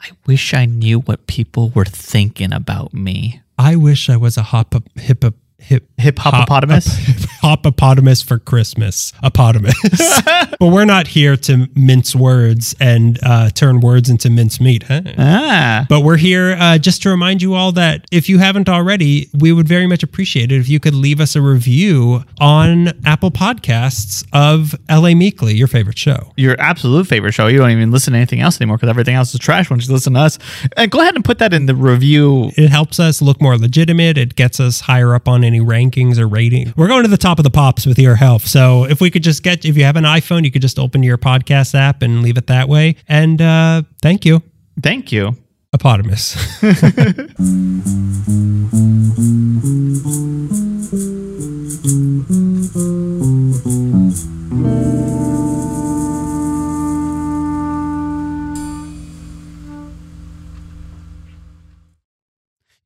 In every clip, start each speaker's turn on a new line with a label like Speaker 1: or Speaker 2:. Speaker 1: I wish I knew what people were thinking about me.
Speaker 2: I wish I was a hop hip hip
Speaker 1: Hip hoppopotamus?
Speaker 2: hop hippopotamus for Christmas. Apotamus. but we're not here to mince words and uh, turn words into mince meat, huh?
Speaker 1: Ah.
Speaker 2: But we're here uh, just to remind you all that if you haven't already, we would very much appreciate it if you could leave us a review on Apple Podcasts of LA Meekly, your favorite show.
Speaker 1: Your absolute favorite show. You don't even listen to anything else anymore because everything else is trash once you listen to us. And go ahead and put that in the review.
Speaker 2: It helps us look more legitimate. It gets us higher up on any rankings or rating. We're going to the top of the pops with your help. So if we could just get, if you have an iPhone, you could just open your podcast app and leave it that way. And uh, thank you,
Speaker 1: Thank you.
Speaker 2: Apotamus.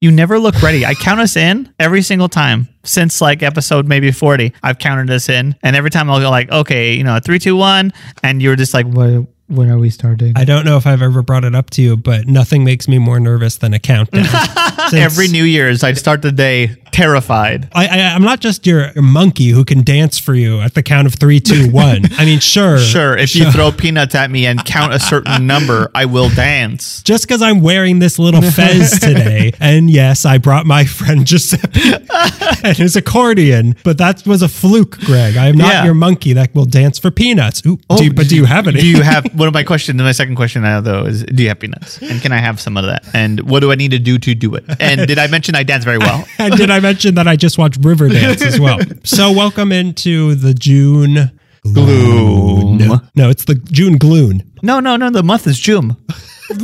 Speaker 1: You never look ready. I count us in every single time since like episode maybe 40. I've counted us in. And every time I'll go like, okay, you know, three, two, one. And you're just like, what, when are we starting?
Speaker 2: I don't know if I've ever brought it up to you, but nothing makes me more nervous than a countdown. Since
Speaker 1: every New Year's, I start the day terrified.
Speaker 2: I, I, I'm not just your monkey who can dance for you at the count of three, two, one. I mean, sure,
Speaker 1: Sure, if you throw peanuts at me and count a certain number, I will dance.
Speaker 2: Just because I'm wearing this little fez today, and yes, I brought my friend Giuseppe and his accordion, but that was a fluke, Greg. I am not
Speaker 1: Yeah.
Speaker 2: your monkey that will dance for peanuts. Ooh, do you- but do you have any?
Speaker 1: Do you have one of my questions? My second question now though is, do you have peanuts? And can I have some of that? And what do I need to do to do it? And did I mention I dance very well?
Speaker 2: and did I mention that I just watched Riverdance as well? So welcome into the June gloon. No, it's the June gloon.
Speaker 1: No, no, no. The month is June.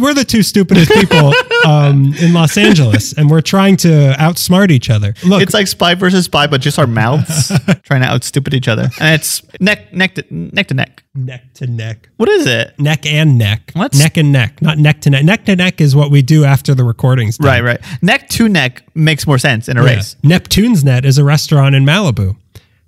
Speaker 2: We're the two stupidest people um, in Los Angeles, and we're trying to outsmart each other. Look,
Speaker 1: It's like spy versus spy, but just our mouths trying to outstupid each other. And it's neck, neck to neck to neck.
Speaker 2: neck to neck.
Speaker 1: What is it?
Speaker 2: Neck and neck.
Speaker 1: What's-
Speaker 2: neck and neck, not neck to neck. Neck to neck is what we do after the recordings. done.
Speaker 1: Right, right. Neck to neck makes more sense in a
Speaker 2: Yeah.
Speaker 1: race.
Speaker 2: Neptune's Net is a restaurant in Malibu.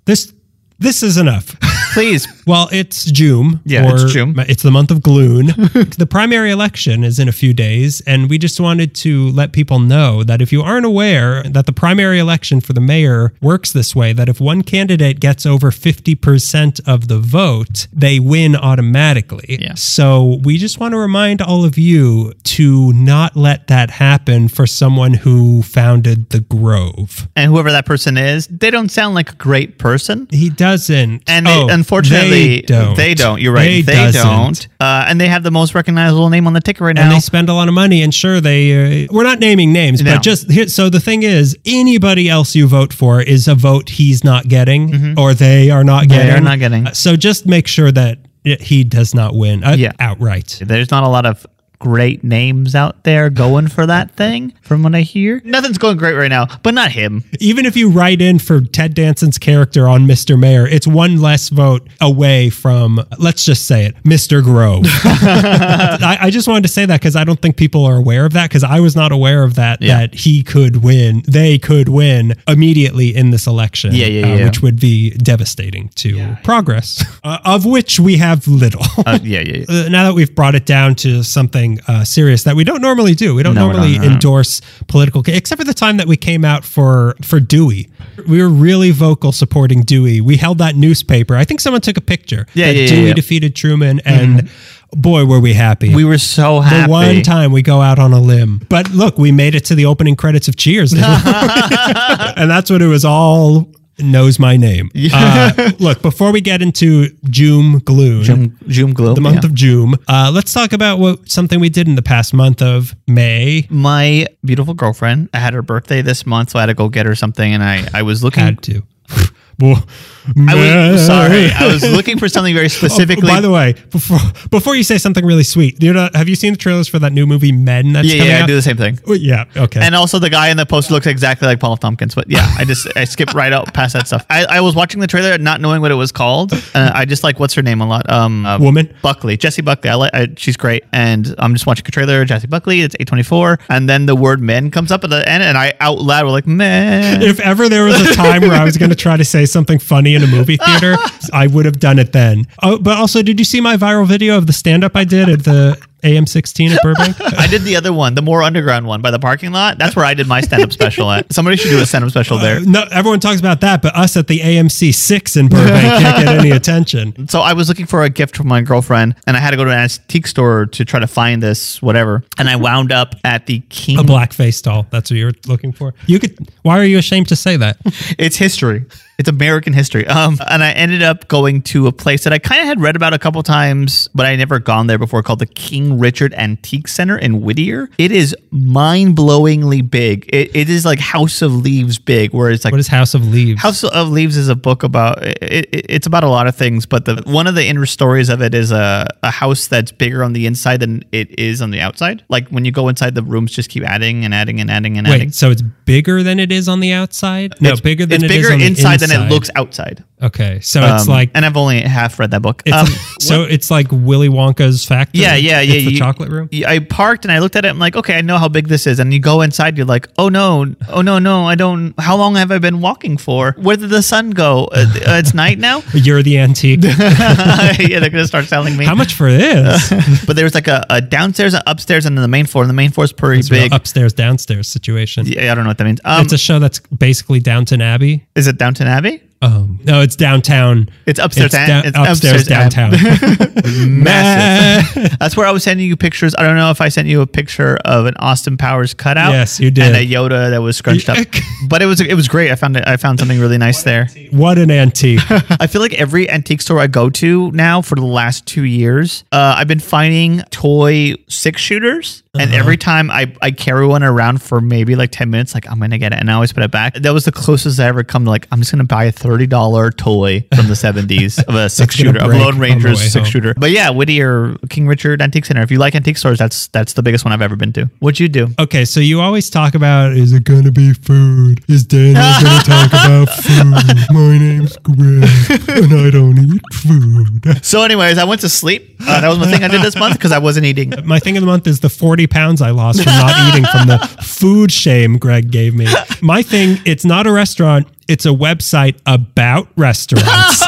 Speaker 2: This this is enough.
Speaker 1: Please.
Speaker 2: Well, it's June.
Speaker 1: Yeah, it's June.
Speaker 2: It's the month of gloon. the primary election is in a few days, and we just wanted to let people know that if you aren't aware that the primary election for the mayor works this way, that if one candidate gets over 50% of the vote, they win automatically.
Speaker 1: Yeah.
Speaker 2: So we just want to remind all of you to not let that happen for someone who founded the Grove.
Speaker 1: And whoever that person is, they don't sound like a great person.
Speaker 2: He doesn't.
Speaker 1: And
Speaker 2: oh,
Speaker 1: they, unfortunately, they don't. You're right. They,
Speaker 2: doesn't.
Speaker 1: don't. Uh, and they have the most recognizable name on the ticket right now.
Speaker 2: and they spend a lot of money and sure they uh, we're not naming names
Speaker 1: No.
Speaker 2: but just here, so the thing is anybody else you vote for is a vote he's not getting or they are not
Speaker 1: Mm-hmm. They are
Speaker 2: getting
Speaker 1: not getting.
Speaker 2: Uh, so just make sure that it, he does not win uh,
Speaker 1: Yeah.
Speaker 2: outright
Speaker 1: There's not a lot of great names out there going for that thing, from what I hear. Nothing's going great right now, but not him.
Speaker 2: even if you write in for ted danson's character on mr mayor it's one less vote away from let's just say it mr grove I, I just wanted to say that because i don't think people are aware of that because i was not aware of that
Speaker 1: Yeah.
Speaker 2: that he could win they could win immediately in this election uh,
Speaker 1: Yeah, yeah, yeah.
Speaker 2: which would be devastating to progress uh, of which we have little
Speaker 1: Uh, yeah, yeah, yeah.
Speaker 2: uh, now that we've brought it down to something uh, serious that we don't normally do, we don't
Speaker 1: No, we
Speaker 2: normally
Speaker 1: don't, no, no.
Speaker 2: endorse political, ca- except for the time that we came out for for Dewey. We were really vocal supporting Dewey. We held that newspaper. I think someone took a picture.
Speaker 1: Yeah,
Speaker 2: that
Speaker 1: yeah, yeah,
Speaker 2: Dewey
Speaker 1: yeah. Mm-hmm.
Speaker 2: defeated Truman, and boy, were we happy.
Speaker 1: We were so happy.
Speaker 2: the one time we go out on a limb. But look, we made it to the opening credits of Cheers. and that's what it was all knows my name. Uh, look, before we get into Joom Gloom,
Speaker 1: Zoom, Zoom Globe.
Speaker 2: the month of June. Uh, let's talk about what something we did in the past month of May.
Speaker 1: my beautiful girlfriend I had her birthday this month, so I had to go get her something, and I I was looking.
Speaker 2: Had to. Well,
Speaker 1: I was sorry, I was looking for something very specifically.
Speaker 2: Oh, By the way, before before you say something really sweet, you know, have you seen the trailers for that new movie Men? That's
Speaker 1: yeah,
Speaker 2: coming
Speaker 1: yeah,
Speaker 2: out?
Speaker 1: I do the same thing.
Speaker 2: Well, yeah. Okay.
Speaker 1: And also, the guy in the poster looks exactly like Paul Tompkins. But yeah, I just I skipped right out past that stuff. I, I was watching the trailer, and not knowing what it was called. Uh, I just like what's her name a lot. Um, uh,
Speaker 2: Woman?
Speaker 1: Buckley, Jesse Buckley. I like I, she's great, and I'm just watching a trailer. Jesse Buckley. It's eight twenty four, and then the word "men" comes up at the end, and I out loud were like "men."
Speaker 2: if ever there was a time where I was going to try to say something funny in a movie theater, I would have done it then. Oh, but also, did you see my viral video of the stand up I did at the AM 16 at Burbank?
Speaker 1: I did the other one, the more underground one by the parking lot. That's where I did my stand up special at. Somebody should do a stand up special there.
Speaker 2: no, everyone talks about that, but us at the AMC 6 in Burbank can't get any attention.
Speaker 1: So I was looking for a gift for my girlfriend, and I had to go to an antique store to try to find this whatever. And I wound up at the King.
Speaker 2: A blackface doll. That's what you're looking for. You could. Why are you ashamed to say that?
Speaker 1: it's history. It's American history. Um, and I ended up going to a place that I kind of had read about a couple times, but I had never gone there before called the King Richard Antique Center in Whittier. It is mind blowingly big. It, it is like House of Leaves big, where it's like
Speaker 2: What is House of Leaves?
Speaker 1: House of Leaves is a book about it, it, it's about a lot of things, but the one of the inner stories of it is a, a house that's bigger on the inside than it is on the outside. Like when you go inside, the rooms just keep adding and adding and adding and adding.
Speaker 2: Wait, so it's bigger than it is on the outside? No,
Speaker 1: It's-
Speaker 2: bigger
Speaker 1: it's
Speaker 2: than it is
Speaker 1: bigger
Speaker 2: on the
Speaker 1: inside, than it
Speaker 2: inside.
Speaker 1: looks outside.
Speaker 2: Okay, so it's
Speaker 1: Um,
Speaker 2: like
Speaker 1: and I've only half read that book.
Speaker 2: It's
Speaker 1: um,
Speaker 2: so it's like Willy Wonka's factory.
Speaker 1: yeah, yeah, yeah.
Speaker 2: It's the
Speaker 1: you-
Speaker 2: chocolate room.
Speaker 1: you- I parked and I looked at it. I'm like, okay, I know how big this is. And you go inside, you're like, oh no, oh no, no, I don't. How long have I been walking for? Where did the sun go? Uh, uh, it's night now.
Speaker 2: You're the antique.
Speaker 1: yeah, they're gonna start selling me.
Speaker 2: How much for this?
Speaker 1: but there was like a, a downstairs, an upstairs, and then the main floor. And the main floor is pretty
Speaker 2: It's a real
Speaker 1: big.
Speaker 2: upstairs downstairs situation.
Speaker 1: yeah, I don't know what that means. Um,
Speaker 2: It's a show that's basically Downton Abbey.
Speaker 1: is it Downton Abbey?
Speaker 2: Um, no, it's downtown.
Speaker 1: It's upstairs. and-
Speaker 2: down-
Speaker 1: it's
Speaker 2: upstairs,
Speaker 1: and-
Speaker 2: downtown.
Speaker 1: Massive. That's where I was sending you pictures. I don't know if I sent you a picture of an Austin Powers cutout.
Speaker 2: Yes, you did.
Speaker 1: And a Yoda that was scrunched up. But it was it was great. I found it, I found something really nice there.
Speaker 2: what an antique!
Speaker 1: I feel like every antique store I go to now for the last two years, uh, I've been finding toy six shooters. And
Speaker 2: Uh-huh.
Speaker 1: every time I, I carry one around for maybe like 10 minutes, like I'm going to get it. And I always put it back. That was the closest I ever come to like, I'm just going to buy a $30 toy from the 70s of a six shooter, of
Speaker 2: break on
Speaker 1: Lone
Speaker 2: the
Speaker 1: Ranger's
Speaker 2: way
Speaker 1: six
Speaker 2: home.
Speaker 1: shooter. But yeah, Whittier, King Richard Antique Center. If you like antique stores, that's that's the biggest one I've ever been to. What'd you do?
Speaker 2: Okay, so you always talk about is it gonna be food? Is Daniel gonna talk about food? My name's Greg, and I don't eat food.
Speaker 1: So, anyways, I went to sleep. Uh, that was my thing I did this month because I wasn't eating.
Speaker 2: My thing of the month is the 40 pounds I lost from not eating from the food shame Greg gave me. My thing, it's not a restaurant, it's a website about restaurants.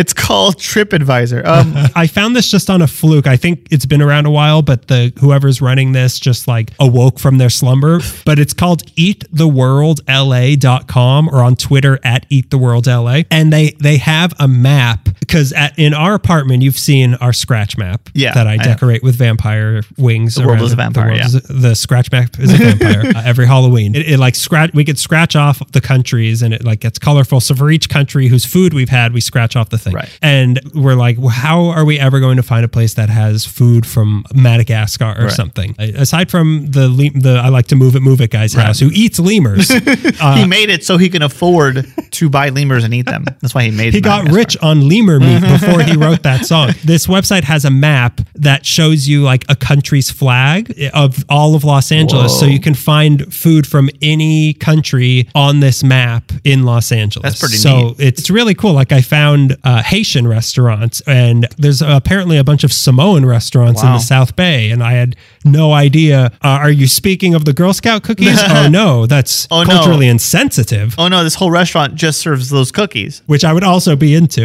Speaker 1: It's called TripAdvisor. Um,
Speaker 2: I found this just on a fluke. I think it's been around a while, but the whoever's running this just like awoke from their slumber. But it's called eattheworldla.com or on Twitter at eattheworldla. And they they have a map because at in our apartment, you've seen our scratch map
Speaker 1: Yeah,
Speaker 2: that I
Speaker 1: I know.
Speaker 2: decorate with vampire wings. The
Speaker 1: world is a vampire, yeah.
Speaker 2: is- the scratch map is a vampire uh, every Halloween. It, it like scratch. We could scratch off the countries, and it like gets colorful. So for each country whose food we've had, we scratch off the thing.
Speaker 1: Right.
Speaker 2: And we're like, well, how are we ever going to find a place that has food from Madagascar or
Speaker 1: Right.
Speaker 2: something? A- Aside from the le- the I like to move it, move it guy's house who eats lemurs. Uh,
Speaker 1: he made it so he can afford to buy lemurs and eat them. That's why he made.
Speaker 2: He got
Speaker 1: Madagascar.
Speaker 2: rich on lemur meat
Speaker 1: Mm-hmm.
Speaker 2: before he wrote that song. This website has a map that shows you like a country's flag of all of Los Angeles. So
Speaker 1: Whoa.
Speaker 2: you can find food from any country on this map in Los Angeles.
Speaker 1: That's pretty
Speaker 2: So
Speaker 1: neat.
Speaker 2: it's really cool. Like I found uh, Haitian restaurants and there's apparently a bunch of Samoan restaurants in
Speaker 1: Wow.
Speaker 2: the South Bay. And I had no idea. Uh, are you speaking of the Girl Scout cookies? oh no, that's
Speaker 1: Oh, no.
Speaker 2: culturally insensitive.
Speaker 1: Oh no! This whole restaurant just serves those cookies.
Speaker 2: Which I would also be into.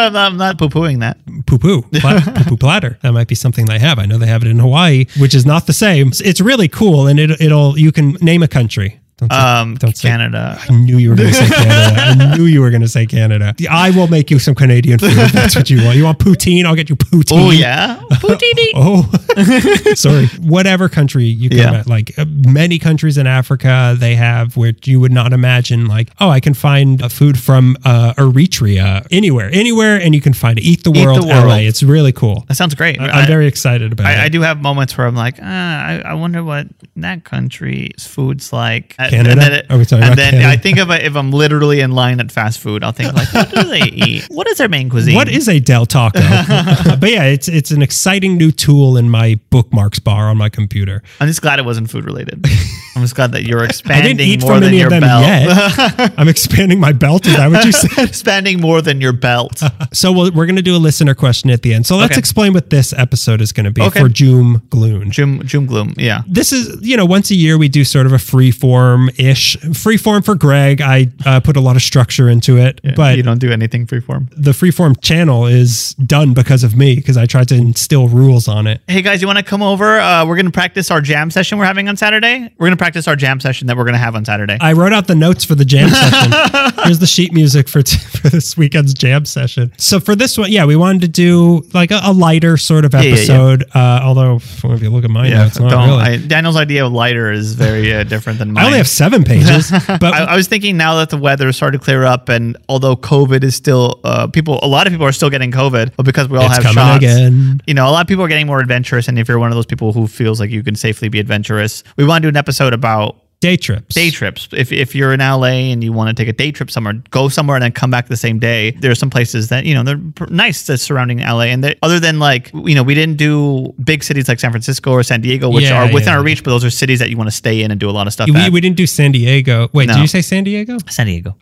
Speaker 1: I'm not, I'm not poo-pooing that.
Speaker 2: poo poo poo poo platter. That might be something they have. I know they have it in Hawaii, which is not the same. It's- It's really cool, and it, it'll you can name a country. Don't say,
Speaker 1: Um,
Speaker 2: don't say.
Speaker 1: Canada.
Speaker 2: I knew you were going to say Canada. I knew you were going to say Canada. I will make you some Canadian food if that's what you want. You want poutine? I'll get you poutine.
Speaker 1: Oh yeah, poutine.
Speaker 2: Oh, sorry. Whatever country you come
Speaker 1: Yeah.
Speaker 2: at, like uh, many countries in Africa, they have where you would not imagine, like, oh, I can find uh, food from uh, Eritrea anywhere, anywhere, and you can find it. Eat the
Speaker 1: the
Speaker 2: world, LA.
Speaker 1: world.
Speaker 2: It's really cool.
Speaker 1: That sounds great.
Speaker 2: I'm
Speaker 1: I-
Speaker 2: very excited about
Speaker 1: I, I
Speaker 2: it.
Speaker 1: do have moments where I'm like, ah, I, I wonder what that country's food's like. And-
Speaker 2: Canada?
Speaker 1: And then, it-
Speaker 2: Are we talking
Speaker 1: and
Speaker 2: about
Speaker 1: then
Speaker 2: Canada?
Speaker 1: I think of it- if I'm literally in line at fast food, I'll think like, what do they eat? What is their main cuisine?
Speaker 2: What is a Del Taco? but yeah, it's it's an exciting new tool in my bookmarks bar on my computer.
Speaker 1: I'm just glad it wasn't food related. I'm just glad that you're
Speaker 2: I didn't
Speaker 1: expanding
Speaker 2: eat
Speaker 1: more
Speaker 2: from
Speaker 1: than
Speaker 2: any
Speaker 1: your
Speaker 2: of them
Speaker 1: belt.
Speaker 2: yet. I'm expanding my belt. Is that what you said?
Speaker 1: Expanding more than your belt.
Speaker 2: So we'll, we're going to do a listener question at the end. So let's
Speaker 1: Okay.
Speaker 2: explain what this episode is going to be
Speaker 1: Okay.
Speaker 2: for Joom Gloon.
Speaker 1: Jim Jim Gloom. Yeah.
Speaker 2: This is, you know, once a year we do sort of a free form form ish. Free form for Greg. I uh, put a lot of structure into it,
Speaker 1: Yeah,
Speaker 2: but
Speaker 1: you don't do anything freeform.
Speaker 2: the freeform channel is done because of me because I tried to instill rules on it.
Speaker 1: Hey guys, you want to come over? Uh, we're gonna practice our jam session we're having on Saturday. We're gonna practice our jam session that we're gonna have on Saturday.
Speaker 2: I wrote out the notes for the jam session. Here's the sheet music for, t- for this weekend's jam session. So for this one, yeah, we wanted to do like a, a lighter sort of
Speaker 1: yeah, yeah.
Speaker 2: episode. Uh, although if you look at my notes, not
Speaker 1: don't-
Speaker 2: really.
Speaker 1: I- Daniel's idea of lighter is very uh, different than mine.
Speaker 2: I only have seven pages, but
Speaker 1: I, I was thinking now that the weather started to clear up, and although COVID is still, uh, people, a lot of people are still getting COVID, but because we all
Speaker 2: It's
Speaker 1: have
Speaker 2: coming
Speaker 1: shots,
Speaker 2: again.
Speaker 1: you know, a lot of people are getting more adventurous. And if you're one of those people who feels like you can safely be adventurous, we want to do an episode about
Speaker 2: day trips.
Speaker 1: day trips. If, if you're in LA and you want to take a day trip somewhere, go somewhere and then come back the same day. There are some places that, you know, they're pr- nice that's surrounding LA. And they, other than like, you know, we didn't do big cities like San Francisco or San Diego, which
Speaker 2: Yeah,
Speaker 1: are within
Speaker 2: yeah,
Speaker 1: our
Speaker 2: yeah.
Speaker 1: reach, but those are cities that you want to stay in and do a lot of stuff
Speaker 2: We,
Speaker 1: at.
Speaker 2: we didn't do San Diego. Wait,
Speaker 1: No.
Speaker 2: did you say San Diego?
Speaker 1: San Diego.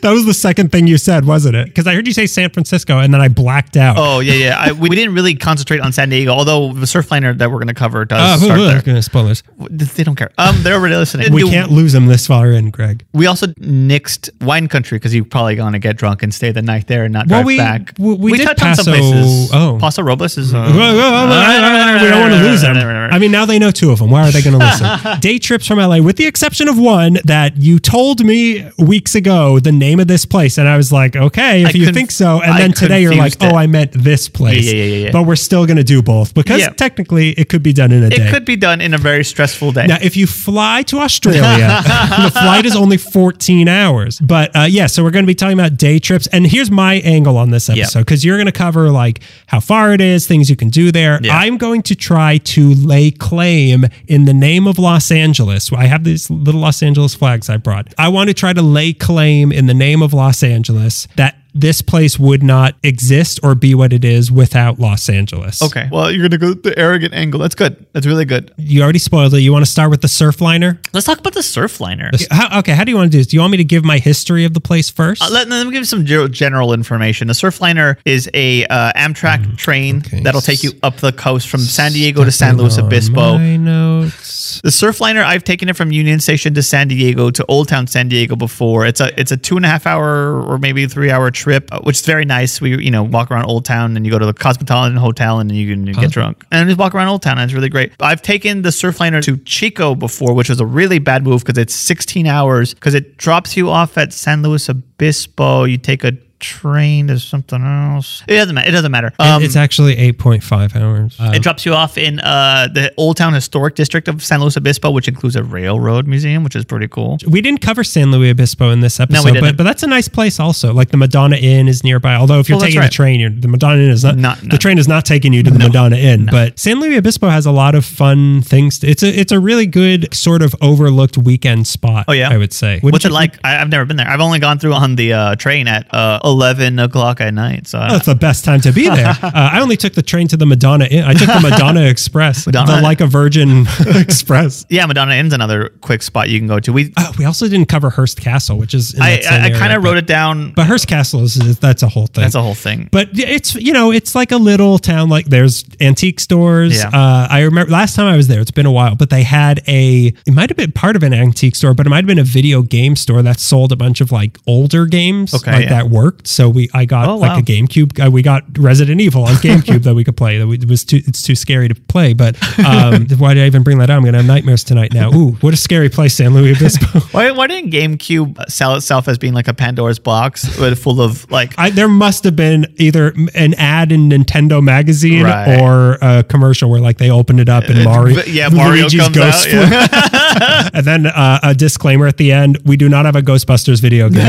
Speaker 2: That was the second thing you said, wasn't it? Because I heard you say San Francisco and then I blacked out.
Speaker 1: Oh yeah, yeah. I, we we didn't really concentrate on San Diego, although the surfliner that we're going to cover
Speaker 2: Uh,
Speaker 1: does start there.
Speaker 2: goodness, spoilers.
Speaker 1: They don't care. Um, they're already listening.
Speaker 2: We can't lose them this far in, Greg.
Speaker 1: We also nixed wine country because you're probably going to get drunk and stay the night there and not
Speaker 2: Well,
Speaker 1: drive
Speaker 2: we-
Speaker 1: back.
Speaker 2: we- we did
Speaker 1: touched
Speaker 2: Paso-
Speaker 1: on some places.
Speaker 2: oh.
Speaker 1: Paso Robles is. Uh,
Speaker 2: Whoa, whoa, whoa, whoa, whoa, we don't want to lose them. I mean, now they know two of them. Why are they going to listen? Day trips from LA, with the exception of one that you told me weeks ago the name of this place, and I was like, okay, if
Speaker 1: I
Speaker 2: you
Speaker 1: conf-
Speaker 2: think so, and
Speaker 1: I
Speaker 2: then today you're like,
Speaker 1: confused
Speaker 2: oh,
Speaker 1: it.
Speaker 2: I meant this place.
Speaker 1: yeah, yeah, yeah.
Speaker 2: But we're still going to do both because
Speaker 1: Yeah.
Speaker 2: technically it could be done in a
Speaker 1: it
Speaker 2: day.
Speaker 1: could be done in a very stressful day.
Speaker 2: Now, if you fly to Australia, the flight is only 14 hours. But uh, yeah, so we're going to be talking about day trips. And here's my angle on this episode because you're going to cover like how far it is, things you can do there.
Speaker 1: Yeah.
Speaker 2: I'm going to try to lay claim in the name of Los Angeles. I have these little Los Angeles flags I brought. I want to try to lay claim in the name of Los Angeles that this place would not exist or be what it is without Los Angeles.
Speaker 1: okay. Well, you're going to go with the arrogant angle. That's good. That's really good.
Speaker 2: You already spoiled it. You want to start with the Surfliner?
Speaker 1: Let's talk about the surfliner.
Speaker 2: How, okay, how do you want to do this? Do you want me to give my history of the place first?
Speaker 1: Uh, let, let me give you some ge- general information. The Surfliner is a uh, Amtrak train
Speaker 2: Mm, okay.
Speaker 1: that'll take you up the coast from San Diego to San Luis
Speaker 2: Are
Speaker 1: Obispo.
Speaker 2: My notes.
Speaker 1: The Surfliner, I've taken it from Union Station to San Diego to Old Town San Diego before. It's a it's a two and a half hour or maybe three hour trip, uh, which is very nice. We you know walk around Old Town and you go to the Cosmopolitan Hotel and you can get drunk and just walk around Old Town. And it's really great. I've taken the Surfliner to Chico before, which was a really bad move because it's 16 hours because it drops you off at San Luis Obispo. You take a train to something else. It doesn't matter. It doesn't matter. Um,
Speaker 2: it's actually 8.5 hours. Uh,
Speaker 1: it drops you off in uh, the Old Town Historic District of San Luis Obispo, which includes a railroad museum, which is pretty cool.
Speaker 2: we didn't cover San Luis Obispo in this episode,
Speaker 1: didn't.
Speaker 2: but, but that's a nice place also. Like the Madonna Inn is nearby. Although if you're
Speaker 1: Well, that's
Speaker 2: taking
Speaker 1: right.
Speaker 2: the train, you're, the Madonna Inn is not,
Speaker 1: Not-
Speaker 2: the
Speaker 1: not-
Speaker 2: train is not taking you to the Madonna Inn. But San Luis Obispo has a lot of fun things. To, it's a it's a really good sort of overlooked weekend spot.
Speaker 1: Oh, yeah?
Speaker 2: I would say.
Speaker 1: What's it like? I, I've never been there. I've only gone through on the uh, train at uh, 11 o'clock at night. So I
Speaker 2: That's the best time to be there. Uh, I only took the train to the Madonna Inn. I took the Madonna Express, the
Speaker 1: Madonna.
Speaker 2: Like a Virgin Express.
Speaker 1: yeah, Madonna Inn's another quick spot you can go to. We
Speaker 2: Oh, we also didn't cover Hearst Castle, which is in
Speaker 1: I,
Speaker 2: that same
Speaker 1: I, I
Speaker 2: area,
Speaker 1: kind of
Speaker 2: but-
Speaker 1: wrote it down.
Speaker 2: But Hearst Castle is- is that's a whole thing.
Speaker 1: That's a whole thing.
Speaker 2: But it's you know it's like a little town. Like there's antique stores.
Speaker 1: Yeah.
Speaker 2: Uh, I remember last time I was there. It's been a while, but they had a. It might have been part of an antique store, but it might have been a video game store that sold a bunch of like older games.
Speaker 1: Okay,
Speaker 2: like
Speaker 1: yeah.
Speaker 2: that worked. So we I got
Speaker 1: Oh,
Speaker 2: like
Speaker 1: wow.
Speaker 2: a GameCube. Uh, we got Resident Evil on GameCube that we could play. That we, it was too. It's too scary to play. But um, why did I even bring that up? I'm gonna have nightmares tonight. Now, ooh, what a scary place, San Luis Obispo.
Speaker 1: Why, why didn't GameCube sell itself as being like a Pandora's box with- full of like
Speaker 2: I, there must have been either an ad in Nintendo magazine
Speaker 1: Right. Uh,
Speaker 2: or a commercial where like they opened it up and Mario,
Speaker 1: yeah, Mario comes out, yeah.
Speaker 2: flew- and then uh, a disclaimer at the end: we do not have a Ghostbusters video game.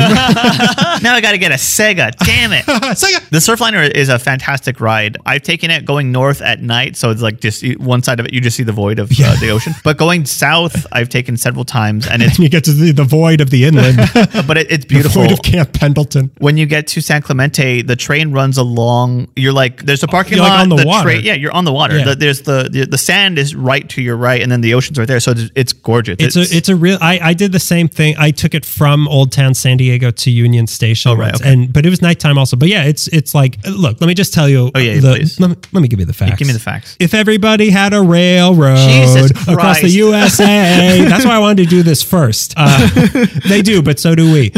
Speaker 1: now I got to get a Sega. Damn it.
Speaker 2: Sega.
Speaker 1: The Surfliner is a fantastic ride. I've taken it going north at night, so it's like just one side of it you just see the void of uh, the ocean. But going south, I've taken several times, and it's
Speaker 2: You get to the, the void of the inland, the
Speaker 1: but it, it's
Speaker 2: void
Speaker 1: beautiful.
Speaker 2: of Camp Pendleton.
Speaker 1: When you get to San Clemente, the train runs along. You're like there's a parking
Speaker 2: Oh, You're,
Speaker 1: lot.
Speaker 2: like, on the water.
Speaker 1: train- yeah, you're on the water.
Speaker 2: Yeah.
Speaker 1: The- there's the, the the sand is right to your right, and then the ocean's right there. So it's, it's gorgeous.
Speaker 2: It's a it's a real. I, I did the same thing. I took it from Old Town San Diego to Union Station,
Speaker 1: Oh, right,
Speaker 2: once,
Speaker 1: okay.
Speaker 2: and and but it was nighttime also. But yeah, it's it's like look, let me just tell you.
Speaker 1: Oh, yeah,
Speaker 2: the-
Speaker 1: please.
Speaker 2: Let me, let me give you the facts.
Speaker 1: Give me the facts.
Speaker 2: if everybody had a railroad
Speaker 1: Jesus
Speaker 2: across the
Speaker 1: Christ.
Speaker 2: USA, that's why I wanted to do this first. Uh, they do, but so do we.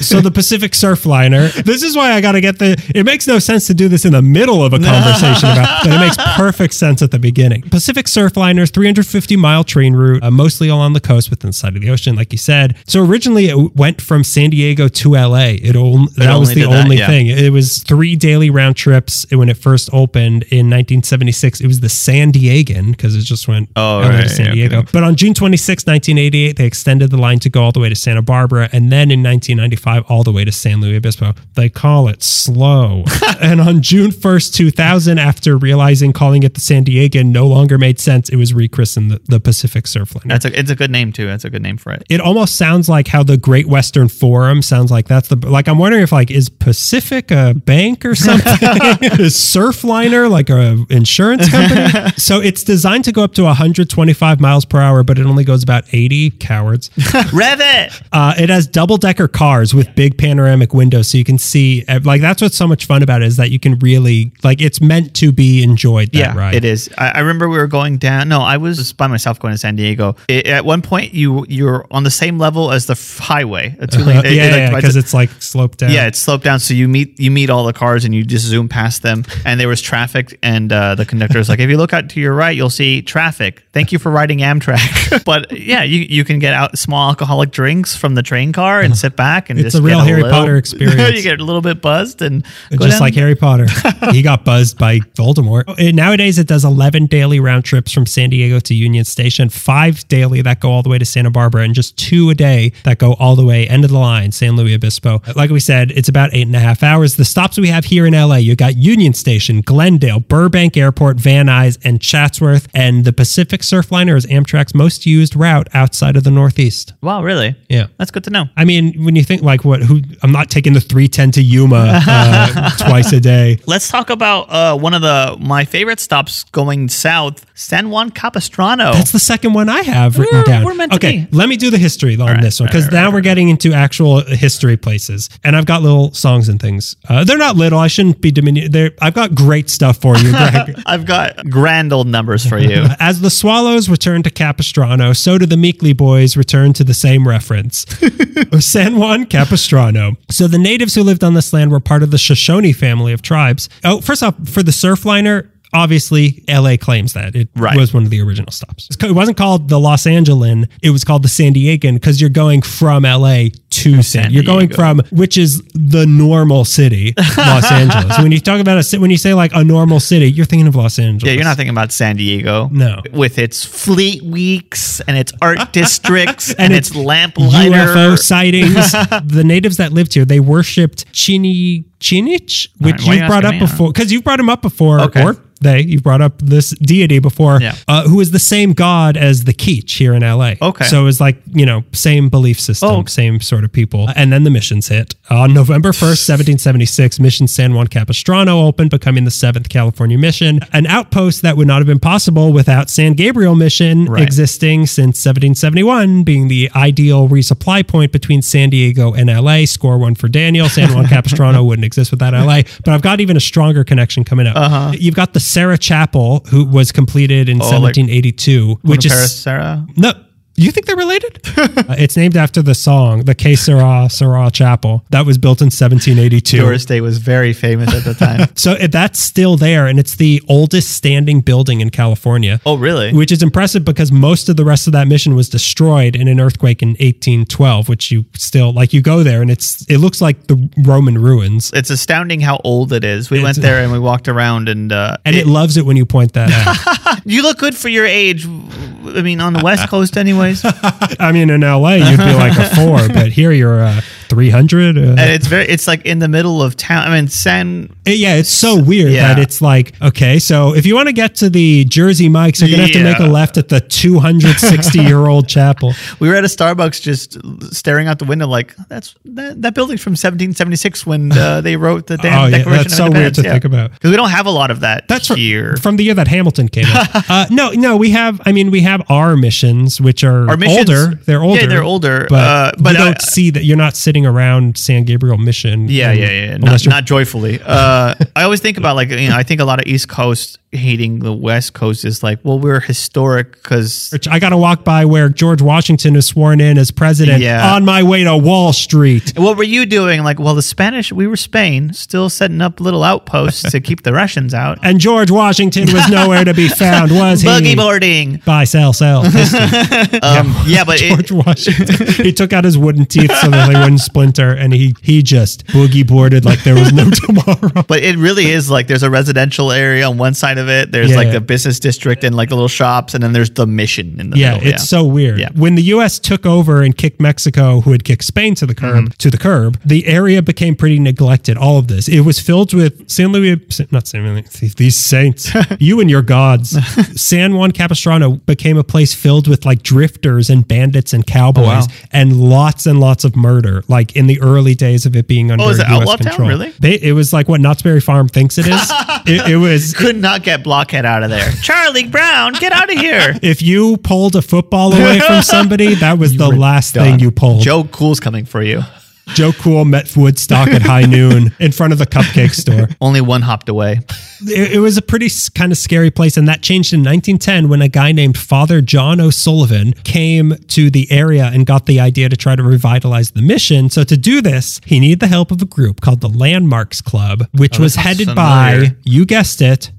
Speaker 2: So the Pacific Surfliner. This is why I got to get the. It makes no sense to do this in the middle of a conversation about, but it makes perfect sense at the beginning. Pacific Surfliner's 350 mile train route, uh, mostly along the coast within sight of the ocean, like you said. So originally it w- went from San Diego to LA. It only that
Speaker 1: only
Speaker 2: was the
Speaker 1: did that,
Speaker 2: only
Speaker 1: yeah.
Speaker 2: thing. It was three daily round trips when it first opened in 1976. It was the San Diegan because it just went
Speaker 1: Oh,
Speaker 2: LA to
Speaker 1: right,
Speaker 2: San
Speaker 1: yeah,
Speaker 2: Diego.
Speaker 1: okay.
Speaker 2: But on June 26, 1988, they extended the line to go all the way to Santa Barbara, and then in 1995, all the way to San Luis Obispo. They call it slow. and on June 1st, 2000, after realizing calling it the San Diegan no longer made sense, it was rechristened the, the Pacific Surfliner.
Speaker 1: That's a it's a good name too. That's a good name for it.
Speaker 2: it almost sounds like how the Great Western Forum sounds like that's the like I'm wondering if like is Pacific a bank or something is Surfliner like a insurance company so it's designed to go up to 125 miles per hour but it only goes about 80 cowards
Speaker 1: Rev it.
Speaker 2: uh, it has double decker cars with big panoramic windows so you can see uh, like that's what's so much fun about it is that you can really like it's meant to be enjoyed that
Speaker 1: Yeah,
Speaker 2: ride
Speaker 1: it is. I, I remember we were going down. No, I was by myself going to San Diego. It- at one point, you you're on the same level as the f- highway. A two lane.
Speaker 2: Uh, yeah, yeah,
Speaker 1: like,
Speaker 2: because it's like sloped down.
Speaker 1: yeah, it's sloped down, so you meet you meet all the cars and you just zoom past them. And there was traffic, and uh, the conductor was like, "If you look out to your right, you'll see traffic. Thank you for riding Amtrak." but yeah, you, you can get out small alcoholic drinks from the train car and sit back and
Speaker 2: It's
Speaker 1: just
Speaker 2: a real
Speaker 1: get
Speaker 2: Harry
Speaker 1: little-
Speaker 2: Potter experience.
Speaker 1: you get a little bit buzzed and go
Speaker 2: just
Speaker 1: down-
Speaker 2: like Harry Potter, he got buzzed by Voldemort. And nowadays, Oh, it does 11 daily round trips from San Diego to Union Station, five daily that go all the way to Santa Barbara, and just two a day that go all the way end of the line, San Luis Obispo. Like we said, it's about eight and a half hours. The stops we have here in LA, you got Union Station, Glendale, Burbank Airport, Van Nuys, and Chatsworth. And the Pacific Surfliner is Amtrak's most used route outside of the Northeast.
Speaker 1: wow, really?
Speaker 2: Yeah.
Speaker 1: that's good to know.
Speaker 2: I mean, when you think like what, who, I'm not taking the 310 to Yuma uh, twice a day.
Speaker 1: Let's talk about uh, one of the my favorite stops going south, San Juan Capistrano.
Speaker 2: That's the second one I have written
Speaker 1: We're-
Speaker 2: down.
Speaker 1: we're meant to
Speaker 2: okay,
Speaker 1: be.
Speaker 2: let me do the history on this one because now we're getting into actual history places, and I've got little songs and things. Uh, they're not little. I shouldn't be diminutive. They're, I've got great stuff for you, Greg.
Speaker 1: I've got grand old numbers for you.
Speaker 2: As the swallows return to Capistrano, so do the Meekly boys return to the same reference. San Juan Capistrano. So the natives who lived on this land were part of the Shoshone family of tribes. Oh, first off, for the surfliner, obviously LA claims that. It
Speaker 1: Right.
Speaker 2: was one of the original stops. It wasn't called the Los Angeles, it was called the San Diegan because you're going from LA to San. You're going
Speaker 1: Diego.
Speaker 2: from which is the normal city, Los Angeles. When you talk about a ci- when you say like a normal city, you're thinking of Los Angeles.
Speaker 1: Yeah, you're not thinking about San Diego.
Speaker 2: No.
Speaker 1: With its fleet weeks and its art districts and, its, lamplighter.
Speaker 2: UFO sightings. the natives that lived here, they worshipped Chini Chinich, which
Speaker 1: Alright, why are
Speaker 2: you've
Speaker 1: you
Speaker 2: brought up
Speaker 1: asking me?
Speaker 2: before, because you brought him up before,
Speaker 1: Okay.
Speaker 2: or they, you brought up this deity before,
Speaker 1: Yeah.
Speaker 2: uh, who is the same god as the Keech here in LA.
Speaker 1: Okay.
Speaker 2: so it was like you know same belief system,
Speaker 1: Oh.
Speaker 2: same sort of people. And then the missions hit on November first, seventeen seventy six. Mission San Juan Capistrano opened, becoming the seventh California mission, an outpost that would not have been possible without San Gabriel mission
Speaker 1: Right.
Speaker 2: existing existing since 1771, being the ideal resupply point between San Diego and LA. Score one for Daniel. San Juan Capistrano wouldn't exist without LA. But I've got even a stronger connection coming up. You've got the Sarah Chapel, who was completed in
Speaker 1: Uh-huh. Oh, like
Speaker 2: 1782, which is
Speaker 1: Paris, Sarah.
Speaker 2: no. You think they're related? Uh, it's named after the song, the K Sarah Sarah Chapel, that was built in 1782.
Speaker 1: Doris Day was very famous at the time.
Speaker 2: So it- that's still there, and it's the oldest standing building in California.
Speaker 1: oh, really?
Speaker 2: Which is impressive because most of the rest of that mission was destroyed in an earthquake in 1812, which you still like you go there and it's it looks like the Roman ruins.
Speaker 1: it's astounding how old it is. We went there and we walked around, and, uh,
Speaker 2: And it loves it when you point that out.
Speaker 1: you look good for your age. I mean, on the West Coast, anyways.
Speaker 2: I mean, in LA, you'd be like a four, but here you're a 300. uh,
Speaker 1: and it's very, it's like in the middle of town. I mean, San
Speaker 2: It- yeah, it's so weird
Speaker 1: Yeah.
Speaker 2: that it's like, okay, so if you want to get to the Jersey Mike's, you're going to have to make
Speaker 1: Yeah.
Speaker 2: a left at the 260 year old chapel.
Speaker 1: We were at a Starbucks just staring out the window, like that's that, that building's from 1776 when uh, they wrote the damn
Speaker 2: Oh, yeah,
Speaker 1: Declaration
Speaker 2: that's so
Speaker 1: of
Speaker 2: weird
Speaker 1: Independence.
Speaker 2: to think about.
Speaker 1: because we don't have a lot of that
Speaker 2: That's from,
Speaker 1: here.
Speaker 2: from the year that Hamilton came out. uh, no, no, we have. I mean, we have our missions, which are
Speaker 1: Our missions-
Speaker 2: older. They're older.
Speaker 1: Yeah, they're older,
Speaker 2: But,
Speaker 1: uh, but
Speaker 2: you
Speaker 1: I-
Speaker 2: don't see that. You're not sitting around San Gabriel Mission.
Speaker 1: Yeah,
Speaker 2: um,
Speaker 1: yeah, yeah.
Speaker 2: unless
Speaker 1: Not,
Speaker 2: you're-
Speaker 1: not joyfully. Uh, I always think about like you know. I think a lot of East Coast hating the West Coast is like, well, we're historic because
Speaker 2: Which I got to walk by where George Washington is sworn in as president
Speaker 1: Yeah.
Speaker 2: on my way to Wall Street.
Speaker 1: what were you doing? Like, well, the Spanish, we were Spain, still setting up little outposts to keep the Russians out.
Speaker 2: And George Washington was nowhere to be found, was
Speaker 1: Buggy
Speaker 2: he?
Speaker 1: boarding.
Speaker 2: Buy, sell, sell.
Speaker 1: Um, yeah, but it,
Speaker 2: George Washington. he took out his wooden teeth so that they wouldn't splinter, and he he just boogie boarded like there was no tomorrow.
Speaker 1: but it really is like there's a residential area on one side of it. There's
Speaker 2: Yeah,
Speaker 1: like
Speaker 2: yeah.
Speaker 1: the business district and like the little shops, and then there's the mission in the
Speaker 2: Yeah,
Speaker 1: middle.
Speaker 2: it's so weird.
Speaker 1: Yeah.
Speaker 2: When the U.S. took over and kicked Mexico, who had kicked Spain to the curb,
Speaker 1: Mm-hmm.
Speaker 2: to the curb, the area became pretty neglected. All of this, it was filled with San Luis, not San Luis, these saints, you and your gods. San Juan Capistrano became a place filled with like drifters and bandits and cowboys
Speaker 1: Oh,
Speaker 2: and lots and lots of murder. Like in the early days of it being under
Speaker 1: Oh, is it
Speaker 2: U.S.
Speaker 1: outlaw town,
Speaker 2: control,
Speaker 1: really?
Speaker 2: They, it was like what Knott's Berry Farm thinks it is. it, it was
Speaker 1: Could not get Blockhead out of there. Charlie Brown, get out of here.
Speaker 2: if you pulled a football away from somebody, that was the last thing
Speaker 1: Done.
Speaker 2: you pulled. Joe,
Speaker 1: Joe Cool's coming for you.
Speaker 2: Cool met Woodstock at high noon in front of the cupcake store.
Speaker 1: Only one hopped away.
Speaker 2: It, it was a pretty kind of scary place, and that changed in 1910 when a guy named Father John O'Sullivan came to the area and got the idea to try to revitalize the mission. So to do this, he needed the help of a group called the Landmarks Club, which was
Speaker 1: Oh, sounds
Speaker 2: headed by,
Speaker 1: familiar.
Speaker 2: you guessed it,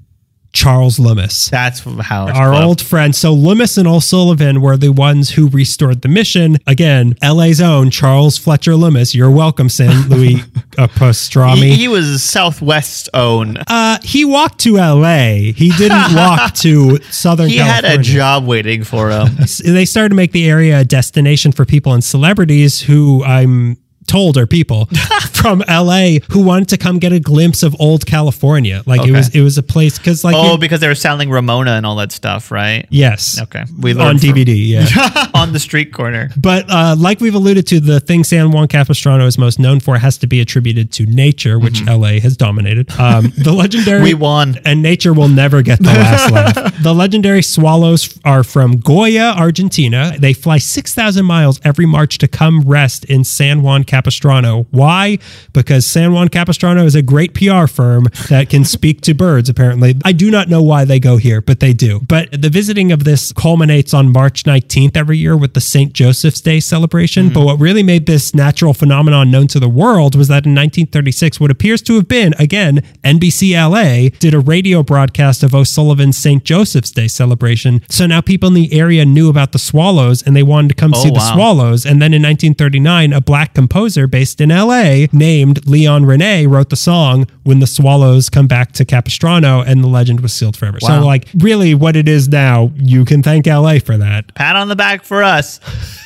Speaker 2: Charles Lummis.
Speaker 1: That's how it's
Speaker 2: our
Speaker 1: close.
Speaker 2: old friends. So Loomis and O'Sullivan were the ones who restored the mission. Again, LA's own Charles Fletcher Loomis. You're welcome, San Louis uh,
Speaker 1: He,
Speaker 2: Pastrami.
Speaker 1: he was Southwest's own.
Speaker 2: Uh, he walked to LA. He didn't walk to Southern
Speaker 1: he had
Speaker 2: California.
Speaker 1: a job waiting for him.
Speaker 2: S- they started to make the area a destination for people and celebrities who I'm told are people from LA who wanted to come get a glimpse of old California. Like it
Speaker 1: Okay.
Speaker 2: was, it was a place because like
Speaker 1: oh,
Speaker 2: it-
Speaker 1: because they were selling Ramona and all that stuff, right?
Speaker 2: yes,
Speaker 1: Okay. We
Speaker 2: on
Speaker 1: learned from-
Speaker 2: DVD, yeah.
Speaker 1: on the street corner.
Speaker 2: But uh, like we've alluded to, the thing San Juan Capistrano is most known for has to be attributed to nature, which LA has dominated. Um, the legendary.
Speaker 1: Mm-hmm. We won.
Speaker 2: And nature will never get the last laugh. The legendary swallows are from Goya, Argentina. They fly 6,000 miles every March to come rest in San Juan Capistrano. Why? Because San Juan Capistrano is a great PR firm that can speak to birds, apparently. I do not know why they go here, but they do. But the visiting of this culminates on March 19th every year with the St. Joseph's Day celebration. But what really made this natural phenomenon known to the world was that in 1936, what appears to have been, again, NBC LA did a radio broadcast of O'Sullivan's St. Joseph's Day celebration. So now people in the area knew about the swallows and they wanted to come see the
Speaker 1: wow.
Speaker 2: swallows. And then in 1939, a black composer based in LA named Leon Rene wrote the song When the Swallows Come Back to Capistrano, and the legend was sealed forever. So,
Speaker 1: Wow.
Speaker 2: like, really, what it is now, you can thank LA for that.
Speaker 1: Pat on the back for us.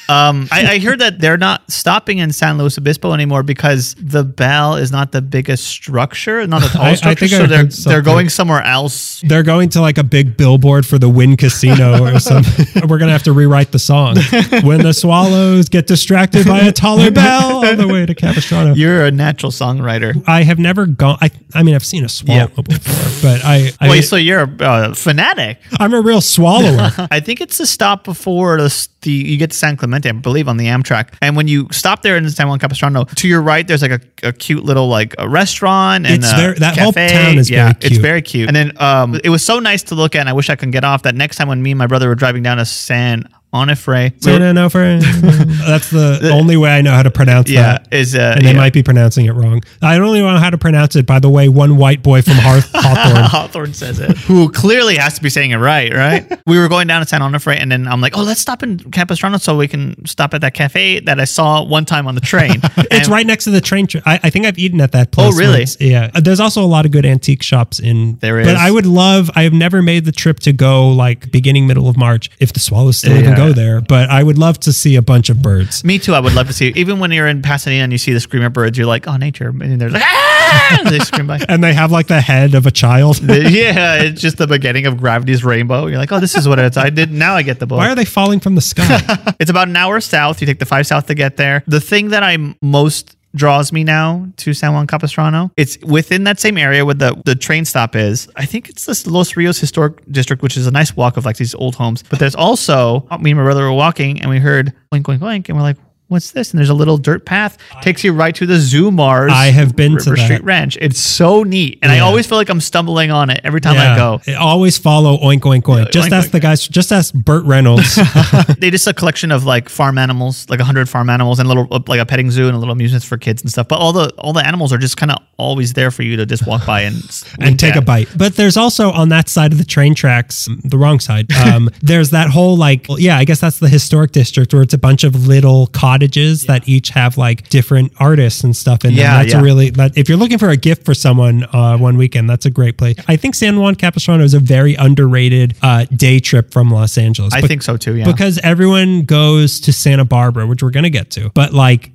Speaker 1: Um, I, I heard that they're not stopping in San Luis Obispo anymore because the bell is not the biggest structure, not the
Speaker 2: I- I
Speaker 1: tallest structure.
Speaker 2: think I
Speaker 1: so they're,
Speaker 2: heard
Speaker 1: they're
Speaker 2: something.
Speaker 1: going somewhere else.
Speaker 2: They're going to like a big billboard for the Win Casino or something. We're gonna have to rewrite the song. When the swallows get distracted by a taller bell on the way to Capistrano.
Speaker 1: You're a natural songwriter.
Speaker 2: I have never gone. I, I mean, I've seen a swallow
Speaker 1: Yeah.
Speaker 2: before, but I, I
Speaker 1: Wait, so you're a uh, fanatic.
Speaker 2: I'm a real swallower.
Speaker 1: I think it's the stop before the, s- the you get to San Clemente, I believe, on the Amtrak. And when you stop there in San Juan Capistrano, to your right, there's like a, a cute little like a restaurant and
Speaker 2: It's
Speaker 1: a
Speaker 2: very- that
Speaker 1: cafe.
Speaker 2: whole town is
Speaker 1: yeah,
Speaker 2: very
Speaker 1: It's
Speaker 2: cute.
Speaker 1: very cute. And then um, it was so nice to look at. And I wish I could get off. That next time when me and my brother were driving down to San Onofre, we
Speaker 2: No,
Speaker 1: were-
Speaker 2: no, no, for that's the only way I know how to pronounce
Speaker 1: yeah,
Speaker 2: that.
Speaker 1: is uh,
Speaker 2: And
Speaker 1: yeah.
Speaker 2: they might be pronouncing it wrong. I don't even know how to pronounce it. By the way, one white boy from Hawth- Hawthorne
Speaker 1: Hawthorne says it, who clearly has to be saying it right, right? we were going down to San Onofre, and then I'm like, oh, let's stop in Capistrano so we can stop at that cafe that I saw one time on the train.
Speaker 2: It's
Speaker 1: And Oh,
Speaker 2: right next to the train. Tra- I, I think I've eaten at that place.
Speaker 1: really?
Speaker 2: once. Yeah. Uh, There's also a lot of good antique shops in
Speaker 1: There
Speaker 2: But
Speaker 1: is.
Speaker 2: I would love. I have never made the trip to go like beginning middle of March if the swallows still even
Speaker 1: Yeah.
Speaker 2: go there. But I would love to see a bunch of birds.
Speaker 1: Me too. I would love to see. Even when you're in Pasadena and you see the screamer birds, you're like, "Oh, nature!" And they're like, "Ah!" They scream by.
Speaker 2: And they have like the head of a child.
Speaker 1: yeah, it's just the beginning of gravity's rainbow. You're like, "Oh, this is what it's." I did. Now I get the
Speaker 2: Why
Speaker 1: book.
Speaker 2: are they falling from the sky?
Speaker 1: It's about an hour south. You take the five south to get there. The thing that I'm most draws me now to San Juan Capistrano. It's within that same area where the, the train stop is. I think it's this Los Rios Historic District, which is a nice walk of like these old homes. But there's also me and my brother were walking and we heard blink, blink, blink, and we're like, what's this? And there's a little dirt path takes you right to the Zoo Mars.
Speaker 2: I have been to
Speaker 1: River
Speaker 2: that.
Speaker 1: Street Ranch. It's so neat, and I
Speaker 2: Yeah.
Speaker 1: always feel like I'm stumbling on it every time I go.
Speaker 2: Always follow oink oink oink. just
Speaker 1: oink,
Speaker 2: ask
Speaker 1: oink.
Speaker 2: the guys. Just ask Burt Reynolds.
Speaker 1: they just a collection of like farm animals, like hundred farm animals, and a little like a petting zoo and a little amusements for kids and stuff. But all the all the animals are just kind of always there for you to just walk by and
Speaker 2: and take a
Speaker 1: bite.
Speaker 2: bite. But there's also on that side of the train tracks, the wrong side. Um, there's that whole like, well, yeah, I guess that's the historic district where it's a bunch of little cottages that each have like different artists and stuff in
Speaker 1: Yeah,
Speaker 2: them. That's
Speaker 1: yeah.
Speaker 2: a really that if you're looking for a gift for someone uh, one weekend, that's a great place. I think San Juan Capistrano is a very underrated uh, day trip from Los Angeles.
Speaker 1: I
Speaker 2: But-
Speaker 1: think so too. Yeah,
Speaker 2: because everyone goes to Santa Barbara, which we're gonna get to, but like.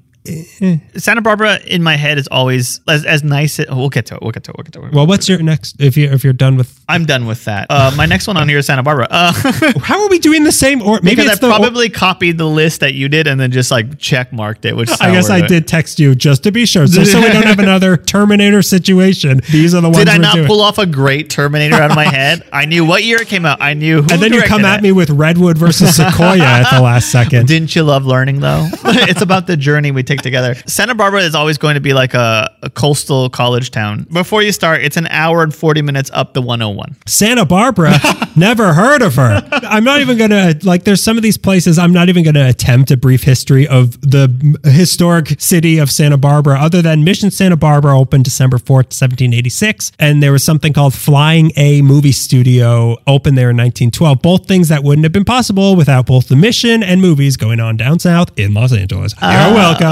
Speaker 1: Santa Barbara in my head is always as, as nice. As, we'll get to it. We'll get to it. We'll get to it.
Speaker 2: Well, what's your next? If you if you're done with,
Speaker 1: I'm done with that. Uh, my next one on here is Santa Barbara. Uh,
Speaker 2: how are we doing the same? Or maybe
Speaker 1: because I
Speaker 2: it's the or-
Speaker 1: probably copied the list that you did and then just like check marked it. Which
Speaker 2: I guess
Speaker 1: soured
Speaker 2: I
Speaker 1: it.
Speaker 2: did text you just to be sure. So, so we don't have another Terminator situation. These are the ones
Speaker 1: Did I
Speaker 2: we're
Speaker 1: not
Speaker 2: doing.
Speaker 1: pull off a great Terminator out of my head? I knew what year it came out. I knew. Who
Speaker 2: and then you
Speaker 1: directed
Speaker 2: come
Speaker 1: it.
Speaker 2: at me with Redwood versus Sequoia at the last second.
Speaker 1: Didn't you love learning though? it's about the journey we take together. Santa Barbara is always going to be like a, a coastal college town. Before you start, it's an hour and 40 minutes up the 101.
Speaker 2: Santa Barbara, never heard of her. I'm not even going to, like, there's some of these places I'm not even going to attempt a brief history of the m- historic city of Santa Barbara, other than Mission Santa Barbara opened December 4th, 1786. And there was something called Flying A Movie Studio opened there in 1912. Both things that wouldn't have been possible without both the mission and movies going on down south in Los Angeles. You're
Speaker 1: Ah.
Speaker 2: welcome.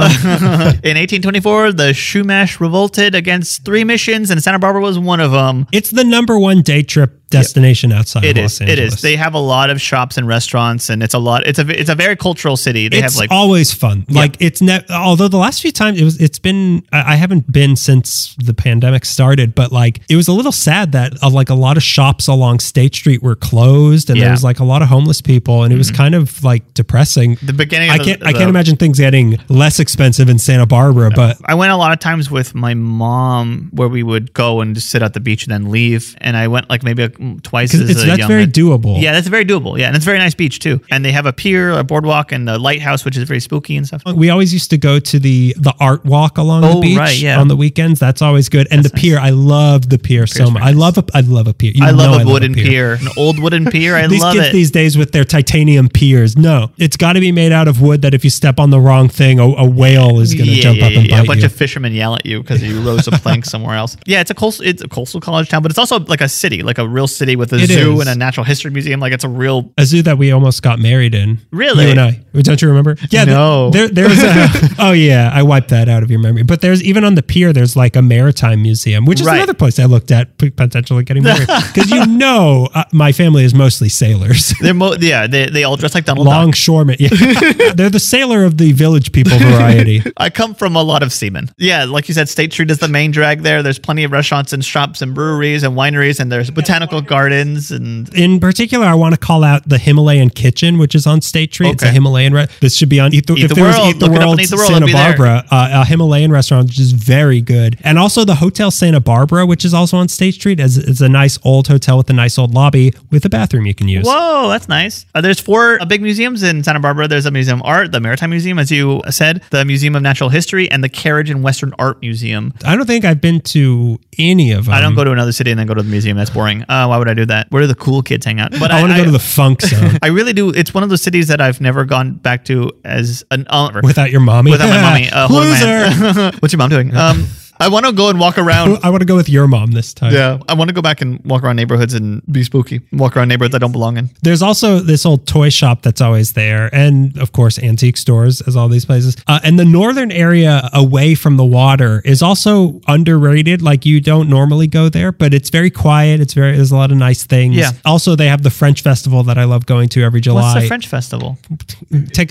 Speaker 1: In 1824, the Shumash revolted against three missions, and Santa Barbara was one of them.
Speaker 2: it's the number one day trip destination outside
Speaker 1: It
Speaker 2: of
Speaker 1: is.
Speaker 2: Los Angeles.
Speaker 1: It is. They have a lot of shops and restaurants, and it's a lot. It's a. It's a very cultural city. They
Speaker 2: it's
Speaker 1: have like.
Speaker 2: always fun. Like it's ne- although the last few times it was it's been I I haven't been since the pandemic started, but like it was a little sad that uh, like a lot of shops along State Street were closed and
Speaker 1: Yeah. Mm-hmm.
Speaker 2: there was like a lot of homeless people and it was kind of like depressing.
Speaker 1: the beginning. Of
Speaker 2: I
Speaker 1: the-
Speaker 2: can't I
Speaker 1: the-
Speaker 2: can't imagine things getting less expensive in Santa Barbara, but
Speaker 1: I went a lot of times with my mom where we would go and just sit at the beach and then leave. And I went like maybe a, twice as
Speaker 2: it's
Speaker 1: a
Speaker 2: that's
Speaker 1: young
Speaker 2: very
Speaker 1: ad-
Speaker 2: doable.
Speaker 1: Yeah, that's very doable. Yeah, and it's a very nice beach too. And they have a pier, a boardwalk, and a lighthouse, which is very spooky and stuff.
Speaker 2: We always used to go to the the art walk along
Speaker 1: Oh,
Speaker 2: the beach
Speaker 1: right, yeah.
Speaker 2: on the weekends. That's always good. And the pier, I love the pier so much. I love a I love a pier. You
Speaker 1: I
Speaker 2: know
Speaker 1: love a wooden
Speaker 2: pier.
Speaker 1: pier. an old wooden pier. I
Speaker 2: These
Speaker 1: love
Speaker 2: kids
Speaker 1: it.
Speaker 2: these days with their titanium piers. No, it's got to be made out of wood. That if you step on the wrong thing, a, a whale is going to jump up and
Speaker 1: A
Speaker 2: bite
Speaker 1: bunch
Speaker 2: you.
Speaker 1: of fishermen yell at you because you rose a plank somewhere else. Yeah, it's a coastal, it's a coastal college town, but it's also like a city, like a real city with a
Speaker 2: It
Speaker 1: zoo
Speaker 2: is.
Speaker 1: and a natural history museum. Like it's a real.
Speaker 2: a zoo that we almost got married in.
Speaker 1: Really?
Speaker 2: You and I. Don't you remember? Yeah. th-
Speaker 1: No.
Speaker 2: There, there's a. oh yeah, I wiped that out of your memory. But there's even on the pier, there's like a maritime museum, which is
Speaker 1: Right.
Speaker 2: another place I looked at p- potentially getting married because you know uh, my family is mostly sailors.
Speaker 1: They're mo- yeah, they, they all dress like Donald Duck.
Speaker 2: Longshoremen. Yeah. They're the sailor of the village people variety.
Speaker 1: I come from a lot of seamen. Yeah, like you said, State Street is the main drag there. There's plenty of restaurants and shops and breweries and wineries and there's botanical gardens and
Speaker 2: in particular, I want to call out the Himalayan Kitchen, which is on State Street. It's a
Speaker 1: Okay.
Speaker 2: Himalayan. Re- this should be on Eat the,
Speaker 1: Eat
Speaker 2: if
Speaker 1: the
Speaker 2: there was
Speaker 1: World.
Speaker 2: Eat the
Speaker 1: Look it up on
Speaker 2: World,
Speaker 1: Eat the World. It'll
Speaker 2: Santa
Speaker 1: be there.
Speaker 2: Barbara, uh, a Himalayan restaurant, which is very good, and also the Hotel Santa Barbara, which is also on State Street. as It's a nice old hotel with a nice old lobby with a bathroom you can use.
Speaker 1: Whoa, that's nice. Uh, there's four uh, big museums in Santa Barbara. There's a museum of art, the Maritime Museum, as you said, the Museum of Natural History, and the Carriage and Western Art Museum.
Speaker 2: I don't think I've been to any of them.
Speaker 1: I don't go to another city and then go to the museum. That's boring. Uh, why would I do that? Where do the cool kids hang out? But
Speaker 2: I want to go to the Funk Zone
Speaker 1: I really do. It's one of those cities that I've never gone back to as an owner.
Speaker 2: without your mommy.
Speaker 1: without my mommy. Uh, hold my
Speaker 2: Loser.
Speaker 1: hand. What's your mom doing? Um, I want to go and walk around.
Speaker 2: I want to go with your mom this time.
Speaker 1: Yeah, I want to go back and walk around neighborhoods and be spooky. Walk around neighborhoods I don't belong in.
Speaker 2: There's also this old toy shop that's always there, and of course, antique stores, as all these places. Uh, and the northern area away from the water is also underrated. Like, you don't normally go there, but it's very quiet. It's very, there's a lot of nice things.
Speaker 1: Yeah.
Speaker 2: Also, they have the French festival that I love going to every
Speaker 1: What's
Speaker 2: July.
Speaker 1: the French festival?
Speaker 2: Take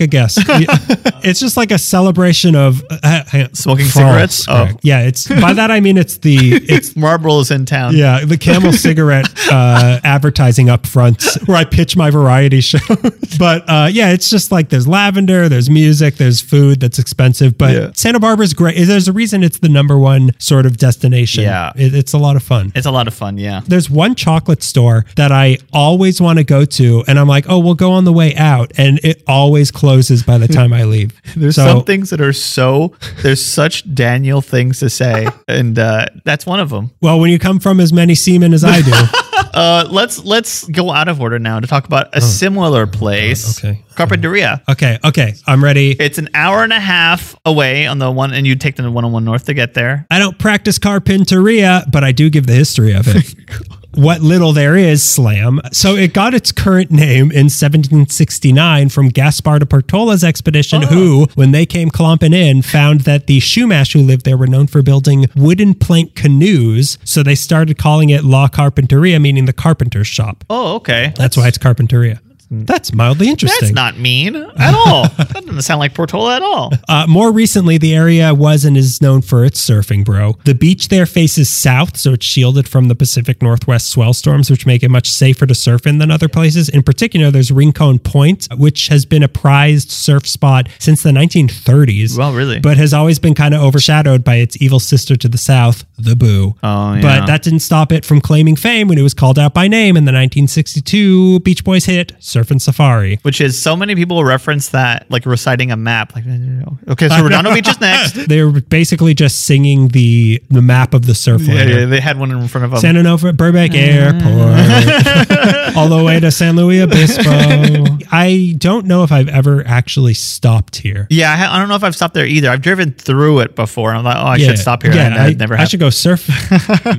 Speaker 2: a guess. it's just like a celebration of uh, uh,
Speaker 1: Smoking cigarettes? Oh.
Speaker 2: correct. Yeah, it's It's by that I mean it's the it's
Speaker 1: Marlboro is in town.
Speaker 2: yeah the Camel cigarette uh, advertising up front where I pitch my variety show. but uh, yeah, it's just like there's lavender, there's music, there's food that's expensive, but
Speaker 1: Yeah.
Speaker 2: Santa Barbara's great. There's a reason it's the number one sort of destination.
Speaker 1: Yeah.
Speaker 2: It, it's a lot of fun.
Speaker 1: It's a lot of fun. Yeah.
Speaker 2: There's one chocolate store that I always want to go to, and I'm like, oh, we'll go on the way out, and it always closes by the time I leave.
Speaker 1: There's some things that are so, there's such Daniel things to say. and uh, that's one of them.
Speaker 2: Well, when you come from as many seamen as I do,
Speaker 1: Uh, let's let's go out of order now to talk about a similar place,
Speaker 2: Oh. okay. Uh-huh.
Speaker 1: Carpinteria.
Speaker 2: okay, okay, I'm ready.
Speaker 1: It's an hour and a half away on the one, and you take the 101 North to get there.
Speaker 2: I don't practice carpinteria, but I do give the history of it. what little there is, slam. So it got its current name in 1769 from Gaspar de Portola's expedition, who, when they came clomping in, found that the Shumash who lived there were known for building wooden plank canoes. So they started calling it La Carpinteria, meaning the carpenter's shop.
Speaker 1: Oh, okay.
Speaker 2: That's why it's carpinteria. That's mildly interesting.
Speaker 1: That's not mean at all. that doesn't sound like Portola at all.
Speaker 2: Uh, more recently, the area was and is known for its surfing, bro. The beach there faces south, so it's shielded from the Pacific Northwest swell storms, which make it much safer to surf in than other places. In particular, there's Rincon Point, which has been a prized surf spot since the 1930s.
Speaker 1: Well, really?
Speaker 2: But has always been kind of overshadowed by its evil sister to the south, the Boo.
Speaker 1: Oh, yeah.
Speaker 2: But that didn't stop it from claiming fame when it was called out by name in the 1962 Beach Boys hit Surf and Safari.
Speaker 1: Which is so many people reference that, like reciting a map. Like, okay, so Redondo Beach is next.
Speaker 2: They were basically just singing the the map of the surf
Speaker 1: Yeah,
Speaker 2: lander.
Speaker 1: yeah, they had one in front of them.
Speaker 2: Santa Nova, Burbank Airport, all the way to San Luis Obispo. I don't know if I've ever actually stopped here.
Speaker 1: yeah, I, ha- I don't know if I've stopped there either. I've driven through it before. and I'm like, oh, I should stop here.
Speaker 2: Yeah,
Speaker 1: and
Speaker 2: I,
Speaker 1: that never
Speaker 2: I
Speaker 1: happened.
Speaker 2: should go surf.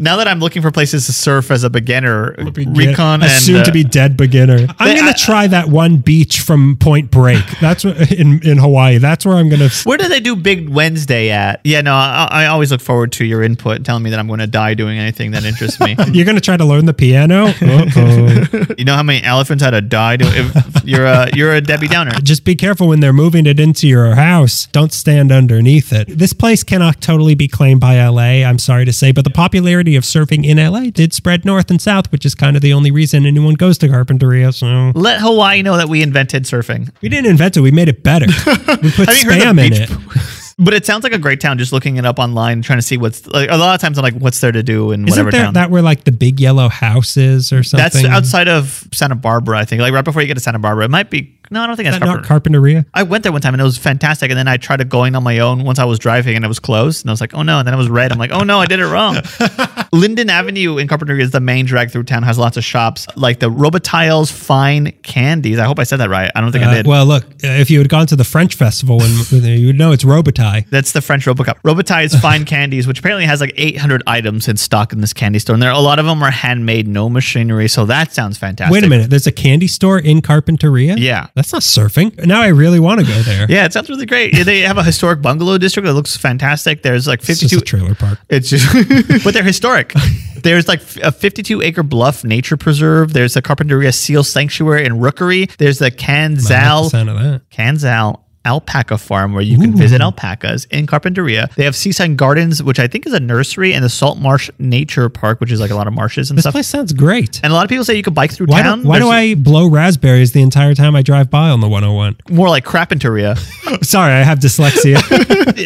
Speaker 1: now that I'm looking for places to surf as a beginner, recon
Speaker 2: a
Speaker 1: and
Speaker 2: soon
Speaker 1: uh,
Speaker 2: to be dead beginner. I'm
Speaker 1: They-
Speaker 2: gonna
Speaker 1: I-
Speaker 2: try that one beach from Point Break. That's what, in in Hawaii. That's where I'm gonna.
Speaker 1: Where do they do Big Wednesday at? Yeah, no, I, I always look forward to your input telling me that I'm going to die doing anything that interests me.
Speaker 2: You're gonna try to learn the piano. Uh-oh.
Speaker 1: you know how many elephants had to die? To, if you're a you're a Debbie Downer.
Speaker 2: Just be careful when they're moving it into your house. Don't stand underneath it. This place cannot totally be claimed by LA, I'm sorry to say, but the popularity of surfing in LA did spread north and south, which is kind of the only reason anyone goes to Carpinteria. So
Speaker 1: Let Hawaii know that we invented surfing.
Speaker 2: we didn't invent it, we made it better. We put
Speaker 1: Have you heard of
Speaker 2: spam in
Speaker 1: beach
Speaker 2: it.
Speaker 1: But it sounds like a great town. Just looking it up online, trying to see what's like. A lot of times I'm like, what's there to do in
Speaker 2: Isn't
Speaker 1: whatever
Speaker 2: there
Speaker 1: town.
Speaker 2: that where like the big yellow house is or something?
Speaker 1: That's outside of Santa Barbara, I think. Like right before you get to Santa Barbara, it might be. No, I don't think that's
Speaker 2: Is that not
Speaker 1: Carpenter-
Speaker 2: Carpinteria?
Speaker 1: I went there one time and it was fantastic. And then I tried to going on my own once I was driving and it was closed. And I was like, oh no. And then it was red. I'm like, oh no, I did it wrong. Linden Avenue in Carpinteria is the main drag through town, has lots of shops like the Robotiles Fine Candies. I hope I said that right. I don't think I
Speaker 2: Uh,
Speaker 1: did.
Speaker 2: well, look, if you had gone to the French festival, and you would know it's Robitaille.
Speaker 1: That's the French Robocop. Robotized Fine Candies, which apparently has like 800 items in stock in this candy store. And there a lot of them are handmade, no machinery. So that sounds fantastic.
Speaker 2: Wait a minute, there's a candy store in Carpinteria?
Speaker 1: Yeah.
Speaker 2: That's not surfing. Now I really want to go there.
Speaker 1: Yeah, it sounds really great. Yeah, They have a historic bungalow district that looks fantastic. There's like
Speaker 2: It's just
Speaker 1: 52
Speaker 2: a trailer park.
Speaker 1: It's just, but they're historic. There's like f- a 52 acre bluff nature preserve. There's the Carpinteria Seal Sanctuary and Rookery. There's the
Speaker 2: Not the
Speaker 1: Kanzal
Speaker 2: sound of that.
Speaker 1: Kanzal alpaca farm where you can visit alpacas in Carpinteria. They have Seaside Gardens, which I think is a nursery, and the Salt Marsh Nature Park, which is like a lot of marshes and
Speaker 2: This
Speaker 1: stuff.
Speaker 2: place sounds great.
Speaker 1: and a lot of people say you can bike through
Speaker 2: Why,
Speaker 1: town.
Speaker 2: do, why do
Speaker 1: There's
Speaker 2: I blow raspberries the entire time I drive by on the 101?
Speaker 1: more like Crapinteria?
Speaker 2: Sorry, I have dyslexia.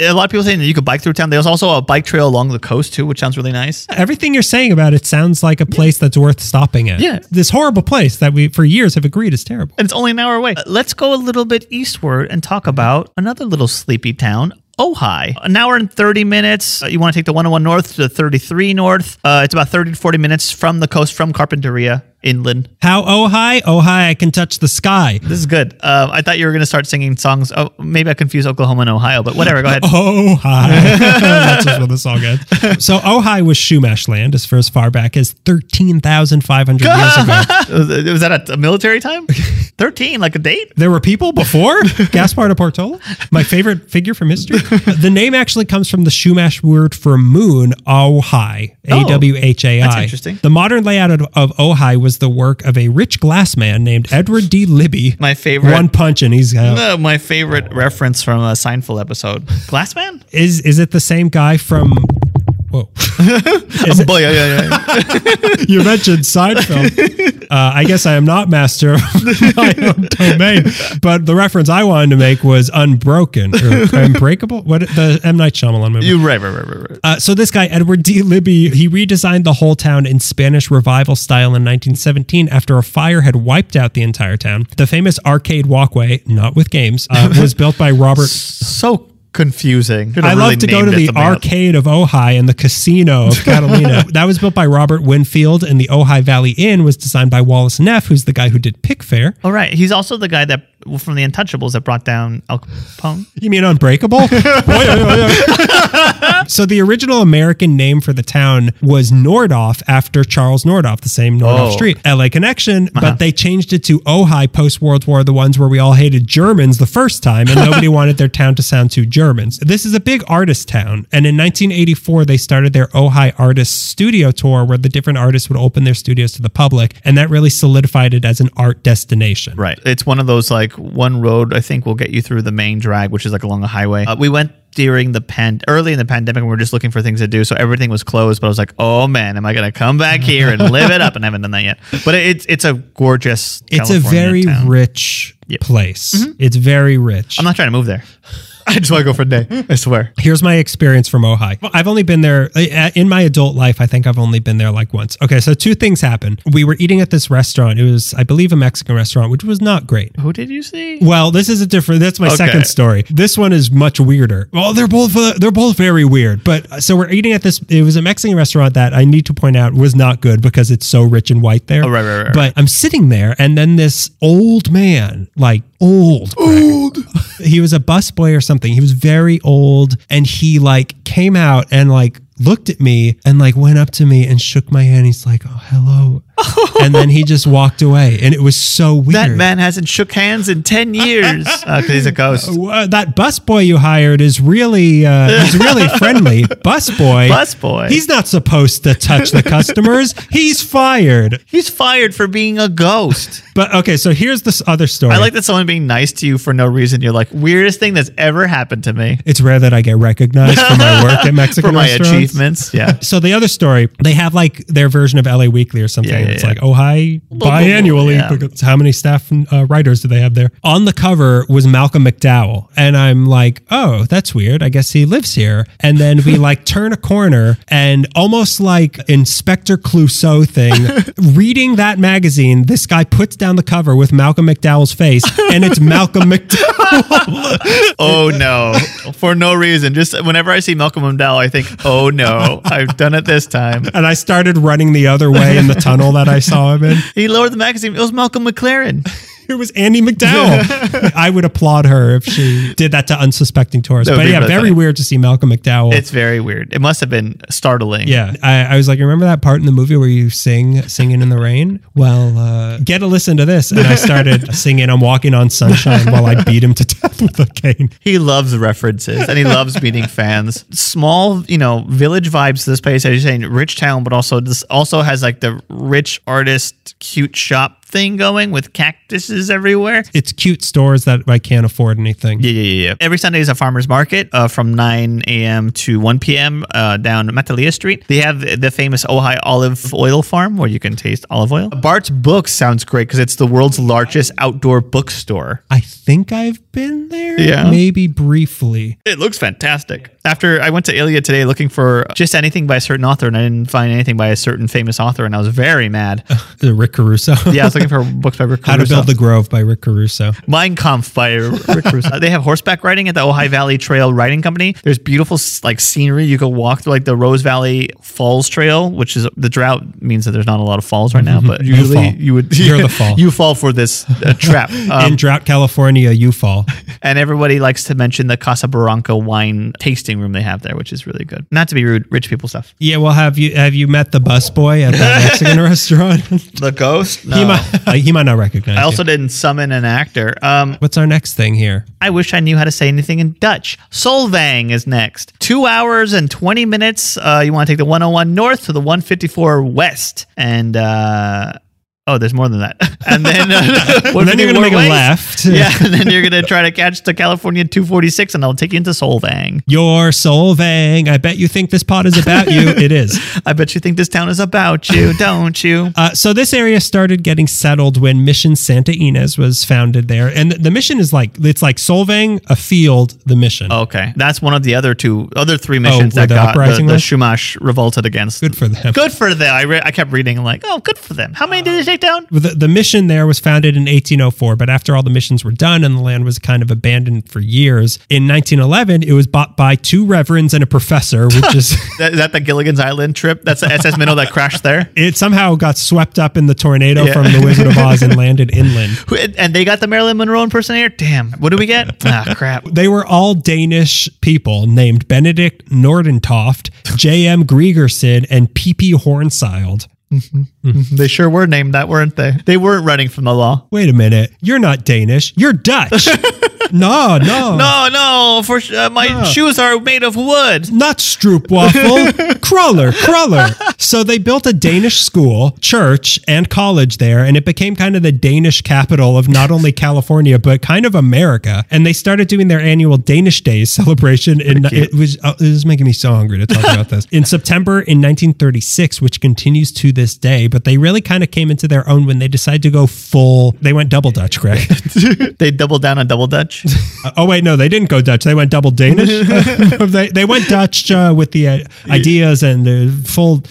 Speaker 1: a lot of people saying that you could bike through town. There's also a bike trail along the coast too, which sounds really nice.
Speaker 2: Everything you're saying about it sounds like a place that's worth stopping at.
Speaker 1: Yeah.
Speaker 2: This horrible place that we for years have agreed is terrible.
Speaker 1: and it's only an hour away. Uh, Let's go a little bit eastward and talk about another little sleepy town. Ojai, an hour and 30 minutes. Uh, You want to take the 101 north to the 33 north. Uh, it's about 30 to 40 minutes from the coast from Carpinteria inland.
Speaker 2: How oh, Ojai? Ojai, I can touch the sky.
Speaker 1: This is good. Uh, I thought you were going to start singing songs. Oh, maybe I confused Oklahoma and Ohio, but whatever. Go ahead.
Speaker 2: Ojai. Oh, That's just what the song is. So Ojai was Shumash land as, for as far back as 13,500 years ago.
Speaker 1: was was that a, a military time? 13, like a date?
Speaker 2: There were people before Gaspar de Portola, my favorite figure from history. The name actually comes from the Shumash word for moon, Ohai, A W H A I.
Speaker 1: Oh, that's interesting.
Speaker 2: The modern layout of, of Ohai was the work of a rich glass man named Edward D. Libby.
Speaker 1: My favorite.
Speaker 2: One punch and he's uh, out.
Speaker 1: No, Uh, my favorite reference from a Seinfeld episode. Glassman?
Speaker 2: Is is it the same guy from Whoa.
Speaker 1: Oh, boy, yeah, yeah, yeah.
Speaker 2: you mentioned Seinfeld. Uh, I guess I am not master of my own domain, but the reference I wanted to make was Unbroken or Unbreakable. What the M Night Shyamalan movie?
Speaker 1: You right, right, right, right, right.
Speaker 2: Uh, so this guy Edward D. Libby, he redesigned the whole town in Spanish revival style in 1917 after a fire had wiped out the entire town. The famous arcade walkway, not with games, uh, was built by Robert.
Speaker 1: So confusing. Should've
Speaker 2: I
Speaker 1: really
Speaker 2: love to go
Speaker 1: named
Speaker 2: to
Speaker 1: it
Speaker 2: the
Speaker 1: something else.
Speaker 2: arcade of Ojai and the casino of Catalina. that was built by Robert Winfield, and the Ojai Valley Inn was designed by Wallace Neff, who's the guy who did Pickfair.
Speaker 1: All Oh, right, he's also the guy that from the Untouchables that brought down Al Capone.
Speaker 2: You mean Unbreakable? Oi, oi, oi, oi. so the original American name for the town was Nordoff after Charles Nordoff, the same Nordoff
Speaker 1: Oh.
Speaker 2: Street, LA connection, but they changed it to Ojai post World War, the ones where we all hated Germans the first time and nobody wanted their town to sound too Germans. This is a big artist town, and in 1984 they started their Ojai Artist Studio Tour where the different artists would open their studios to the public, and that really solidified it as an art destination.
Speaker 1: Right. It's one of those like one road I think will get you through the main drag, which is like along a highway. Uh, we went during the pan early in the pandemic and we were just looking for things to do so everything was closed but i was like oh man am i gonna come back here and live it up and i haven't done that yet but it, it's it's a gorgeous
Speaker 2: It's a
Speaker 1: California
Speaker 2: very
Speaker 1: town. Mm-hmm.
Speaker 2: rich place. It's very rich.
Speaker 1: i'm not trying to move there i just want to go for a day i swear
Speaker 2: Here's my experience from Ojai. I've only been there uh, in my adult life. I think I've only been there like once. Okay, so two things happened. We were eating at this restaurant. It was, I believe, a Mexican restaurant, which was not great.
Speaker 1: who did you see
Speaker 2: Well, this is a different. That's my second story. This one is much weirder. Well, they're both uh, they're both very weird. But uh, so we're eating at this. It was a Mexican restaurant that I need to point out was not good because it's so rich and white there.
Speaker 1: right, right, right, right.
Speaker 2: But I'm sitting there, and then this old man, like old, old. He was a busboy or something. He was very old, and he like came out and like looked at me and like went up to me and shook my hand. He's like, "Oh, hello." and then he just walked away, and it was so weird.
Speaker 1: that man hasn't shook hands in 10 years because he's a ghost
Speaker 2: Well, Uh, that busboy you hired is really uh, he's really friendly. Busboy.
Speaker 1: Busboy.
Speaker 2: He's not supposed to touch the customers. he's fired.
Speaker 1: he's fired for being a ghost
Speaker 2: But okay, so here's this other story.
Speaker 1: i like that someone being nice to you for no reason you're like weirdest thing that's ever happened to me
Speaker 2: it's rare that I get recognized for my work at Mexican
Speaker 1: for my
Speaker 2: restaurants.
Speaker 1: achievements yeah
Speaker 2: So the other story, they have like their version of LA Weekly or something.
Speaker 1: Yeah, yeah,
Speaker 2: it's
Speaker 1: yeah.
Speaker 2: like Ojai biannually.
Speaker 1: Yeah.
Speaker 2: because how many staff and uh, writers do they have there? On the cover was Malcolm McDowell, and I'm like, oh, that's weird. I guess he lives here. And then we like turn a corner, and almost like Inspector Clouseau thing, reading that magazine, this guy puts down the cover with Malcolm McDowell's face, and it's Malcolm McDowell.
Speaker 1: oh no for no reason just whenever i see malcolm mcdowell i think oh no i've done it this time
Speaker 2: And I started running the other way in the tunnel that I saw him in.
Speaker 1: he lowered the magazine it was malcolm mclaren
Speaker 2: It was Andy McDowell. I would applaud her if she did that to unsuspecting tourists.
Speaker 1: That would
Speaker 2: But
Speaker 1: be
Speaker 2: yeah,
Speaker 1: really
Speaker 2: very
Speaker 1: funny.
Speaker 2: weird to see Malcolm McDowell.
Speaker 1: it's very weird it must have been startling
Speaker 2: yeah, I, I was like, remember that part in the movie where you sing "Singing in the Rain"? Well, uh, get a listen to this, and I started singing "I'm Walking on Sunshine" while I beat him to death with a cane.
Speaker 1: He loves references and he loves meeting fans. Small, you know, village vibes to this place. As you're saying, rich town, but also this also has like the rich artist cute shop thing going with cactuses everywhere.
Speaker 2: It's cute stores that I can't afford anything.
Speaker 1: Yeah, yeah, yeah, yeah. Every Sunday is a farmer's market uh, from 9 a.m. to 1 p.m. Uh, down Matalia Street. They have the- the famous Ojai olive oil farm where you can taste olive oil. Bart's Books sounds great because it's the world's largest outdoor bookstore.
Speaker 2: I think I've been there,
Speaker 1: Yeah.
Speaker 2: maybe briefly.
Speaker 1: It looks fantastic. After I went to Ilia today looking for just anything by a certain author, and I didn't find anything by a certain famous author, and I was very mad.
Speaker 2: The Rick Caruso.
Speaker 1: Yeah, I was looking for books by Rick
Speaker 2: How to
Speaker 1: Caruso.
Speaker 2: Build the Grove by Rick Caruso.
Speaker 1: Mein Kampf by Rick Caruso. they have horseback riding at the Ojai Valley Trail Riding Company. There's beautiful like scenery. You can walk through like the Rose Valley Falls Trail, which is the drought means that there's not a lot of falls right
Speaker 2: Mm-hmm.
Speaker 1: now. But usually
Speaker 2: fall.
Speaker 1: you would
Speaker 2: You're the fall.
Speaker 1: you fall for this uh, trap. Um,
Speaker 2: in drought California, you fall.
Speaker 1: and everybody likes to mention the Casablanca wine tasting room they have there, which is really good. Not to be rude, rich people stuff.
Speaker 2: Yeah, well, have you have you met the busboy at that Mexican restaurant?
Speaker 1: The ghost. No.
Speaker 2: he might uh, he might not recognize.
Speaker 1: I
Speaker 2: you.
Speaker 1: also didn't summon an actor. Um,
Speaker 2: What's our next thing here?
Speaker 1: I wish I knew how to say anything in Dutch. Solvang is next. Two hours and 20 minutes. Uh, you want to take the 101 north to the 154 west. And, uh, oh, there's more than that. And then,
Speaker 2: And then you're gonna make
Speaker 1: a
Speaker 2: a left.
Speaker 1: Yeah, and then you're gonna try to catch the California 246, and I'll take you into Solvang.
Speaker 2: You're solving. I bet you think this pod is about you. It is.
Speaker 1: I bet you think this town is about you, don't you?
Speaker 2: Uh, so this area started getting settled when Mission Santa Ines was founded there, and the, the mission is like it's like solving a field. The mission.
Speaker 1: Okay, that's one of the other two, other three missions
Speaker 2: where
Speaker 1: that
Speaker 2: Oh, the
Speaker 1: got the,
Speaker 2: uprising
Speaker 1: the
Speaker 2: was?
Speaker 1: Shumash revolted against.
Speaker 2: Good for them.
Speaker 1: Good for them. I re- I kept reading like, oh, good for them. How many did they take down?
Speaker 2: The, the mission there was founded in 1804, but after all the missions were done and the land was kind of abandoned for years, in 1911 it was bought by two reverends and a professor, which is
Speaker 1: That, is that the Gilligan's Island trip? That's the SS Minnow that crashed there.
Speaker 2: it somehow got swept up in the tornado
Speaker 1: Yeah.
Speaker 2: from the Wizard of Oz and landed inland.
Speaker 1: Who- And they got the Marilyn Monroe impersonator. Damn. What do we get? Ah, crap.
Speaker 2: They were all Danish people named Benedict Nordentoft, J.M. Gregerson, and P.P. Hornsild.
Speaker 1: They sure were named that, weren't they? They weren't running from the law.
Speaker 2: Wait a minute. You're not Danish. You're Dutch. no, no.
Speaker 1: No, no. For sh- uh, my shoes are made of wood.
Speaker 2: Not Stroopwafel. Cruller, Cruller. So they built a Danish school, church, and college there, and it became kind of the Danish capital of not only California, but kind of America. And they started doing their annual Danish Days celebration. In, it, was, uh, it was making me so hungry to talk about this. In September in 1936, which continues to this day, but they really kind of came into their own when they decided to go full, they went double Dutch, Greg.
Speaker 1: they doubled down on double dutch.
Speaker 2: Uh, oh wait, no, they didn't go Dutch. They went double Danish. they they went Dutch uh, with the uh, ideas and the full.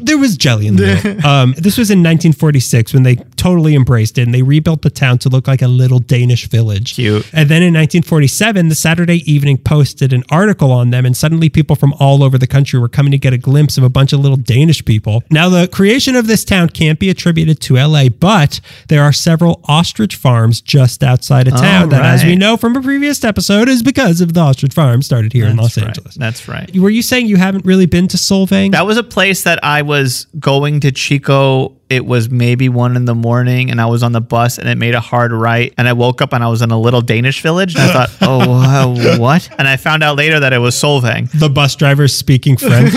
Speaker 2: There was jelly in the middle. Um, this was in 1946 when they totally embraced it and they rebuilt the town to look like a little Danish village.
Speaker 1: Cute.
Speaker 2: And then in 1947, the Saturday Evening Post did an article on them, and suddenly people from all over the country were coming to get a glimpse of a bunch of little Danish people. Now, the creation of this town can't be attributed to LA, but there are several ostrich farms just outside of town that, as we
Speaker 1: right.
Speaker 2: know from a previous episode, is because of the ostrich farm started here in Los
Speaker 1: That's right.
Speaker 2: Angeles.
Speaker 1: That's right.
Speaker 2: Were you saying you haven't really been to Solvang?
Speaker 1: That was a place that I was going to Chico. It was maybe one in the morning, and I was on the bus, and it made a hard right. And I woke up, and I was in a little Danish village. And I thought, oh, uh, what? And I found out later that it was Solvang.
Speaker 2: the bus driver speaking French.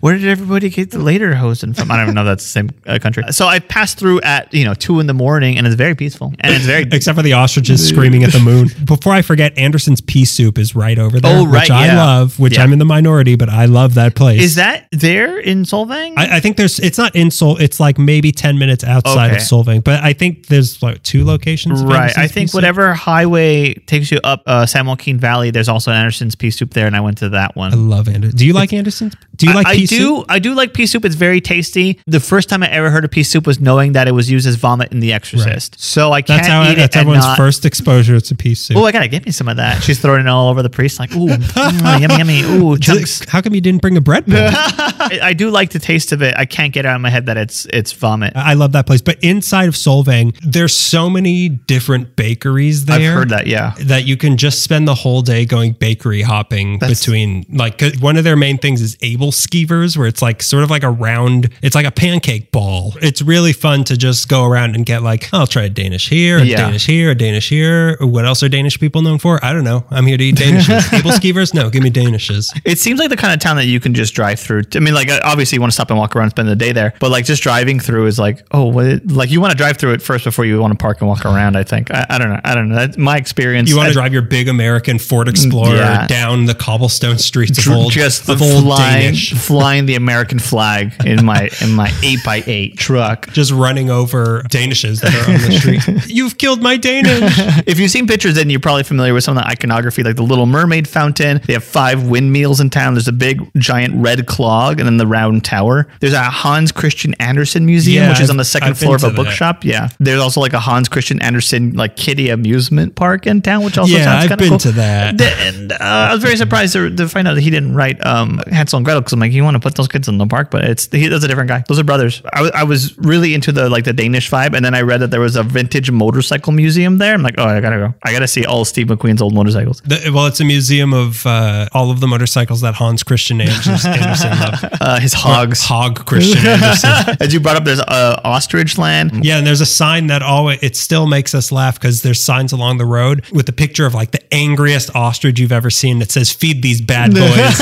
Speaker 1: Where did everybody get the later hosen from? I don't even know if that's the same uh, country. So I passed through at you know two in the morning, and it's very peaceful, and it's very
Speaker 2: except for the ostriches screaming at the moon. Before I forget, Anderson's pea soup is right over there,
Speaker 1: Oh, right,
Speaker 2: which I
Speaker 1: yeah.
Speaker 2: love. Which
Speaker 1: Yeah.
Speaker 2: I'm in the minority, but I love that place.
Speaker 1: Is that there in Solvang?
Speaker 2: I, I think there's. It's not in Sol. It's like maybe ten minutes outside of
Speaker 1: Okay.
Speaker 2: Solvang, but I think there's like two locations. of
Speaker 1: right.
Speaker 2: Anderson's
Speaker 1: I
Speaker 2: pea
Speaker 1: think
Speaker 2: soup.
Speaker 1: whatever highway takes you up uh, San Joaquin Valley, there's also an Anderson's pea soup there, and I went to that one.
Speaker 2: I love Anderson. Do you like Anderson's? Do you like
Speaker 1: I
Speaker 2: pea
Speaker 1: do.
Speaker 2: soup?
Speaker 1: I do like pea soup. It's very tasty. The first time I ever heard of pea soup was knowing that it was used as vomit in The Exorcist. So I can't
Speaker 2: That's how. I,
Speaker 1: eat it.
Speaker 2: that's
Speaker 1: and
Speaker 2: everyone's
Speaker 1: not-
Speaker 2: first exposure to pea soup.
Speaker 1: Oh, I gotta get me some of that. She's throwing it all over the priest, like ooh, mm, yummy, yummy, ooh,
Speaker 2: Do-
Speaker 1: chunks.
Speaker 2: How come you didn't bring a bread? bowl?
Speaker 1: I, I do like the taste of it. I can't get it out of my head that it's it's vomit.
Speaker 2: I love that place. But inside of Solvang, there's so many different bakeries there.
Speaker 1: I've heard that. Yeah.
Speaker 2: that you can just spend the whole day going bakery hopping between like 'cause one of their main things is able skeevers where it's like sort of like a round it's like a pancake ball it's really fun to just go around and get like i'll try a danish here a
Speaker 1: Yeah.
Speaker 2: danish here a danish here what else are danish people known for i don't know i'm here to eat danishes able skeevers no give me danishes
Speaker 1: It seems like the kind of town that you can just drive through. I mean, like uh, obviously you want to stop and walk around, and spend the day there, but like just driving through is like, oh, what? Like you want to drive through it first before you want to park and walk around. I think. I, I don't know. I don't know. That's my experience.
Speaker 2: you want to drive your big american ford explorer
Speaker 1: Mm, Yeah.
Speaker 2: down the cobblestone streets of old,
Speaker 1: just
Speaker 2: of old
Speaker 1: flying,
Speaker 2: danish
Speaker 1: flying the American flag in my in my eight by eight truck.
Speaker 2: just running over danishes that are on the street you've killed my danish
Speaker 1: If you've seen pictures, then you're probably familiar with some of the iconography, like the Little Mermaid fountain. They have five windmills in town. There's a big giant red clog, and then the round tower. There's a Hans Christian Andersen museum,
Speaker 2: Yeah,
Speaker 1: which is
Speaker 2: I've-
Speaker 1: on the 2nd
Speaker 2: I've been
Speaker 1: floor of
Speaker 2: to
Speaker 1: a
Speaker 2: that.
Speaker 1: bookshop. Yeah. There's also like a Hans Christian Andersen like kiddie amusement park in town, which also
Speaker 2: Yeah,
Speaker 1: sounds
Speaker 2: I've
Speaker 1: kind of
Speaker 2: been
Speaker 1: cool.
Speaker 2: to that.
Speaker 1: The- and uh, I was very surprised to, to find out that he didn't write um, Hansel and Gretel because I'm like, you want to put those kids in the park, but it's he, that's a different guy. Those are brothers. I wa- I was really into the like the Danish vibe, and then I read that there was a vintage motorcycle museum there. I'm like, oh, I gotta go. I gotta see all Steve McQueen's old motorcycles.
Speaker 2: The, well, it's a museum of uh, all of the motorcycles that Hans Christian Andersen, Andersen loved.
Speaker 1: Uh, his hogs.
Speaker 2: Hog Christian Andersen.
Speaker 1: As you brought up, there's says uh, ostrich land.
Speaker 2: Yeah, and there's a sign that always it still makes us laugh because there's signs along the road with the picture of like the angriest ostrich you've ever seen that says "Feed these bad boys."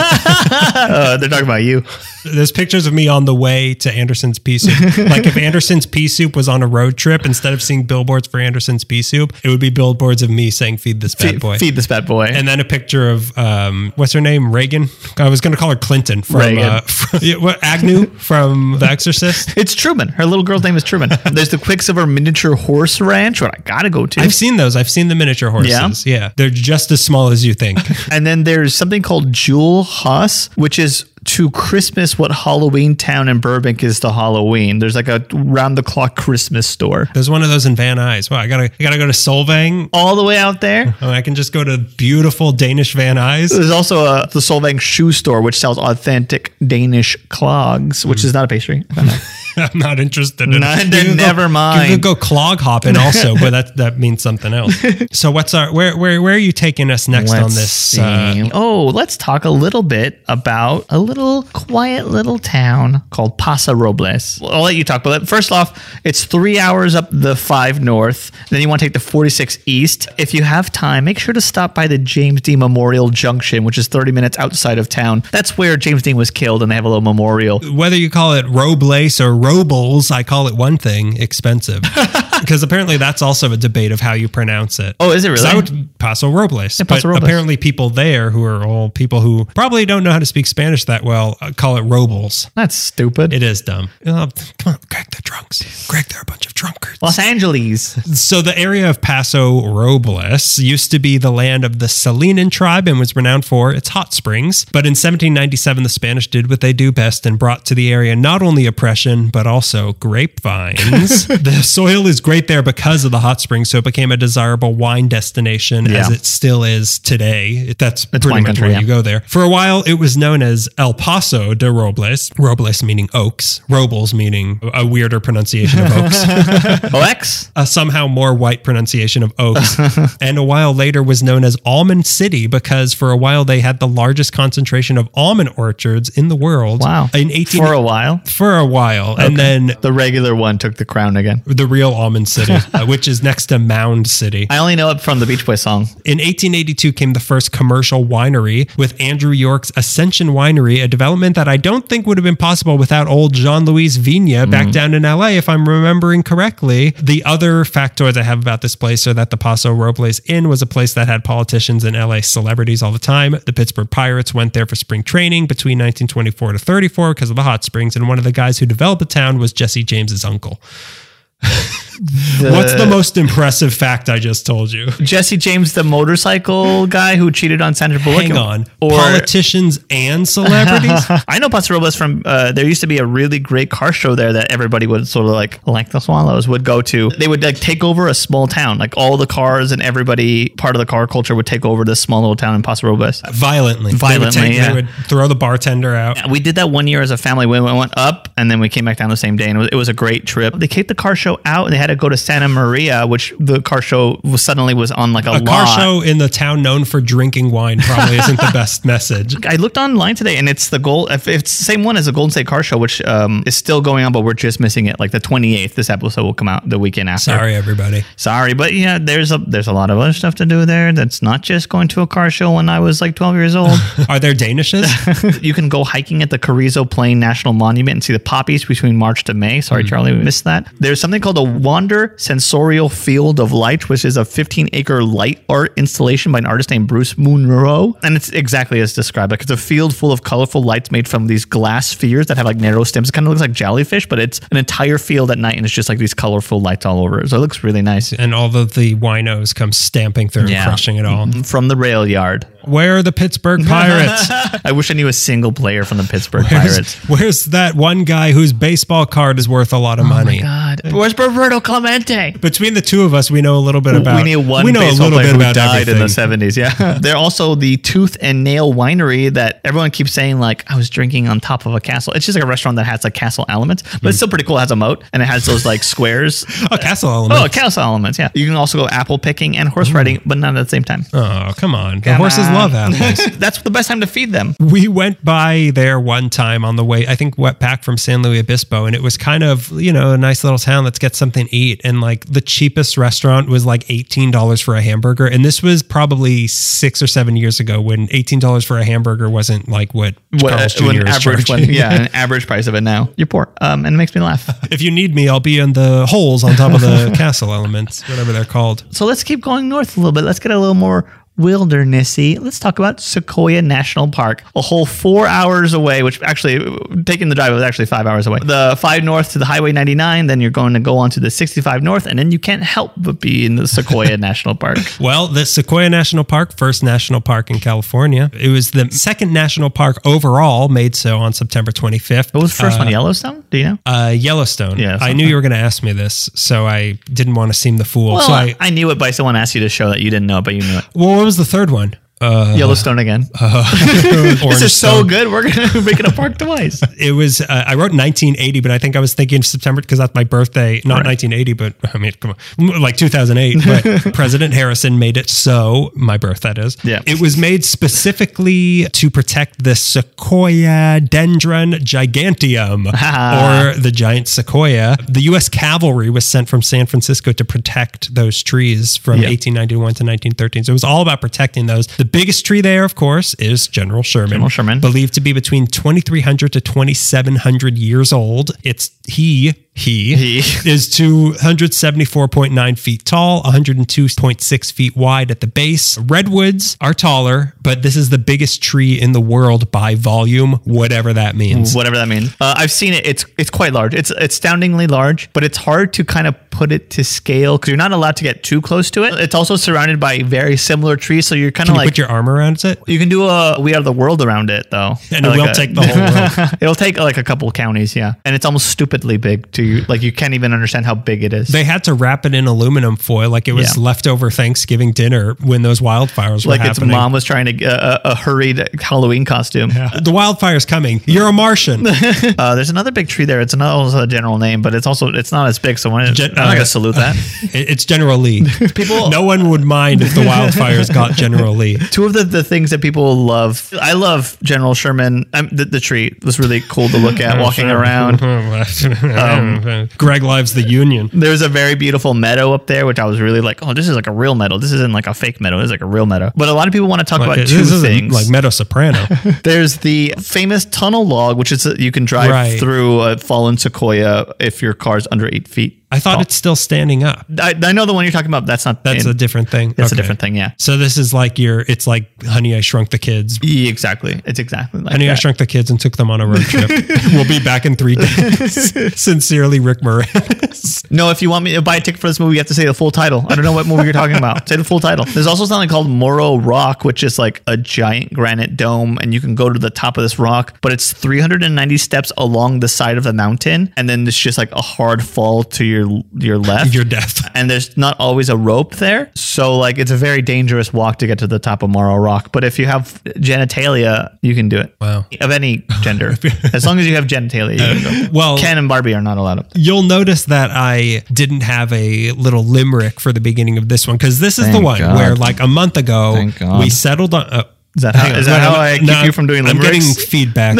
Speaker 1: Uh, they're talking about you.
Speaker 2: there's pictures of me on the way to Anderson's pea soup. like if Anderson's pea soup was on a road trip, instead of seeing billboards for Anderson's pea soup, it would be billboards of me saying "Feed this bad boy."
Speaker 1: Feed this bad boy.
Speaker 2: and then a picture of um, what's her name Reagan. I was going to call her Clinton from,
Speaker 1: Reagan.
Speaker 2: Uh, from yeah, what, Agnew from The Exorcist.
Speaker 1: it's Truman. Her little girl's name is Truman. There's the Quicksilver Miniature Horse Ranch, what I gotta go to.
Speaker 2: I've seen those. I've seen the miniature horses. yeah. they're just as small as you think.
Speaker 1: And then there's something called Jewel Haas, which is to Christmas what Halloween Town in Burbank is to Halloween. There's like a round the clock Christmas store
Speaker 2: There's one of those in Van Nuys. Wow, I gotta, I gotta go to Solvang.
Speaker 1: all the way out there.
Speaker 2: Oh, I can just go to beautiful Danish Van Nuys.
Speaker 1: There's also a, the Solvang shoe store, which sells authentic Danish clogs, which is not a pastry. I don't know.
Speaker 2: I'm not interested. in
Speaker 1: Not-
Speaker 2: You
Speaker 1: then
Speaker 2: could go-
Speaker 1: never mind.
Speaker 2: You could go clog hopping also, but that that means something else. So what's our where where where are you taking us next on
Speaker 1: Let's
Speaker 2: this?
Speaker 1: see.
Speaker 2: Uh,
Speaker 1: oh, let's talk a little bit about a little quiet little town called Paso Robles. Well, I'll let you talk about it. First off, it's three hours up the five north. Then you want to take the 46 east. If you have time, make sure to stop by the James Dean Memorial Junction, which is 30 minutes outside of town. That's where James Dean was killed, and they have a little memorial.
Speaker 2: whether you call it Robles or Robles, I call it one thing: expensive. Because apparently that's also a debate of how you pronounce it.
Speaker 1: Oh, is it
Speaker 2: 'Cause
Speaker 1: really?
Speaker 2: I would Paso Robles,
Speaker 1: Paso
Speaker 2: but
Speaker 1: Robles.
Speaker 2: apparently people there who are all people who probably don't know how to speak Spanish that well uh, call it Robles.
Speaker 1: That's stupid.
Speaker 2: It is dumb. Oh, come on, Greg, they're drunks. Greg, they're a bunch of drunkards.
Speaker 1: Los Angeles.
Speaker 2: So the area of Paso Robles used to be the land of the Salinan tribe and was renowned for its hot springs. But in 1797, the Spanish did what they do best and brought to the area not only oppression, but also grapevines. the soil is great there because of the hot springs, so it became a desirable wine destination as
Speaker 1: Yeah.
Speaker 2: it still is today. That's pretty
Speaker 1: wine
Speaker 2: much
Speaker 1: country,
Speaker 2: where
Speaker 1: yeah.
Speaker 2: you go there. For a while, it was known as El Paso de Robles, Robles meaning oaks, Robles meaning a weirder pronunciation of oaks
Speaker 1: Oh, OX?
Speaker 2: a somehow more white pronunciation of oaks. and a while later was known as Almond City because for a while they had the largest concentration of almond orchards in the world.
Speaker 1: Wow.
Speaker 2: In 18
Speaker 1: For a while.
Speaker 2: for a while. And then
Speaker 1: The regular one took the crown again.
Speaker 2: the real Almond City, uh, which is next to Mound City.
Speaker 1: I only know it from the Beach Boy song.
Speaker 2: In 1882 came the first commercial winery with Andrew York's Ascension Winery, a development that I don't think would have been possible without old Jean Louis Vigna back down in LA, if I'm remembering correctly. The other factoids I have about this place are that the Paso Robles Inn was a place that had politicians and LA celebrities all the time. The Pittsburgh Pirates went there for spring training between 1924 to 34 because of the hot springs, and one of the guys who developed the town was Jesse James's uncle. What's the most impressive fact I just told you?
Speaker 1: Jesse James, the motorcycle guy who cheated on Sandra Bullock.
Speaker 2: Hang on.
Speaker 1: Or
Speaker 2: Politicians and celebrities?
Speaker 1: I know Paso Robles from. Uh, there used to be a really great car show there that everybody would sort of like, like the Swallows would go to. They would like take over a small town, like all the cars and everybody part of the car culture would take over this small little town in Paso Robles.
Speaker 2: Violently. They would
Speaker 1: Violently,
Speaker 2: take-
Speaker 1: yeah.
Speaker 2: They would throw the bartender out.
Speaker 1: We did that one year as a family. We went up and then we came back down the same day, and it was, it was a great trip. They kicked the car show out, and they had to go to Santa Maria, which the car show was suddenly was on like a,
Speaker 2: A
Speaker 1: lot.
Speaker 2: car show in the town known for drinking wine probably isn't the best message.
Speaker 1: I looked online today, and it's the gold. If it's the same one as the Golden State Car Show, which um, is still going on, but we're just missing it. Like the 28th, this episode will come out the weekend after.
Speaker 2: Sorry, everybody.
Speaker 1: sorry, but yeah, there's a there's a lot of other stuff to do there. That's not just going to a car show when I was like 12 years old.
Speaker 2: Are there Danishes?
Speaker 1: you can go hiking at the Carrizo Plain National Monument and see the poppies between March to May. Sorry, Charlie, we missed that. There's something called a Wander Sensorial Field of Light, which is a 15 acre light art installation by an artist named Bruce Munro. And it's exactly as described. Like it's a field full of colorful lights made from these glass spheres that have like narrow stems. It kind of looks like jellyfish, but it's an entire field at night and it's just like these colorful lights all over. it. So it looks really nice.
Speaker 2: and all of the winos come stamping through
Speaker 1: Yeah.
Speaker 2: and crushing it all.
Speaker 1: From the rail yard.
Speaker 2: Where are the Pittsburgh Pirates?
Speaker 1: I wish I knew a single player from the Pittsburgh
Speaker 2: Where's,
Speaker 1: Pirates.
Speaker 2: where's that one guy whose baseball card is worth a lot of money?
Speaker 1: Oh God. Where's Roberto Clemente?
Speaker 2: Between the two of us, we know a little bit about.
Speaker 1: we knew one
Speaker 2: we know a
Speaker 1: baseball
Speaker 2: little
Speaker 1: player
Speaker 2: bit
Speaker 1: who
Speaker 2: about
Speaker 1: died in the
Speaker 2: everything.
Speaker 1: 70s. Yeah. They're also the Tooth and Nail Winery that everyone keeps saying, like, I was drinking on top of a castle. It's just like a restaurant that has like castle elements, but
Speaker 2: Hmm.
Speaker 1: it's still pretty cool. It has a moat and it has those like squares.
Speaker 2: Oh, Castle Element.
Speaker 1: Oh, castle elements. Yeah. You can also go apple picking and horse riding, but not at the same time.
Speaker 2: Oh, come on. Hmm. The horses love apples.
Speaker 1: That's the best time to feed them.
Speaker 2: we went by there one time on the way, I think, went back from San Luis Obispo, and it was kind of, you know, a nice little town. Let's get something to eat. And like the cheapest restaurant was like $18 for a hamburger. And this was probably six or seven years ago when $18 for a hamburger wasn't like what, Carl's
Speaker 1: uh, when
Speaker 2: Jr. is
Speaker 1: average, when-
Speaker 2: charging.
Speaker 1: yeah, an average price of it now. You're poor, um, and it makes me laugh.
Speaker 2: If you need me, I'll be in the holes on top of the castle elements, whatever they're called.
Speaker 1: so let's keep going north a little bit. Let's get a little more wildernessy. Let's talk about Sequoia National Park, a whole four hours away. Which actually, taking the drive was actually five hours away. The five north to the Highway 99, then you're going to go on to the 65 north, and then you can't help but be in the Sequoia National Park.
Speaker 2: Well, the Sequoia National Park, first national park in California, it was the second national park overall made so on September Uh, 25th.
Speaker 1: What was the first one? Yellowstone? Do you know?
Speaker 2: Uh, Yellowstone.
Speaker 1: Yeah,
Speaker 2: I knew you were going to ask me this, so I didn't want to seem the fool.
Speaker 1: Well,
Speaker 2: uh, so
Speaker 1: I,
Speaker 2: I,
Speaker 1: I knew it, but someone asked you to show that you didn't know, it, but you knew it.
Speaker 2: well, what was the third one? Uh,
Speaker 1: Yellowstone again.
Speaker 2: Orange
Speaker 1: this is so
Speaker 2: Stone.
Speaker 1: good. We're gonna make it a park twice.
Speaker 2: It was. Uh, I wrote 1980, but I think I was thinking of September because that's my birthday. Not 1980, but I mean, come on, like 2008. But President Harrison made it so my birth. That is.
Speaker 1: Yeah.
Speaker 2: It was made specifically to protect the Sequoia dendron giganteum, or the giant sequoia. The U.S. cavalry was sent from San Francisco to protect those trees from
Speaker 1: Yeah.
Speaker 2: 1891 to 1913. So it was all about protecting those. The biggest tree there, of course, is General Sherman.
Speaker 1: General Sherman.
Speaker 2: Believed to be between 2,300 to 2,700 years old. It's he. He,
Speaker 1: He.
Speaker 2: is 274.9 feet tall, 102.6 feet wide at the base. Redwoods are taller, but this is the biggest tree in the world by volume, whatever that means.
Speaker 1: whatever that means. Uh, I've seen it. It's it's quite large. It's it's astoundingly large, but it's hard to kind of put it to scale because you're not allowed to get too close to it. It's also surrounded by very similar trees, so you're kind of
Speaker 2: Can you
Speaker 1: like
Speaker 2: put your arm around it?
Speaker 1: you can do a We Are the World around it though,
Speaker 2: And it
Speaker 1: Like
Speaker 2: will
Speaker 1: a-
Speaker 2: take the whole world.
Speaker 1: It'll take like a couple counties, yeah, and it's almost stupidly big. To you, like you can't even understand how big it is.
Speaker 2: They had to wrap it in aluminum foil like it was
Speaker 1: Yeah.
Speaker 2: leftover Thanksgiving dinner when those wildfires were
Speaker 1: like its
Speaker 2: happening.
Speaker 1: mom was trying to uh, a hurried Halloween costume.
Speaker 2: The wildfire's coming. You're a Martian.
Speaker 1: Uh, there's another big tree there. It's not also a general name, but it's also it's not as big. So when it,
Speaker 2: Gen-
Speaker 1: I'm not
Speaker 2: uh,
Speaker 1: gonna salute that.
Speaker 2: It- It's General Lee.
Speaker 1: People-
Speaker 2: no one would mind if the wildfires got General Lee.
Speaker 1: Two of the, the things that people love. I love General Sherman. Um, the, the tree was really cool to look
Speaker 2: Oh,
Speaker 1: at walking around. Um,
Speaker 2: Greg Lives the Union.
Speaker 1: There's a very beautiful meadow up there, which I was really like, oh, this is like a real meadow. This isn't like a fake meadow. This is like a real meadow. But a lot of people want to talk about
Speaker 2: This
Speaker 1: two
Speaker 2: isn't
Speaker 1: things.
Speaker 2: like Meadow Soprano.
Speaker 1: There's the famous tunnel log, which is that you can drive
Speaker 2: Right.
Speaker 1: through a fallen sequoia if your car's under eight feet.
Speaker 2: I thought it's still standing up.
Speaker 1: I, I know the one you're talking about. That's not.
Speaker 2: That's
Speaker 1: in-
Speaker 2: a different thing.
Speaker 1: That's a
Speaker 2: Okay.
Speaker 1: different thing. Yeah.
Speaker 2: So this is like your. It's like Honey, I Shrunk the Kids.
Speaker 1: Yeah, Exactly. It's exactly like
Speaker 2: Honey, I
Speaker 1: that.
Speaker 2: Shrunk the Kids and took them on a road trip. we'll be back in three days. Sincerely, Rick Moranis.
Speaker 1: No, if you want me to buy a ticket for this movie, you have to say the full title. I don't know what movie you're talking about. Say the full title. There's also something called Morro Rock, which is like a giant granite dome, and you can go to the top of this rock, but it's 390 steps along the side of the mountain, and then it's just like a hard fall to your your left.
Speaker 2: Your death.
Speaker 1: and there's not always a rope there. So, like, it's a very dangerous walk to get to the top of Morro Rock. But if you have genitalia, you can do it.
Speaker 2: Wow.
Speaker 1: Of any gender. as long as you have genitalia, you can go.
Speaker 2: Well,
Speaker 1: Ken and Barbie are not allowed up there.
Speaker 2: You'll notice that I didn't have a little limerick for the beginning of this one because this is the
Speaker 1: Thank
Speaker 2: one
Speaker 1: God.
Speaker 2: where, like a month ago,
Speaker 1: Thank God.
Speaker 2: we settled on. Uh,
Speaker 1: Is that how-
Speaker 2: hang on.
Speaker 1: is that
Speaker 2: Wait,
Speaker 1: how
Speaker 2: I'm-
Speaker 1: I keep you from doing
Speaker 2: I'm getting
Speaker 1: limericks?
Speaker 2: feedback.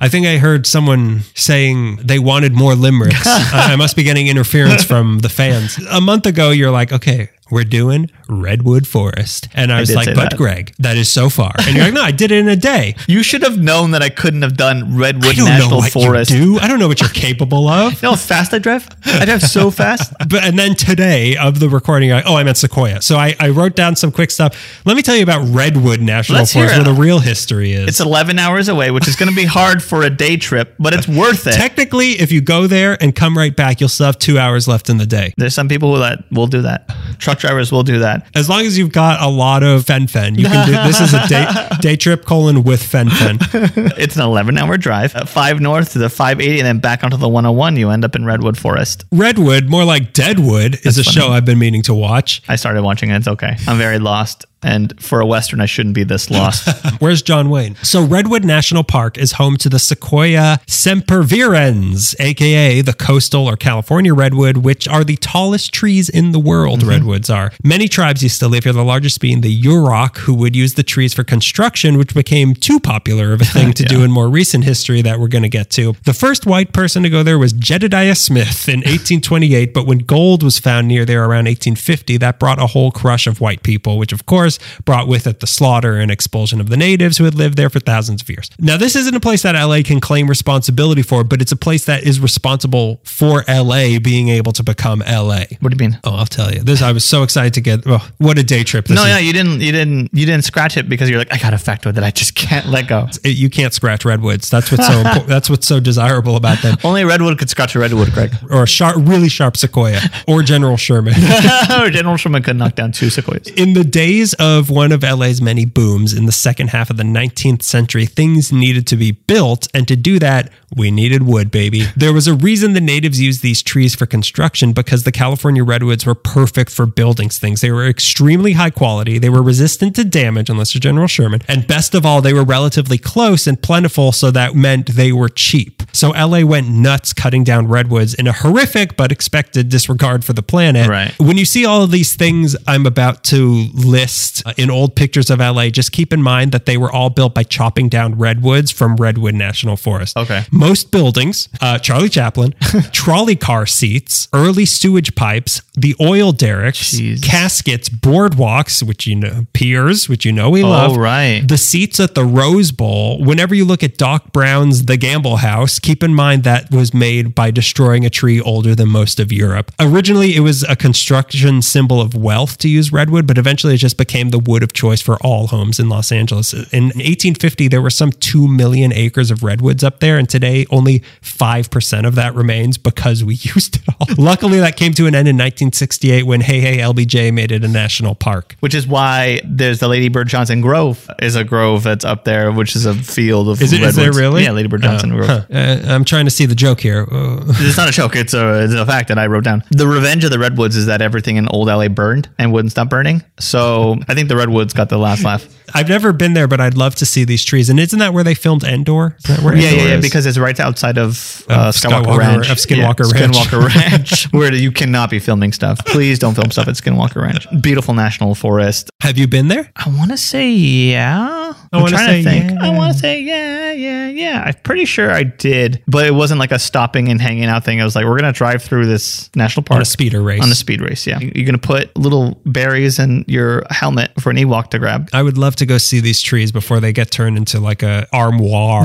Speaker 2: I think I heard someone saying they wanted more limericks. I I must be getting interference from the fans. A month ago, you're like, okay. We're doing Redwood Forest. And I was
Speaker 1: did
Speaker 2: like,
Speaker 1: say
Speaker 2: but
Speaker 1: that.
Speaker 2: Greg, that is so far. And you're like, no, I did it in a day.
Speaker 1: You should have known that I couldn't have done
Speaker 2: I
Speaker 1: Redwood
Speaker 2: don't know
Speaker 1: National
Speaker 2: what
Speaker 1: Forest.
Speaker 2: you do. I don't know what you're capable of.
Speaker 1: No, fast I drive. I drive so fast.
Speaker 2: But and then today of the recording, I, oh, I meant Sequoia. So I, I wrote down some quick stuff. Let me tell you about Redwood National
Speaker 1: Let's hear
Speaker 2: Forest, where
Speaker 1: it.
Speaker 2: the real history is.
Speaker 1: It's 11 hours away, which is going to be hard for a day trip, but it's worth it.
Speaker 2: Technically, if you go there and come right back, you'll still have two hours left in the day.
Speaker 1: There's some people that will do that. Truck drivers will do that.
Speaker 2: As long as you've got a lot of fen fen, you can do this is a day day trip colon with fen fen.
Speaker 1: It's an 11 hour drive, uh, 5 north to the 580, and then back onto the 101. You end up in Redwood Forest.
Speaker 2: Redwood, more like Deadwood, is a show I've been meaning to watch.
Speaker 1: I started watching it. It's okay. I'm very lost. And for a Western, I shouldn't be this lost.
Speaker 2: Where's John Wayne? So Redwood National Park is home to the Sequoia sempervirens, aka the coastal or California redwood, which are the tallest trees in the world. Redwoods are. Many tribes used to live here, the largest being the Yurok, who would use the trees for construction, which became too popular of a thing to do in more recent history that we're going to get to. The first white person to go there was Jedediah Smith in 1828, but when gold was found near there around 1850, that brought a whole crush of white people, which of course brought with it the slaughter and expulsion of the natives who had lived there for thousands of years. Now, this isn't a place that LA can claim responsibility for, but it's a place that is responsible for LA being able to become LA.
Speaker 1: what do you mean?
Speaker 2: Oh, I'll tell you. This I was so excited to get. Oh, what a day trip this
Speaker 1: No,
Speaker 2: is.
Speaker 1: yeah, you didn't, you didn't, you didn't scratch it because you're like, I got a factor that I just can't let go.
Speaker 2: It- you can't scratch redwoods. That's what's so impor- that's what's so desirable about them.
Speaker 1: Only a redwood could scratch a redwood, Greg.
Speaker 2: Or a sharp, really sharp sequoia, or General Sherman.
Speaker 1: General Sherman could knock down two sequoias.
Speaker 2: In the days of one of LA's many booms in the second half of the 19th century, things needed to be built. And to do that, we needed wood, baby. There was a reason the natives used these trees for construction because the California redwoods were perfect for building things. They were extremely high quality, they were resistant to damage, unless you're General Sherman. And best of all, they were relatively close and plentiful, so that meant they were cheap. So LA went nuts cutting down redwoods in a horrific but expected disregard for the planet.
Speaker 1: Right.
Speaker 2: When you see all of these things I'm about to list uh, in old pictures of LA, just keep in mind that they were all built by chopping down redwoods from Redwood National Forest.
Speaker 1: Okay.
Speaker 2: Most buildings, uh, Charlie Chaplin, trolley car seats, early sewage pipes, the oil derricks,
Speaker 1: Jeez.
Speaker 2: caskets, boardwalks, which you know, piers, which you know we love.
Speaker 1: Oh, right.
Speaker 2: The seats at the Rose Bowl, whenever you look at Doc Brown's The Gamble House, keep in mind that was made by destroying a tree older than most of Europe. Originally, it was a construction symbol of wealth to use redwood, but eventually it just became the wood of choice for all homes in Los Angeles. In 1850, there were some 2 million acres of redwoods up there, and today only 5% of that remains because we used it all. Luckily, that came to an end in 1968 when Hey Hey LBJ made it a national park.
Speaker 1: Which is why there's the Lady Bird Johnson Grove is a grove that's up there, which is Oh. a field of
Speaker 2: Is it- is there
Speaker 1: redwoods.
Speaker 2: really?
Speaker 1: Yeah, Lady Bird Johnson Grove.
Speaker 2: Uh, I'm trying to see the joke here. Uh,
Speaker 1: It's not a joke. It's a, it's a fact that I wrote down. The revenge of the redwoods is that everything in old LA burned and wouldn't stop burning. So I think the redwoods got the last laugh.
Speaker 2: I've never been there, but I'd love to see these trees. And isn't that where they filmed Endor? Is that where
Speaker 1: Yeah,
Speaker 2: Endor
Speaker 1: yeah, yeah.
Speaker 2: is?
Speaker 1: Because it's right outside of uh, Skywalker,
Speaker 2: Skywalker-
Speaker 1: Ranch.
Speaker 2: of Skinwalker Ranch.
Speaker 1: Skinwalker Ranch, where you cannot be filming stuff. Please don't film stuff at Skinwalker Ranch. Beautiful national forest.
Speaker 2: have you been there?
Speaker 1: I want to say yeah. I'm
Speaker 2: wanna
Speaker 1: trying
Speaker 2: say
Speaker 1: to think.
Speaker 2: yeah.
Speaker 1: I want to say yeah, yeah, yeah. I'm pretty sure I did, but it wasn't like a stopping and hanging out thing. I was like, we're gonna drive through this national park
Speaker 2: On a speeder race.
Speaker 1: on a speed race. Yeah, You- you're gonna put little berries in your helmet for an Ewok to grab.
Speaker 2: I would love to go see these trees before they get turned into like a armoire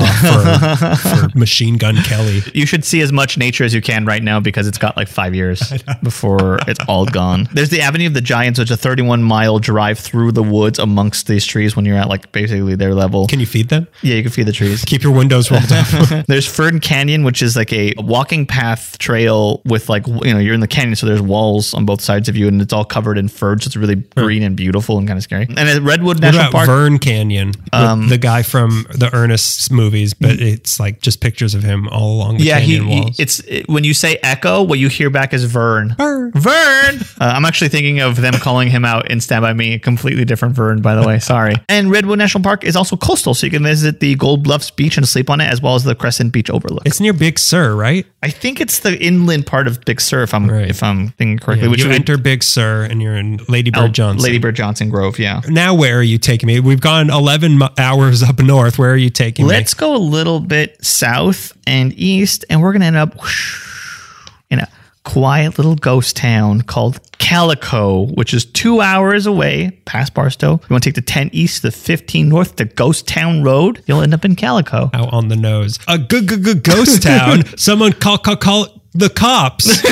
Speaker 2: for, for Machine Gun Kelly.
Speaker 1: You should see as much nature as you can right now because it's got like five years before it's all gone. There's the Avenue of the Giants, which is a 31 mile drive through the woods amongst these trees when you're at like basically their level.
Speaker 2: Can you feed them?
Speaker 1: yeah, you can feed the trees.
Speaker 2: Keep your windows rolled up.
Speaker 1: There's Fern Canyon, which is like a walking path trail with like you know you're in the canyon, so there's walls on both sides of you, and it's all covered in fern, so it's really green and beautiful and kind of scary. And at Redwood
Speaker 2: Hmm. What
Speaker 1: National
Speaker 2: about
Speaker 1: Park, Um,
Speaker 2: Vern Canyon? The- the guy from the Ernest movies, but it's like just pictures of him all along the
Speaker 1: yeah, he,
Speaker 2: canyon
Speaker 1: he-
Speaker 2: walls.
Speaker 1: it's it- when you say echo, what you hear back is Vern.
Speaker 2: Vern.
Speaker 1: Vern. Uh, I'm actually thinking of them calling him out in Stand by Me. A completely different Vern, by the way. Sorry. And Redwood National Park is also coastal, so you can visit the Gold Bluffs Beach and sleep on it, as well as the Crescent Beach overlook.
Speaker 2: it's near Big Sur, right?
Speaker 1: I think it's the inland part of Big Sur, if I'm
Speaker 2: Right.
Speaker 1: if I'm thinking correctly. which
Speaker 2: you
Speaker 1: would be
Speaker 2: enter Big Sur and you're in Lady Bird Johnson.
Speaker 1: Lady Bird Johnson Grove, yeah.
Speaker 2: now where are you taking me? We've gone 11 mi- hours up north. Where are you taking
Speaker 1: Let's go a little bit south and east, and we're going to end up in a quiet little ghost town called Calico, which is two hours away past Barstow. You want to take the 10 east, the 15 north to Ghost Town Road, you'll end up in Calico.
Speaker 2: me? Out on the nose. A good, good, good ghost town. Someone call, call, call the cops.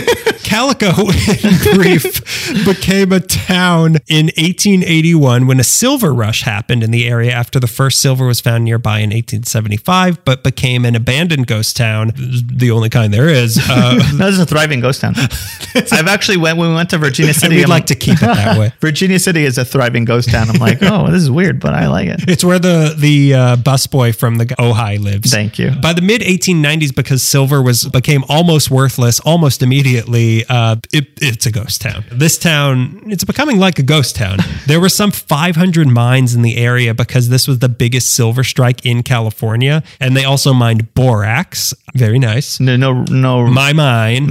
Speaker 2: Calico, in brief, became a town in 1881 when a silver rush happened in the area after the first silver was found nearby in 1875, but became an abandoned ghost town, the only kind there is. Uh,
Speaker 1: No, this is a thriving ghost town. I've actually went when we went to Virginia
Speaker 2: and
Speaker 1: City.
Speaker 2: we'd
Speaker 1: I'm
Speaker 2: like to keep it that way.
Speaker 1: Virginia City is a thriving ghost town. I'm like, oh, this is weird, but I like it.
Speaker 2: It's where the the uh, busboy from the Ojai lives.
Speaker 1: Thank you.
Speaker 2: By the mid 1890s, because silver was became almost worth worthless almost immediately. Uh, it, it's a ghost town. This town, it's becoming like a ghost town. there were some 500 mines in the area because this was the biggest silver strike in California. And they also mined borax. Very nice.
Speaker 1: No, no, no.
Speaker 2: My mine.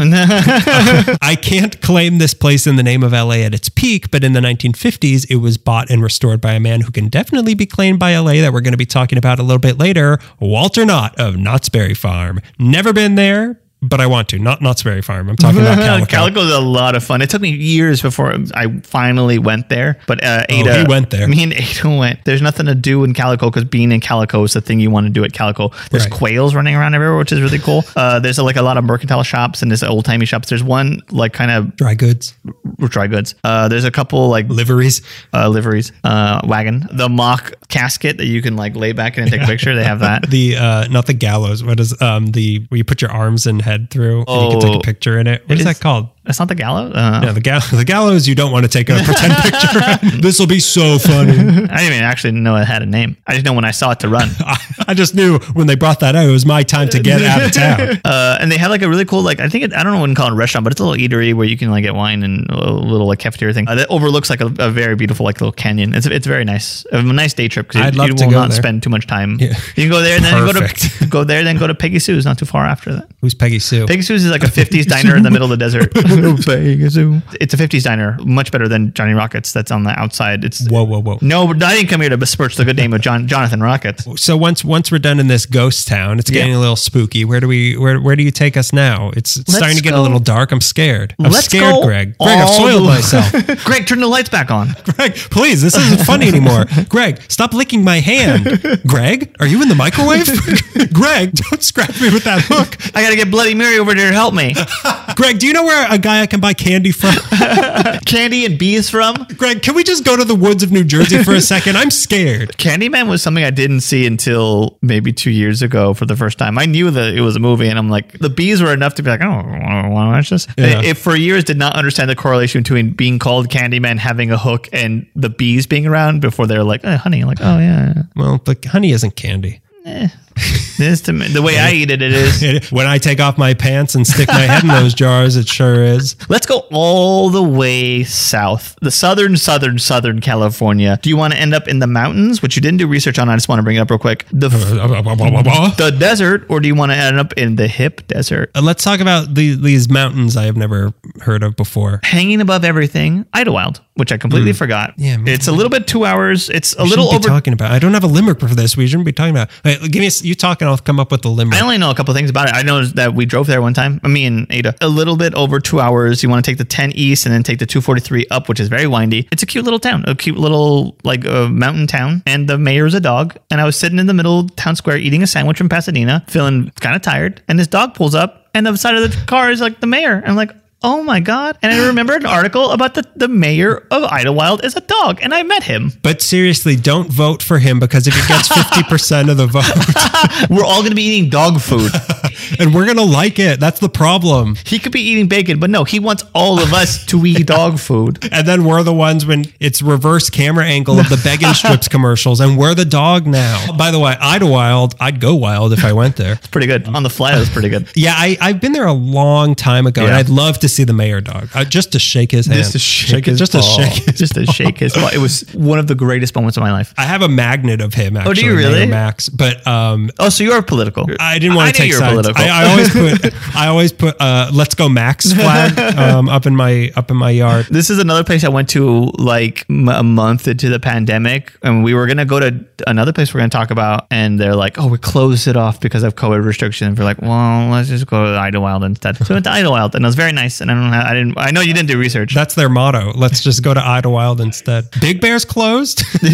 Speaker 2: I can't claim this place in the name of LA at its peak, but in the 1950s, it was bought and restored by a man who can definitely be claimed by LA that we're going to be talking about a little bit later, Walter Knott of Knott's Berry Farm. Never been there, but I want to. Not Knott's Berry Farm. I'm talking about Calico.
Speaker 1: Calico's a lot of fun. It took me years before I finally went there, but uh, Ada
Speaker 2: Oh, he went there.
Speaker 1: Me and Ada went. There's nothing to do in Calico because being in Calico is the thing you want to do at Calico. There's
Speaker 2: Right.
Speaker 1: quails running around everywhere, which is really cool. Uh, there's like a lot of mercantile shops and there's old timey shops. There's one like kind of
Speaker 2: Dry goods,
Speaker 1: dry goods. Uh, there's a couple like
Speaker 2: liveries.
Speaker 1: uh, liveries, uh, wagon, the mock casket that you can like lay back in and take a picture. They have that.
Speaker 2: The uh, not the gallows. What is um the where you put your arms and head through and you can take
Speaker 1: Oh.
Speaker 2: a picture in it? What is
Speaker 1: is-
Speaker 2: that called?
Speaker 1: That's not the gallow. Uh,
Speaker 2: Yeah, the, gall- the gallows. You don't want to take a pretend picture. this will be so funny.
Speaker 1: I didn't even actually know it had a name. I just know when I saw it to run.
Speaker 2: I, I just knew when they brought that out, it was my time to get out of town.
Speaker 1: Uh, and they had like a really cool, like I think it, I don't know what to call it a restaurant, but it's a little eatery where you can like get wine and a little like cafeteria thing uh, that overlooks like a, a very beautiful like little canyon. It's it's very nice, a nice day trip because
Speaker 2: I'd
Speaker 1: you,
Speaker 2: love
Speaker 1: you
Speaker 2: to
Speaker 1: will
Speaker 2: go
Speaker 1: not
Speaker 2: there.
Speaker 1: spend too much time. You can go there and then go to
Speaker 2: Perfect.
Speaker 1: go there, then go to Peggy Sue's, not too far after that.
Speaker 2: Who's Peggy Sue?
Speaker 1: Peggy Sue's is like a 50s diner in the middle of the desert. It's a 50s diner, much better than Johnny Rockets that's on the outside. It's
Speaker 2: Whoa, whoa, whoa.
Speaker 1: No, but I didn't come here to besmirch the good name of John, Jonathan Rockets.
Speaker 2: So once once we're done in this ghost town, it's getting a little spooky. Where do we where where do you take us now? It's it's starting to get
Speaker 1: go-
Speaker 2: a little dark. I'm scared. I'm scared, Greg. Greg, I've
Speaker 1: all
Speaker 2: soiled
Speaker 1: the-
Speaker 2: myself.
Speaker 1: Greg, turn the lights back on.
Speaker 2: Greg, please, this isn't funny anymore. Greg, stop licking my hand. Greg, are you in the microwave? Greg, don't scratch me with that hook.
Speaker 1: I gotta get Bloody Mary over there to help me.
Speaker 2: Greg, do you know where a guy I can buy candy from?
Speaker 1: Candy and bees from
Speaker 2: Greg, can we just go to the woods of New Jersey for a second? I'm scared.
Speaker 1: Candyman was something I didn't see until maybe two years ago for the first time. I knew that it was a movie, and I'm like, the bees were enough to be like, I don't want to watch this.
Speaker 2: Yeah.
Speaker 1: It, for years, did not understand the correlation between being called Candyman, having a hook, and the bees being around before they're like, eh, honey, I'm like, oh yeah,
Speaker 2: Well, but honey isn't candy.
Speaker 1: this to me, the way I eat it, it is.
Speaker 2: It- when I take off my pants and stick my head in those jars, it sure is.
Speaker 1: Let's go all the way south, the southern, southern, southern California. Do you want to end up in the mountains, which you didn't do research on? I just want to bring it up real quick. The f-
Speaker 2: Uh,
Speaker 1: the desert, or do you want to end up in the hip desert?
Speaker 2: Let's talk about the, these mountains I have never heard of before.
Speaker 1: Hanging above everything, Idlewild, which I completely forgot.
Speaker 2: Hmm. Yeah, me
Speaker 1: it's a little bit two hours. It's a
Speaker 2: We
Speaker 1: little
Speaker 2: shouldn't
Speaker 1: over.
Speaker 2: be talking about. I don't have a limerick for this. We shouldn't be talking about. Wait, give me a, s- you talk and I'll come up with the limerick.
Speaker 1: I only know a couple things about it. I know that we drove there one time. uh, Me and Ada. A little bit over two hours. You want to take the 10 east and then take the 243 up, which is very windy. It's a cute little town, a cute little like uh, mountain town. And the mayor's a dog. And I was sitting in the middle of town square eating a sandwich from Pasadena, feeling kind of tired. And this dog pulls up, and the side of the car is like the mayor. I'm like. Oh my God. And I remember an article about the, the mayor of Idlewild is a dog, and I met him.
Speaker 2: But seriously, don't vote for him because if he gets 50% of the vote,
Speaker 1: We're all going to be eating dog food.
Speaker 2: and we're going to like it, that's the problem.
Speaker 1: He could be eating bacon, but no, he wants all of us to eat dog food.
Speaker 2: And then we're the ones when it's reverse camera angle of the begging strips commercials, and we're the dog now. By the way, Idlewild, I'd go wild if I went there.
Speaker 1: pretty good. On the fly, that was pretty good.
Speaker 2: Yeah, I, I've been there a long time ago, and
Speaker 1: Yeah.
Speaker 2: I'd love to see the mayor dog uh, just to shake his hand. it- just to shake it.
Speaker 1: just to shake his paw. It was one of the greatest moments of my life.
Speaker 2: I have a magnet of him, actually.
Speaker 1: Oh, do you
Speaker 2: Mayor
Speaker 1: really?
Speaker 2: Max, but um,
Speaker 1: Oh, so you're political?
Speaker 2: I didn't want to
Speaker 1: knew
Speaker 2: take
Speaker 1: you were
Speaker 2: sides.
Speaker 1: Political.
Speaker 2: I, I always put I always put uh, "Let's Go Max" flag um, up in my up in my yard.
Speaker 1: this is another place I went to like m- a month into the pandemic, and we were gonna go to another place we're gonna talk about, and they're like, "Oh, we closed it off because of COVID restrictions." We're like, "Well, let's just go to Idlewild instead." So we went to Idlewild, and it was very nice. And I don't, have, I didn't, I know you didn't do research.
Speaker 2: That's their motto. Let's just go to Idlewild instead. Big Bear's closed.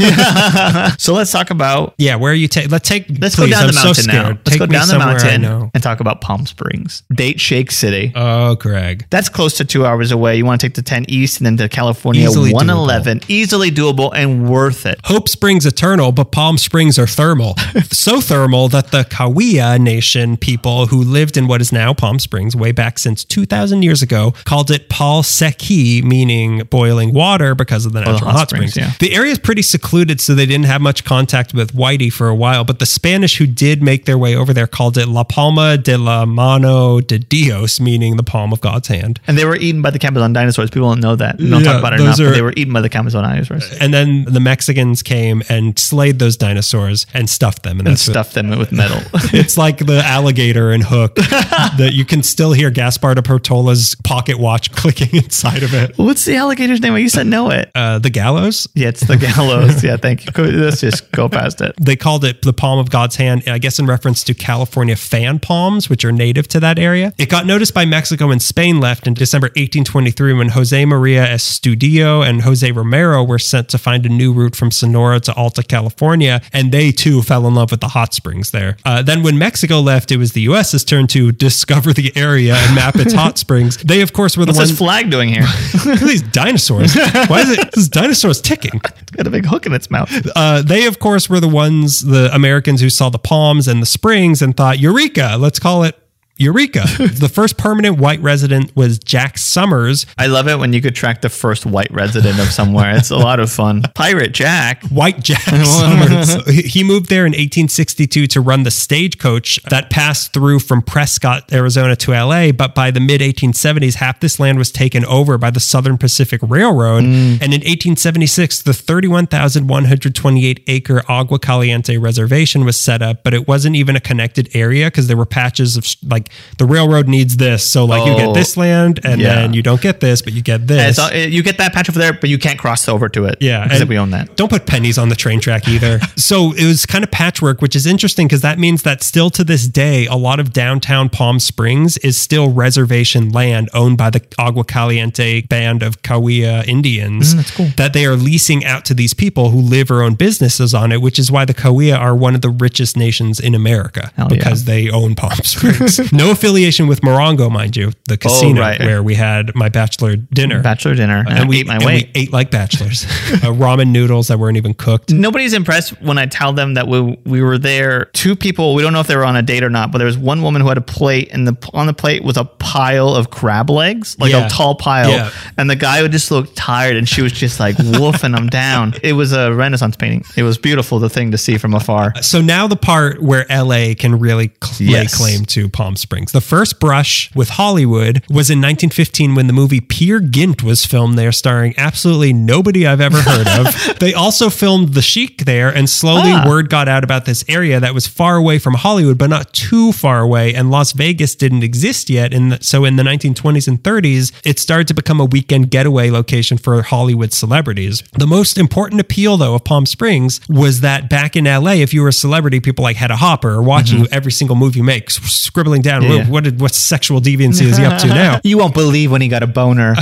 Speaker 1: So let's talk about.
Speaker 2: yeah, where are you take? Let's take.
Speaker 1: Let's
Speaker 2: please,
Speaker 1: go down
Speaker 2: I'm
Speaker 1: the
Speaker 2: so
Speaker 1: mountain now.
Speaker 2: scared.
Speaker 1: Let's
Speaker 2: Take
Speaker 1: go
Speaker 2: me
Speaker 1: down the
Speaker 2: somewhere I
Speaker 1: mountain
Speaker 2: know.
Speaker 1: and talk about Palm Springs, Date Shake City.
Speaker 2: Oh, Greg.
Speaker 1: That's close to two hours away. You want to take the 10 east and then to California
Speaker 2: Easily
Speaker 1: 111. Easily doable and worth it.
Speaker 2: Hope Springs eternal, but Palm Springs are thermal. so thermal that the Kawiya Nation people who lived in what is now Palm Springs way back since 2,000 years ago called it Pal Seki, meaning boiling water because of the natural
Speaker 1: hot
Speaker 2: hot
Speaker 1: springs,
Speaker 2: springs.
Speaker 1: yeah.
Speaker 2: The area is pretty secluded, so they didn't have much contact with Whitey for a while, but the Spanish who did make their way over there called it La Palma de la mano de Dios, meaning the palm of God's hand.
Speaker 1: And they were eaten by the Camazon dinosaurs. People don't know that. We don't
Speaker 2: Yeah,
Speaker 1: talk about it enough.
Speaker 2: those are-
Speaker 1: but they were eaten by the Camazon dinosaurs
Speaker 2: And then the Mexicans came and slayed those dinosaurs and stuffed them. And,
Speaker 1: and
Speaker 2: that's what-
Speaker 1: stuffed them with metal.
Speaker 2: it's like the alligator in Hook that you can still hear Gaspar de Portola's pocket watch clicking inside of it.
Speaker 1: What's the alligator's name? I used to know it.
Speaker 2: Uh, the gallows.
Speaker 1: Yeah, it's the gallows. Yeah, thank you. Go- Let's just go past it.
Speaker 2: They called it the palm of God's hand, I guess in reference to California fan palms, which are native to that area. It got noticed by Mexico and Spain left in December 1823 when Jose Maria Estudillo and Jose Romero were sent to find a new route from Sonora to Alta California, and they too fell in love with the hot springs there. Uh, then when Mexico left, it was the U.S.'s turn to discover the area and map its hot springs. They, of course, were the
Speaker 1: What's
Speaker 2: ones.
Speaker 1: this flag doing here?
Speaker 2: Look at these dinosaurs. Why is it? This dinosaur's ticking
Speaker 1: It's got a big hook in its mouth.
Speaker 2: uh, they, of course, were the ones, the Americans who saw the palms and the springs and thought, Eureka, let's call it Eureka. the first permanent white resident was Jack Summers.
Speaker 1: I love it when you could track the first white resident of somewhere. It's a lot of fun. Pirate Jack.
Speaker 2: White Jack Summers. He- he moved there in 1862 to run the stagecoach that passed through from Prescott, Arizona to LA. But by the mid 1870s, half this land was taken over by the Southern Pacific Railroad.
Speaker 1: Mm.
Speaker 2: And in 1876, the 31,128 acre Agua Caliente Reservation was set up, but it wasn't even a connected area because there were patches of like the railroad needs this. So, like, you
Speaker 1: Oh.
Speaker 2: get this land and
Speaker 1: Yeah.
Speaker 2: then you don't get this, but you get this.
Speaker 1: It's all, you get that patch over there, but you can't cross over to it.
Speaker 2: Yeah,
Speaker 1: because
Speaker 2: and
Speaker 1: we own that.
Speaker 2: Don't put pennies on the train track either. so it was kind of patchwork, which is interesting because that means that still to this day, a lot of downtown Palm Springs is still reservation land owned by the Agua Caliente band of Kaweah
Speaker 1: Mm,
Speaker 2: Indians. that's cool. That they are leasing out to these people who live or own businesses on it, which is why the Kaweah are one of the richest nations in America
Speaker 1: Hell yeah.
Speaker 2: because they own Palm Springs. no affiliation with Morongo, mind you, the casino
Speaker 1: Oh, right.
Speaker 2: where we had my bachelor dinner
Speaker 1: Bachelor dinner and, we ate my
Speaker 2: and
Speaker 1: weight.
Speaker 2: We ate like bachelors. uh, ramen noodles that weren't even cooked.
Speaker 1: Nobody's impressed when I tell them that we we were there. Two people, we don't know if they were on a date or not, but there was one woman who had a plate, and the on the plate was a pile of crab legs, like
Speaker 2: Yeah.
Speaker 1: a tall pile.
Speaker 2: Yeah.
Speaker 1: And the guy who just looked tired, and she was just like wolfing them down. It was a Renaissance painting. It was beautiful, the thing to see from afar.
Speaker 2: So now the part where LA can really cl- lay
Speaker 1: Yes.
Speaker 2: claim to Palm Springs. The first brush with Hollywood was in 1915 when the movie Peer Gynt was filmed there, starring absolutely nobody I've ever heard of. they also filmed The Sheik there, and slowly
Speaker 1: Ah.
Speaker 2: word got out about this area that was far away from Hollywood, but not too far away. And Las Vegas didn't exist yet. And so in the 1920s and 30s, it started to become a weekend getaway location for Hollywood celebrities. The most important appeal, though, of Palm Springs was that back in LA, if you were a celebrity, people like had a hopper or watching you every single move you make, s- scribbling down
Speaker 1: Yeah.
Speaker 2: "Whoa, what did, what sexual deviancy is he up to now.
Speaker 1: You won't believe when he got a boner.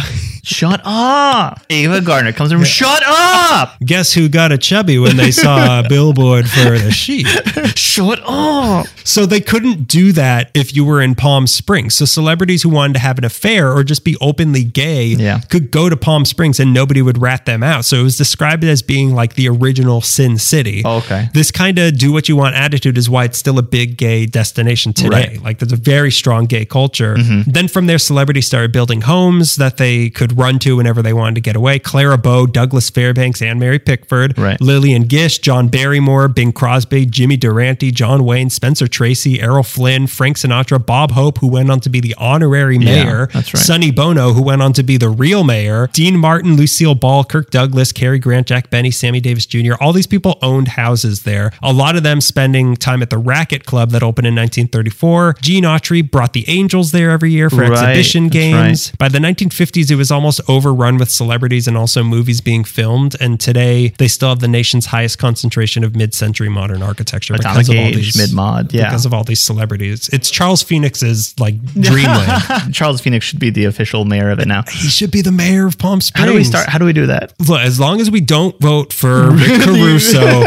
Speaker 1: Shut up. Ava Gardner comes from, shut up.
Speaker 2: Guess who got a chubby when they saw a billboard for the sheep?
Speaker 1: Shut up.
Speaker 2: So they couldn't do that if you were in Palm Springs. So celebrities who wanted to have an affair or just be openly gay
Speaker 1: Yeah.
Speaker 2: could go to Palm Springs and nobody would rat them out. So it was described as being like the original Sin City.
Speaker 1: Oh, Okay.
Speaker 2: This kind of do what you want attitude is why it's still a big gay destination today.
Speaker 1: Right. Mm-hmm.
Speaker 2: Like there's a very strong gay culture. Then from there, celebrities started building homes that they could run to whenever they wanted to get away. Clara Bow, Douglas Fairbanks, and Mary Pickford,
Speaker 1: Right.
Speaker 2: Lillian Gish, John Barrymore, Bing Crosby, Jimmy Durante, John Wayne, Spencer Tracy, Errol Flynn, Frank Sinatra, Bob Hope, who went on to be the honorary
Speaker 1: Yeah,
Speaker 2: mayor,
Speaker 1: that's right.
Speaker 2: Sonny Bono, who went on to be the real mayor, Dean Martin, Lucille Ball, Kirk Douglas, Cary Grant, Jack Benny, Sammy Davis Jr. All these people owned houses there. A lot of them spending time at the Racket Club that opened in 1934. Gene Autry brought the Angels there every year for
Speaker 1: Right,
Speaker 2: exhibition
Speaker 1: that's
Speaker 2: games. By the 1950s, it was almost overrun with celebrities and also movies being filmed. And today, they still have the nation's highest concentration of mid-century modern architecture
Speaker 1: Atomic Age, mid-mod. Yeah.
Speaker 2: because of all these celebrities. It's Charles Phoenix's like dreamland.
Speaker 1: Charles Phoenix should be the official mayor of it now.
Speaker 2: He should be the mayor of Palm Springs.
Speaker 1: How do we start? How do we do that?
Speaker 2: Look, as long as we don't vote for Rick Caruso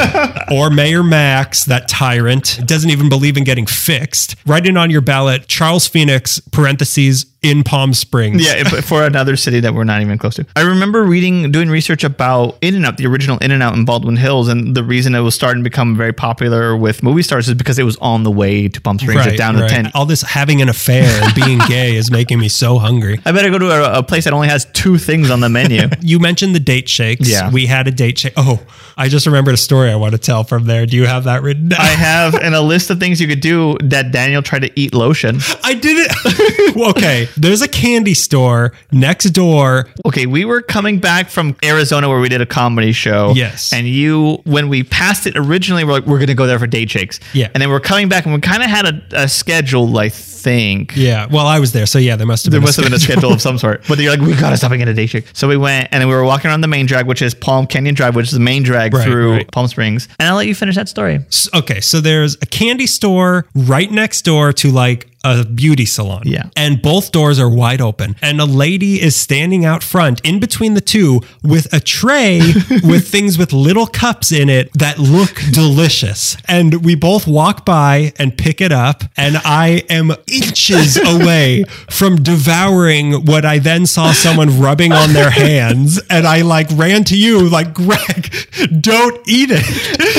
Speaker 2: or Mayor Max, that tyrant doesn't even believe in getting fixed. Write in on your ballot, Charles Phoenix, parentheses, in Palm Springs.
Speaker 1: Yeah, but for another city that we're not even close to. I remember reading, doing research about In and Out, the original In and Out in Baldwin Hills, and the reason it was starting to become very popular with movie stars is because it was on the way to Palm Springs,
Speaker 2: Right,
Speaker 1: just down
Speaker 2: right.
Speaker 1: the tent.
Speaker 2: All this having an affair and being gay is making me so hungry.
Speaker 1: I better go to a, a place that only has two things on the menu.
Speaker 2: You mentioned the date shakes.
Speaker 1: Yeah.
Speaker 2: We had a date shake. Oh, I just remembered a story I want to tell from there. Do you have that written down?
Speaker 1: I have and a list of things you could do that Daniel tried to eat lotion.
Speaker 2: I did it. Well, okay. There's a candy store next door.
Speaker 1: Okay, we were coming back from Arizona where we did a comedy show.
Speaker 2: Yes.
Speaker 1: And you, when we passed it originally, we're like, we're going to go there for date shakes.
Speaker 2: Yeah.
Speaker 1: And then we're coming back and we kind of had a, a schedule, I think.
Speaker 2: Yeah. Well, I was there. So, yeah, there must have
Speaker 1: There
Speaker 2: been
Speaker 1: must have been a schedule of some sort. But you're like, we gotta stop and get a day shake. So we went and then we were walking around the main drag, which is Palm Canyon Drive, which is the main drag
Speaker 2: Right,
Speaker 1: through
Speaker 2: right.
Speaker 1: Palm Springs. And I'll let you finish that story.
Speaker 2: S- okay, so there's a candy store right next door to like a beauty salon.
Speaker 1: Yeah.
Speaker 2: And both doors are wide open. And a lady is standing out front in between the two with a tray with things with little cups in it that look delicious. And we both walk by and pick it up. And I am inches away from devouring what I then saw someone rubbing on their hands. And I like ran to you, like, Greg, don't eat it.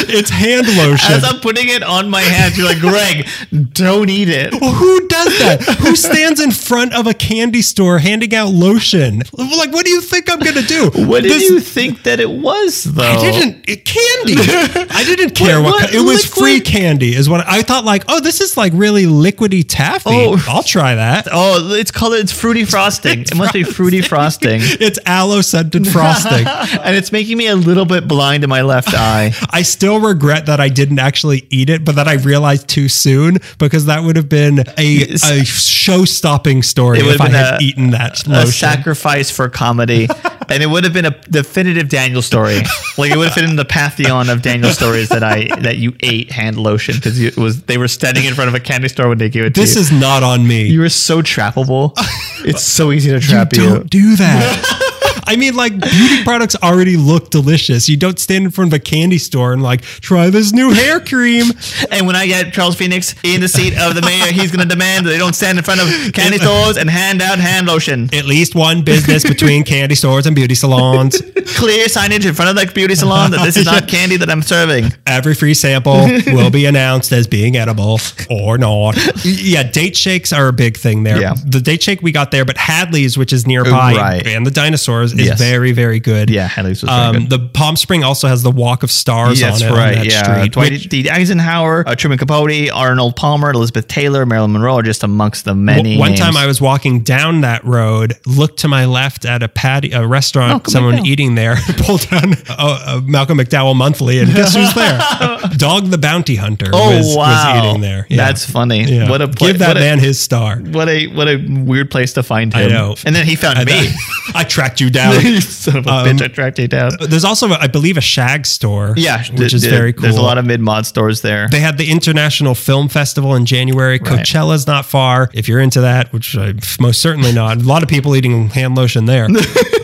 Speaker 2: It's hand lotion.
Speaker 1: As I'm putting it on my hands, you're like, Greg, don't eat it.
Speaker 2: Well, who does that? who stands in front of a candy store handing out lotion? Like, what do you think I'm gonna do?
Speaker 1: What did
Speaker 2: This-
Speaker 1: you think that it was though?
Speaker 2: I didn't it, candy. I didn't care what,
Speaker 1: what
Speaker 2: ki- it was.
Speaker 1: liquid-
Speaker 2: Free candy is what I thought. Like, oh, this is like really liquidy taffy.
Speaker 1: Oh.
Speaker 2: I'll try that.
Speaker 1: Oh, it's called it's fruity frosting. it must be fruity frosting.
Speaker 2: It's aloe scented frosting.
Speaker 1: and it's making me a little bit blind in my left eye.
Speaker 2: I still regret that I didn't actually eat it, but that I realized too soon because that would have been a, a show stopping story
Speaker 1: It would
Speaker 2: if I
Speaker 1: have been
Speaker 2: had
Speaker 1: a-
Speaker 2: eaten that
Speaker 1: a
Speaker 2: lotion.
Speaker 1: sacrifice for comedy. and it would have been a definitive Daniel story. Like it would have been in the pantheon of Daniel stories that I that you ate hand lotion because it was they were standing in front of a candy store when they gave it
Speaker 2: this
Speaker 1: to you.
Speaker 2: is not on me.
Speaker 1: you were so trappable. It's so easy to trap you.
Speaker 2: Don't do that. I mean, like beauty products already look delicious. You don't stand in front of a candy store and like try this new hair cream.
Speaker 1: And when I get Charles Phoenix in the seat of the mayor, he's going to demand that they don't stand in front of candy stores and hand out hand lotion.
Speaker 2: At least one business between candy stores and beauty salons.
Speaker 1: Clear signage in front of the beauty salon that this is not candy that I'm serving.
Speaker 2: Every free sample will be announced as being edible or not. Yeah, date shakes are a big thing there.
Speaker 1: Yeah.
Speaker 2: The date shake we got there, but Hadley's, which is nearby,
Speaker 1: Right.
Speaker 2: and the dinosaurs is
Speaker 1: Yes.
Speaker 2: very, very good.
Speaker 1: Yeah, Hadley's was very
Speaker 2: Um,
Speaker 1: good.
Speaker 2: the Palm Spring also has the Walk of Stars
Speaker 1: That's
Speaker 2: on it. on
Speaker 1: right.
Speaker 2: that
Speaker 1: yeah,
Speaker 2: street,
Speaker 1: Dwight
Speaker 2: which-
Speaker 1: D. Eisenhower, uh, Truman Capote, Arnold Palmer, Elizabeth Taylor, Marilyn Monroe are just amongst the many.
Speaker 2: One time I was walking down that road, looked to my left at a patty, a restaurant,
Speaker 1: Malcolm
Speaker 2: someone
Speaker 1: McDowell.
Speaker 2: eating there, pulled down a, a Malcolm McDowell monthly, and guess who's there? Dog the Bounty Hunter
Speaker 1: oh
Speaker 2: was,
Speaker 1: wow,
Speaker 2: was eating there. Yeah.
Speaker 1: That's funny.
Speaker 2: Yeah.
Speaker 1: What a pla-
Speaker 2: give that
Speaker 1: what a-
Speaker 2: man his star.
Speaker 1: What a what a weird place to find him.
Speaker 2: I know.
Speaker 1: And then he found
Speaker 2: And
Speaker 1: me.
Speaker 2: I, I tracked you down.
Speaker 1: You Son of a
Speaker 2: um,
Speaker 1: bitch! I tracked you down.
Speaker 2: But There's also, I believe, a Shag store.
Speaker 1: Yeah,
Speaker 2: which
Speaker 1: th-
Speaker 2: is
Speaker 1: th-
Speaker 2: very cool.
Speaker 1: There's a lot of mid mod stores there.
Speaker 2: They had the International Film Festival in January. Coachella's not far. If you're into that, which I'm most certainly not, a lot of people eating hand lotion there.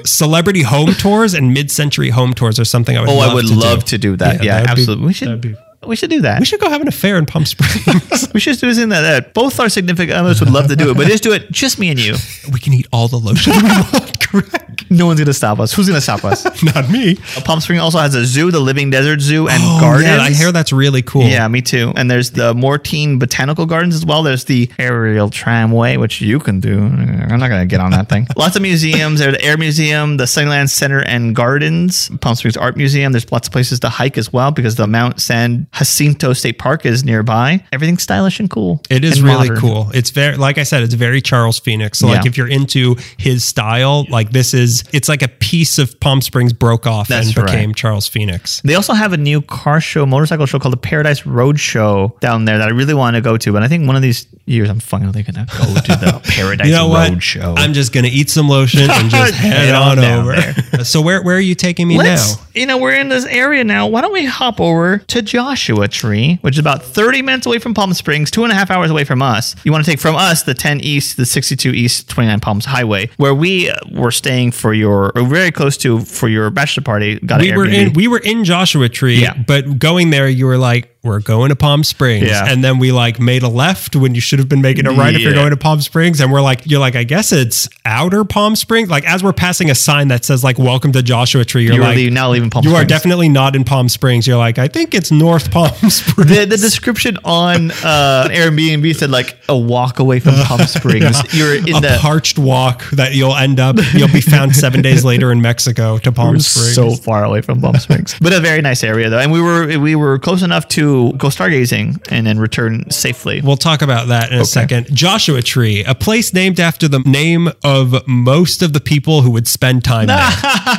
Speaker 2: Celebrity home tours and mid-century home tours are something I would.
Speaker 1: oh,
Speaker 2: love
Speaker 1: I would
Speaker 2: to
Speaker 1: love
Speaker 2: do.
Speaker 1: to do that.
Speaker 2: Yeah,
Speaker 1: Yeah,
Speaker 2: that'd be-
Speaker 1: absolutely. we should
Speaker 2: that'd be-
Speaker 1: we should do that.
Speaker 2: We should go have an affair in Palm Springs.
Speaker 1: We should do something that, that uh, both our significant others would love to do it, but just do it, just me and you.
Speaker 2: we can eat all the lotion we want. Correct?
Speaker 1: No one's gonna stop us. Who's gonna stop us?
Speaker 2: Not me.
Speaker 1: Palm Spring also has a zoo, the Living Desert Zoo, and
Speaker 2: Oh,
Speaker 1: gardens.
Speaker 2: yeah, I hear that's really cool.
Speaker 1: Yeah, me too. And there's the Mortine Botanical Gardens as well. There's the aerial tramway, which you can do. I'm not gonna get on that thing. Lots of museums. There's the Air Museum, the Sunnyland Center and Gardens, Palm Springs Art Museum. There's lots of places to hike as well because the Mount San Jacinto State Park is nearby. Everything's stylish and cool.
Speaker 2: It is
Speaker 1: and
Speaker 2: really
Speaker 1: modern.
Speaker 2: cool. It's very, like I said, it's very Charles Phoenix. So, like,
Speaker 1: Yeah.
Speaker 2: if you're into his style, like, this is, it's like a piece of Palm Springs broke off
Speaker 1: That's
Speaker 2: and became
Speaker 1: right.
Speaker 2: Charles Phoenix.
Speaker 1: They also have a new car show, motorcycle show called the Paradise Road Show down there that I really want to go to. But I think one of these years I'm finally going to go to the Paradise
Speaker 2: You know
Speaker 1: Road
Speaker 2: what?
Speaker 1: Show.
Speaker 2: I'm just gonna eat some lotion and just head
Speaker 1: Head on
Speaker 2: on,
Speaker 1: down
Speaker 2: over. so where where are you taking me
Speaker 1: Let's,
Speaker 2: now?
Speaker 1: you know, we're in this area now. Why don't we hop over to Joshua Tree, which is about 30 minutes away from Palm Springs, two and a half hours away from us. You want to take from us the 10 East, the 62 East, 29 Palms Highway, where we uh, were staying for your, or very close to for your bachelor party. Got an
Speaker 2: We were
Speaker 1: Airbnb.
Speaker 2: in we were in Joshua Tree,
Speaker 1: Yeah.
Speaker 2: but going there, you were like, we're going to Palm Springs.
Speaker 1: Yeah.
Speaker 2: And then we like made a left when you should have been making a right if you're
Speaker 1: Yeah.
Speaker 2: going to Palm Springs. And we're like, you're like, I guess it's outer Palm Springs. Like as we're passing a sign that says like welcome to Joshua Tree, you're
Speaker 1: You're
Speaker 2: like
Speaker 1: leaving- not leaving Palm
Speaker 2: you are
Speaker 1: Springs.
Speaker 2: definitely not in Palm Springs. You're like, I think it's North Palm Springs.
Speaker 1: The, the description on uh, Airbnb said like a walk away from Palm Springs. You're in
Speaker 2: a
Speaker 1: the
Speaker 2: parched walk that you'll end up you'll be found seven days later in Mexico to Palm
Speaker 1: We're
Speaker 2: Springs.
Speaker 1: so far away from Palm Springs, but a very nice area though. And we were we were close enough to go stargazing and then return safely.
Speaker 2: We'll talk about that in a second. Joshua Tree, a place named after the name of most of the people who would spend time there.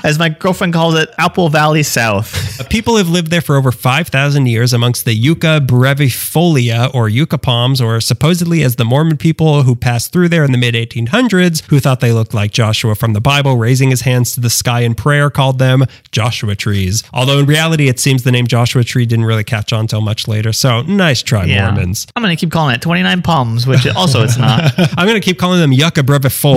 Speaker 1: As my girlfriend calls it, Apple Valley South.
Speaker 2: Uh, People have lived there for over 5,000 years amongst the Yucca brevifolia or Yucca palms, or supposedly as the Mormon people who passed through there in the mid 1800s, who thought they looked like Joshua from the Bible, raising his hands to the sky in prayer, called them Joshua trees. Although in reality, it seems the name Joshua tree didn't really catch on till much later. So nice try, Mormons.
Speaker 1: I'm gonna keep calling it 29 Palms, which also it's not.
Speaker 2: I'm going to keep calling them yucca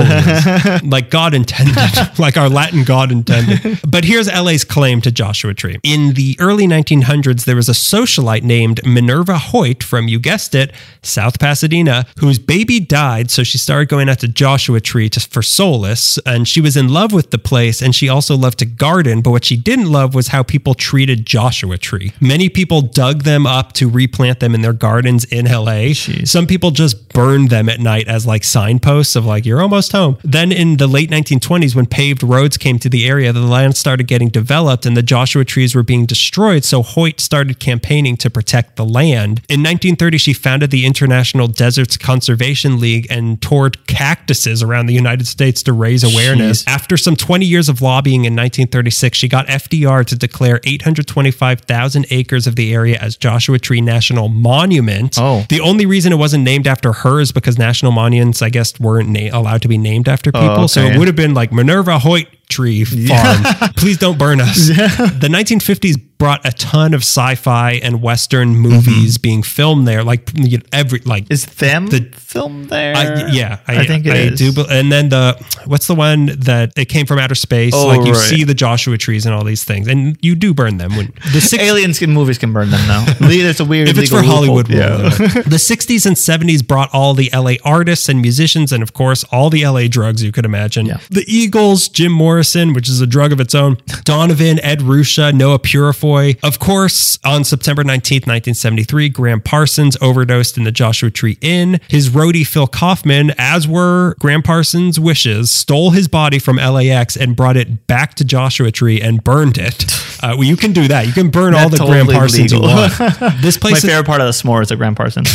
Speaker 2: brevifolias, like God intended, like our Latin God intended. But here's LA's claim to Joshua Tree. In the early 1900s, there was a socialite named Minerva Hoyt from, you guessed it, South Pasadena, whose baby died. So she started going out to Joshua Tree to, for solace. And she was in love with the place. And she also loved to garden. But what she didn't love was how people treated Joshua Tree. Many people dug them up to replant them in their gardens in LA. Some people just burned them at night as like signposts of like, you're almost home. Then in the late 1920s, when paved roads came to the area, the land started getting developed and the Joshua trees were being destroyed. So Hoyt started campaigning to protect the land. In 1930, she founded the International Deserts Conservation League and toured cactuses around the United States to raise awareness. After some 20 years of lobbying in 1936, she got FDR to declare 825,000 acres of the area as Joshua Tree National Monument.
Speaker 1: Oh.
Speaker 2: The only reason it wasn't named after her is because national monuments, I guess, weren't na- allowed to be named after people. So
Speaker 1: Oh, okay.
Speaker 2: it would have been like Minerva Hoyt Tree Farm. Please don't burn us. The 1950s brought a ton of sci-fi and Western movies
Speaker 1: Mm-hmm.
Speaker 2: being filmed there. Like you know, every like
Speaker 1: Is them
Speaker 2: The-
Speaker 1: film there?
Speaker 2: I, yeah,
Speaker 1: I, think it
Speaker 2: I
Speaker 1: is.
Speaker 2: do. bel- And then the what's the one that it came from outer space?
Speaker 1: Oh,
Speaker 2: like you
Speaker 1: right.
Speaker 2: see the Joshua trees and all these things, and you do burn them when the six.
Speaker 1: Aliens can movies can burn them now. There's a weird
Speaker 2: If it's
Speaker 1: legal
Speaker 2: for Hollywood,
Speaker 1: loophole.
Speaker 2: we'll do it. the 60s and 70s brought all the LA artists and musicians, and of course, all the LA drugs you could imagine.
Speaker 1: Yeah.
Speaker 2: The Eagles, Jim Morrison, which is a drug of its own, Donovan, Ed Ruscha, Noah Purifoy. Of course, on September 19th, 1973, Graham Parsons overdosed in the Joshua Tree Inn. His roadie, Phil Kaufman, as were Graham Parsons' wishes, stole his body from LAX and brought it back to Joshua Tree and burned it. Uh, well, you can do that. You can burn all the
Speaker 1: That's totally
Speaker 2: Graham Parsons
Speaker 1: legal.
Speaker 2: you want. This
Speaker 1: My
Speaker 2: place is
Speaker 1: favorite part of the s'more is at Grand Parsons.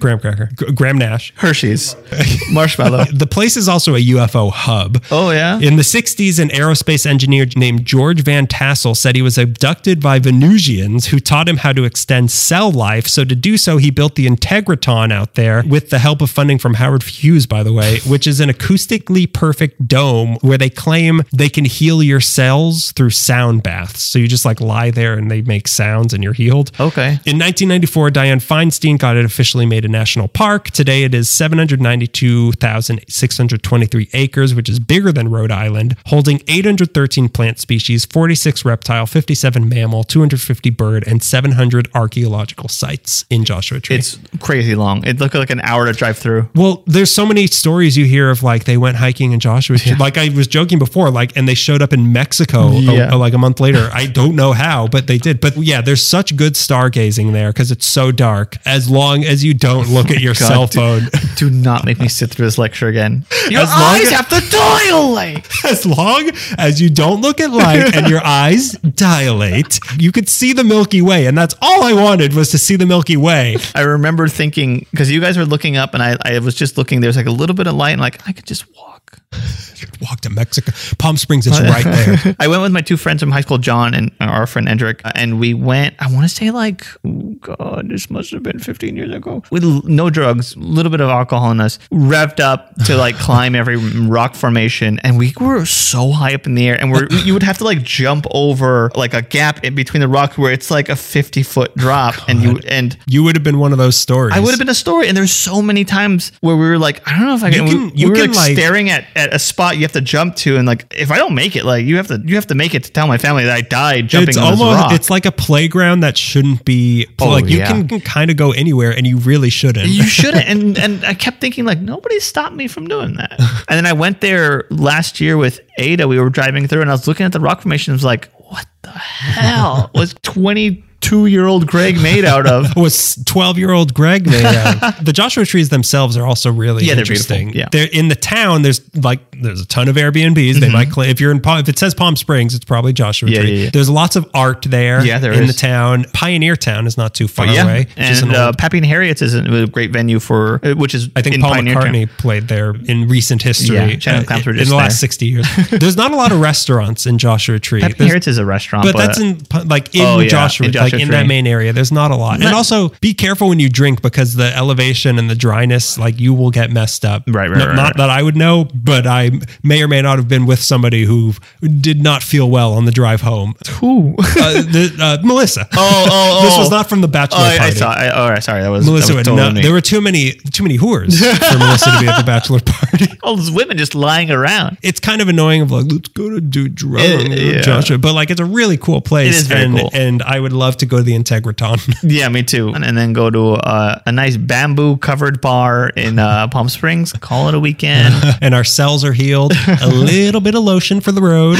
Speaker 2: Graham Cracker, G- Graham Nash.
Speaker 1: Hershey's marshmallow.
Speaker 2: The place is also a UFO hub.
Speaker 1: Oh yeah.
Speaker 2: In the 60s, an aerospace engineer named George Van Tassel said he was abducted by Venusians who taught him how to extend cell life. So, to do so, he built the Integratron out there with the help of funding from Howard Hughes, by the way, which is an acoustically perfect dome where they claim they can heal your cells through sound baths. So, you just like lie there and they make sounds and you're healed.
Speaker 1: Okay.
Speaker 2: In 1994, Diane Feinstein got it officially made a national park. Today, it is 792,623 acres, which is bigger than Rhode Island, holding 813 plant species, 46 reptile, 57 mammal, 250 bird, and 700 archaeological sites in Joshua Tree.
Speaker 1: It's crazy long. It looked like an hour to drive through.
Speaker 2: Well, there's so many stories you hear of like they went hiking in Joshua. Tree. Like I was joking before, like and they showed up in Mexico a-
Speaker 1: Yeah.
Speaker 2: a- like a month later. I don't know how, but they did. But yeah, there's such good stargazing there because it's so dark. As long as you don't look at your
Speaker 1: God,
Speaker 2: cell
Speaker 1: dude.
Speaker 2: phone,
Speaker 1: Do not make me sit through this lecture again. Your
Speaker 2: As long as-
Speaker 1: have to dilate.
Speaker 2: as long as you don't look at light and your eyes dilate, you could see the Milky Way, and that's all I wanted was to see the Milky Way.
Speaker 1: I remember thinking because you guys were looking up and I, I was just looking. There's like a little bit of light and like I could just walk.
Speaker 2: Walk to Mexico, Palm Springs is right there.
Speaker 1: I went with my two friends from high school, John and our friend Endrick, uh, and we went. I want to say like, oh God, this must have been 15 years ago. With l- no drugs, a little bit of alcohol in us, revved up to like climb every rock formation, and we were so high up in the air, and we're you would have to like jump over like a gap in between the rocks where it's like a 50 foot drop, and you and.
Speaker 2: You would have been one of those stories.
Speaker 1: I would have been a story, and there's so many times where we were like, I don't know if I can.
Speaker 2: You
Speaker 1: we-
Speaker 2: can-
Speaker 1: we,
Speaker 2: you
Speaker 1: were
Speaker 2: can,
Speaker 1: like,
Speaker 2: like-
Speaker 1: staring at, at a spot you have to jump to, and like if I don't make it, like you have to you have to make it to tell my family that I died jumping
Speaker 2: It's
Speaker 1: on this
Speaker 2: almost
Speaker 1: rock.
Speaker 2: it's like a playground that shouldn't be
Speaker 1: Oh,
Speaker 2: like you
Speaker 1: yeah.
Speaker 2: can kind of go anywhere and you really shouldn't.
Speaker 1: you shouldn't. And and I kept thinking like nobody stopped me from doing that. And then I went there last year with Ada. We were driving through, and I was looking at the rock formation. I was like, what the hell was twenty two year old Greg made out of?
Speaker 2: was 12 year old Greg made out of. the Joshua trees themselves are also really
Speaker 1: Yeah, they're beautiful.
Speaker 2: interesting.
Speaker 1: Yeah.
Speaker 2: They're in the town. There's like, there's a ton of Airbnbs. They might claim if you're in, Palm, if it says Palm Springs, it's probably Joshua
Speaker 1: Mm-hmm. Yeah,
Speaker 2: tree.
Speaker 1: yeah, yeah.
Speaker 2: There's lots of art there
Speaker 1: Yeah, there
Speaker 2: in
Speaker 1: is.
Speaker 2: the town. Pioneer town is not too far away. It's just an
Speaker 1: and uh,
Speaker 2: old-
Speaker 1: Pappy and Harriet's is a a great venue for uh, which is
Speaker 2: I think
Speaker 1: in
Speaker 2: Paul
Speaker 1: Pioneer Town.
Speaker 2: McCartney played there in recent history.
Speaker 1: Yeah, Shannon
Speaker 2: uh,
Speaker 1: Clams were
Speaker 2: in
Speaker 1: just
Speaker 2: the last
Speaker 1: there.
Speaker 2: 60 years. There's not a lot of restaurants in Joshua Tree.
Speaker 1: Pappy and
Speaker 2: There's-
Speaker 1: Harriet's is a restaurant,
Speaker 2: but that's in like in
Speaker 1: Oh, yeah,
Speaker 2: Joshua,
Speaker 1: in
Speaker 2: like
Speaker 1: Joshua
Speaker 2: in that
Speaker 1: Tree.
Speaker 2: main area. There's not a lot, and
Speaker 1: Not-
Speaker 2: also be careful when you drink because the elevation and the dryness, like you will get messed up.
Speaker 1: Right, right,
Speaker 2: No-
Speaker 1: right,
Speaker 2: Not
Speaker 1: right.
Speaker 2: that I would know, but I may or may not have been with somebody who did not feel well on the drive home.
Speaker 1: who? oh,
Speaker 2: Uh, the, uh, Melissa.
Speaker 1: oh, oh!
Speaker 2: this was not from the bachelor
Speaker 1: I, I
Speaker 2: party.
Speaker 1: saw. I, all right, sorry, that was
Speaker 2: Melissa
Speaker 1: That was
Speaker 2: would
Speaker 1: totally
Speaker 2: not,
Speaker 1: me.
Speaker 2: there were too many too many whores for Melissa to be at the bachelor party.
Speaker 1: all those women just lying around.
Speaker 2: It's kind of annoying of like let's go to do drum
Speaker 1: Eh, yeah.
Speaker 2: Joshua, but like it's a really cool place.
Speaker 1: It is very
Speaker 2: and,
Speaker 1: cool.
Speaker 2: and I would love to go to the Integriton.
Speaker 1: Yeah, me too. And, and then go to uh, a nice bamboo covered bar in uh, Palm Springs. Call it a weekend.
Speaker 2: and our cells are healed. A little bit of lotion for the road.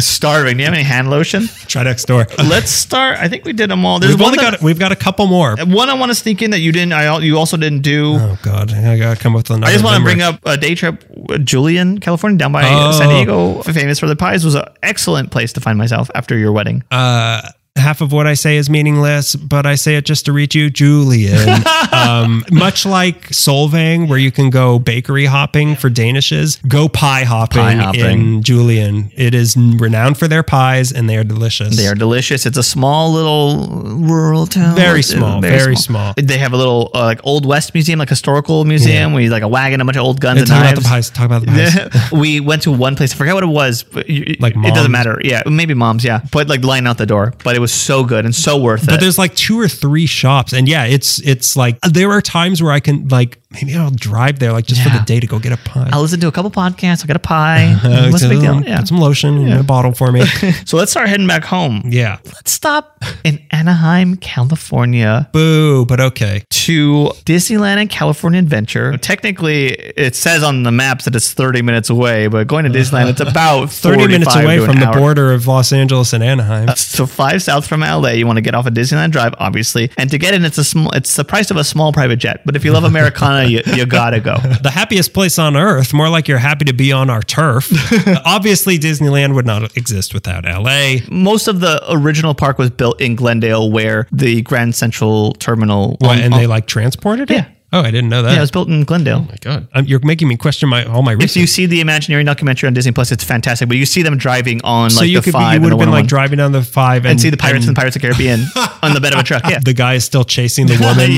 Speaker 1: Starving. Do you have any hand lotion?
Speaker 2: Try next door.
Speaker 1: Let's start. I think we did them all. There's
Speaker 2: We've
Speaker 1: one
Speaker 2: only
Speaker 1: that,
Speaker 2: got we've got a couple more.
Speaker 1: one I want to sneak in that you didn't. I al- you also didn't do.
Speaker 2: Oh God, I gotta come up with another.
Speaker 1: I just want to
Speaker 2: limerick.
Speaker 1: bring up a day trip. uh, Julian, California, down by
Speaker 2: Oh.
Speaker 1: San Diego, famous for the pies, was an excellent place to find myself after your wedding.
Speaker 2: Uh, half of what I say is meaningless, but I say it just to reach you, Julian. um, much like Solvang, where you can go bakery hopping for danishes, go pie hopping,
Speaker 1: Pie hopping.
Speaker 2: in Julian. It is renowned for their pies, and they are delicious.
Speaker 1: They are delicious. It's a small little rural town.
Speaker 2: Very
Speaker 1: It's, uh,
Speaker 2: small, very small.
Speaker 1: They have a little uh, like old West museum, like historical museum, where you like a wagon, a bunch of old guns
Speaker 2: Yeah,
Speaker 1: and
Speaker 2: talk about
Speaker 1: knives.
Speaker 2: the pies. Talk about the pies.
Speaker 1: we went to one place. I forget what it was. But you,
Speaker 2: Like
Speaker 1: it
Speaker 2: Mom's?
Speaker 1: doesn't matter. Yeah, maybe mom's. Yeah, but like lying out the door. But it was so good and so worth
Speaker 2: But
Speaker 1: it.
Speaker 2: there's like two or three shops, and yeah, it's it's like there are times where I can like maybe I'll drive there like just for
Speaker 1: Yeah.
Speaker 2: the day to go get a pie.
Speaker 1: I listened to a couple podcasts. I got a pie.
Speaker 2: Uh,
Speaker 1: What's the big deal?
Speaker 2: put
Speaker 1: Yeah.
Speaker 2: some lotion in a bottle for me.
Speaker 1: So let's start heading back home.
Speaker 2: yeah,
Speaker 1: Let's stop in Anaheim, California.
Speaker 2: boo, but okay.
Speaker 1: to Disneyland and California Adventure. Technically, it says on the maps that it's 30 minutes away, but going to Disneyland, it's about
Speaker 2: 30
Speaker 1: 45
Speaker 2: minutes away
Speaker 1: to an
Speaker 2: from the
Speaker 1: hour.
Speaker 2: border of Los Angeles and Anaheim.
Speaker 1: So five south from LA, you want to get off at Disneyland Drive, obviously, and to get in, it's a small, it's the price of a small private jet. But if you love Americana, you, you gotta go.
Speaker 2: the happiest place on earth, more like you're happy to be on our turf. Uh, Obviously, Disneyland would not exist without LA.
Speaker 1: Most of the original park was built in Glendale, where the Grand Central Terminal.
Speaker 2: What,
Speaker 1: um,
Speaker 2: and
Speaker 1: um,
Speaker 2: they like transported it?
Speaker 1: Yeah.
Speaker 2: Oh, I didn't know that.
Speaker 1: yeah, it was built in Glendale.
Speaker 2: my God. Um, you're making me question my all my
Speaker 1: If
Speaker 2: research.
Speaker 1: you see the Imagineering documentary on Disney Plus, it's fantastic. But you see them driving on like
Speaker 2: so you
Speaker 1: the
Speaker 2: could be,
Speaker 1: five
Speaker 2: you
Speaker 1: and
Speaker 2: would
Speaker 1: the
Speaker 2: have been like
Speaker 1: 101.
Speaker 2: driving down the five and,
Speaker 1: and see the pirates and, Pirates of the Caribbean on the bed of a truck. Yeah.
Speaker 2: the guy is still chasing the woman,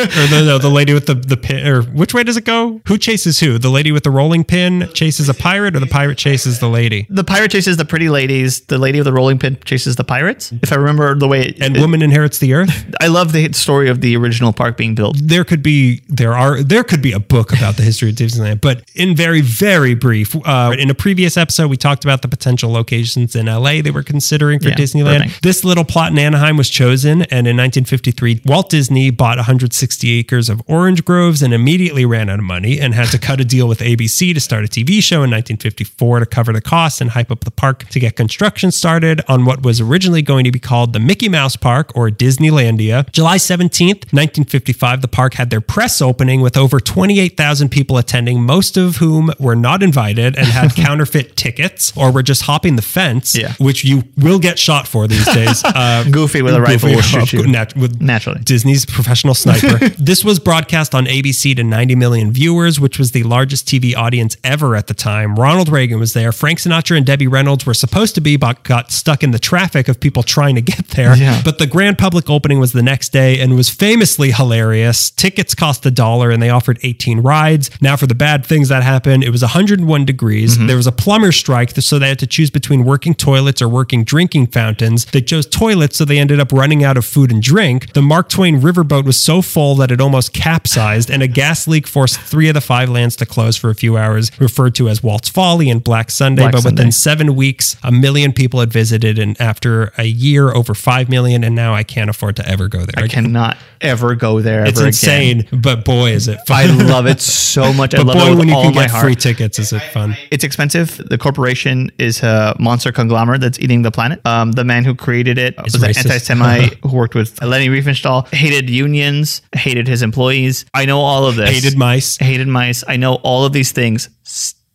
Speaker 2: or the, no, the lady with the the pin. Or which way does it go? Who chases who? The lady with the rolling pin chases a pirate, or the pirate chases the lady?
Speaker 1: The pirate chases the pretty ladies. The lady with the rolling pin chases the pirates. If I remember the way, it,
Speaker 2: And woman inherits the earth.
Speaker 1: I love the story of the original park being built.
Speaker 2: there could be there are there could be a book about the history of Disneyland, but in very very brief. Uh, in a previous episode, we talked about the potential locations in LA they were considering for
Speaker 1: Yeah,
Speaker 2: Disneyland.
Speaker 1: Burbank.
Speaker 2: This little plot in Anaheim was chosen, and in 1953, Walt Disney bought 160 acres of orange groves and immediately ran out of money and had to cut a deal with ABC to start a TV show in 1954 to cover the costs and hype up the park to get construction started on what was originally going to be called the Mickey Mouse Park or Disneylandia. July 17th, 1955, the park had their press opening with over 28,000 people attending, most of whom were not invited and had counterfeit tickets or were just hopping the fence,
Speaker 1: Yeah.
Speaker 2: which you will get shot for these days. Uh,
Speaker 1: Goofy with a rifle will
Speaker 2: Goofy,
Speaker 1: shoot you.
Speaker 2: nat- with
Speaker 1: Naturally.
Speaker 2: Disney's professional sniper. this was broadcast on ABC to 90 million viewers, which was the largest TV audience ever at the time. Ronald Reagan was there. Frank Sinatra and Debbie Reynolds were supposed to be, but got stuck in the traffic of people trying to get there.
Speaker 1: Yeah.
Speaker 2: But the grand public opening was the next day and was famously hilarious. Tickets cost cost a dollar and they offered 18 rides. Now, for the bad things that happened, it was 101 degrees.
Speaker 1: Mm-hmm.
Speaker 2: There was a plumber strike, so they had to choose between working toilets or working drinking fountains. They chose toilets, so they ended up running out of food and drink. The Mark Twain riverboat was so full that it almost capsized, and a gas leak forced three of the five lands to close for a few hours, referred to as Walt's Folly and Black Sunday.
Speaker 1: Black
Speaker 2: but
Speaker 1: Sunday.
Speaker 2: within seven weeks, a million people had visited, and after a year, over five million. And now I can't afford to ever go there.
Speaker 1: I
Speaker 2: again.
Speaker 1: cannot ever go there.
Speaker 2: It's
Speaker 1: ever Again.
Speaker 2: insane, but boy, is it
Speaker 1: I
Speaker 2: fun!
Speaker 1: love it so much. I love
Speaker 2: but
Speaker 1: it
Speaker 2: boy,
Speaker 1: with
Speaker 2: when you
Speaker 1: all
Speaker 2: can
Speaker 1: my
Speaker 2: get
Speaker 1: heart.
Speaker 2: free tickets, is it fun?
Speaker 1: It's expensive. The corporation is a monster conglomerate that's eating the planet. Um, the man who created it was an
Speaker 2: racist.
Speaker 1: anti-Semite who worked with Lenny Riefenstahl. Hated unions. Hated his employees. I know all of this.
Speaker 2: Hated mice.
Speaker 1: hated mice. I know all of these things.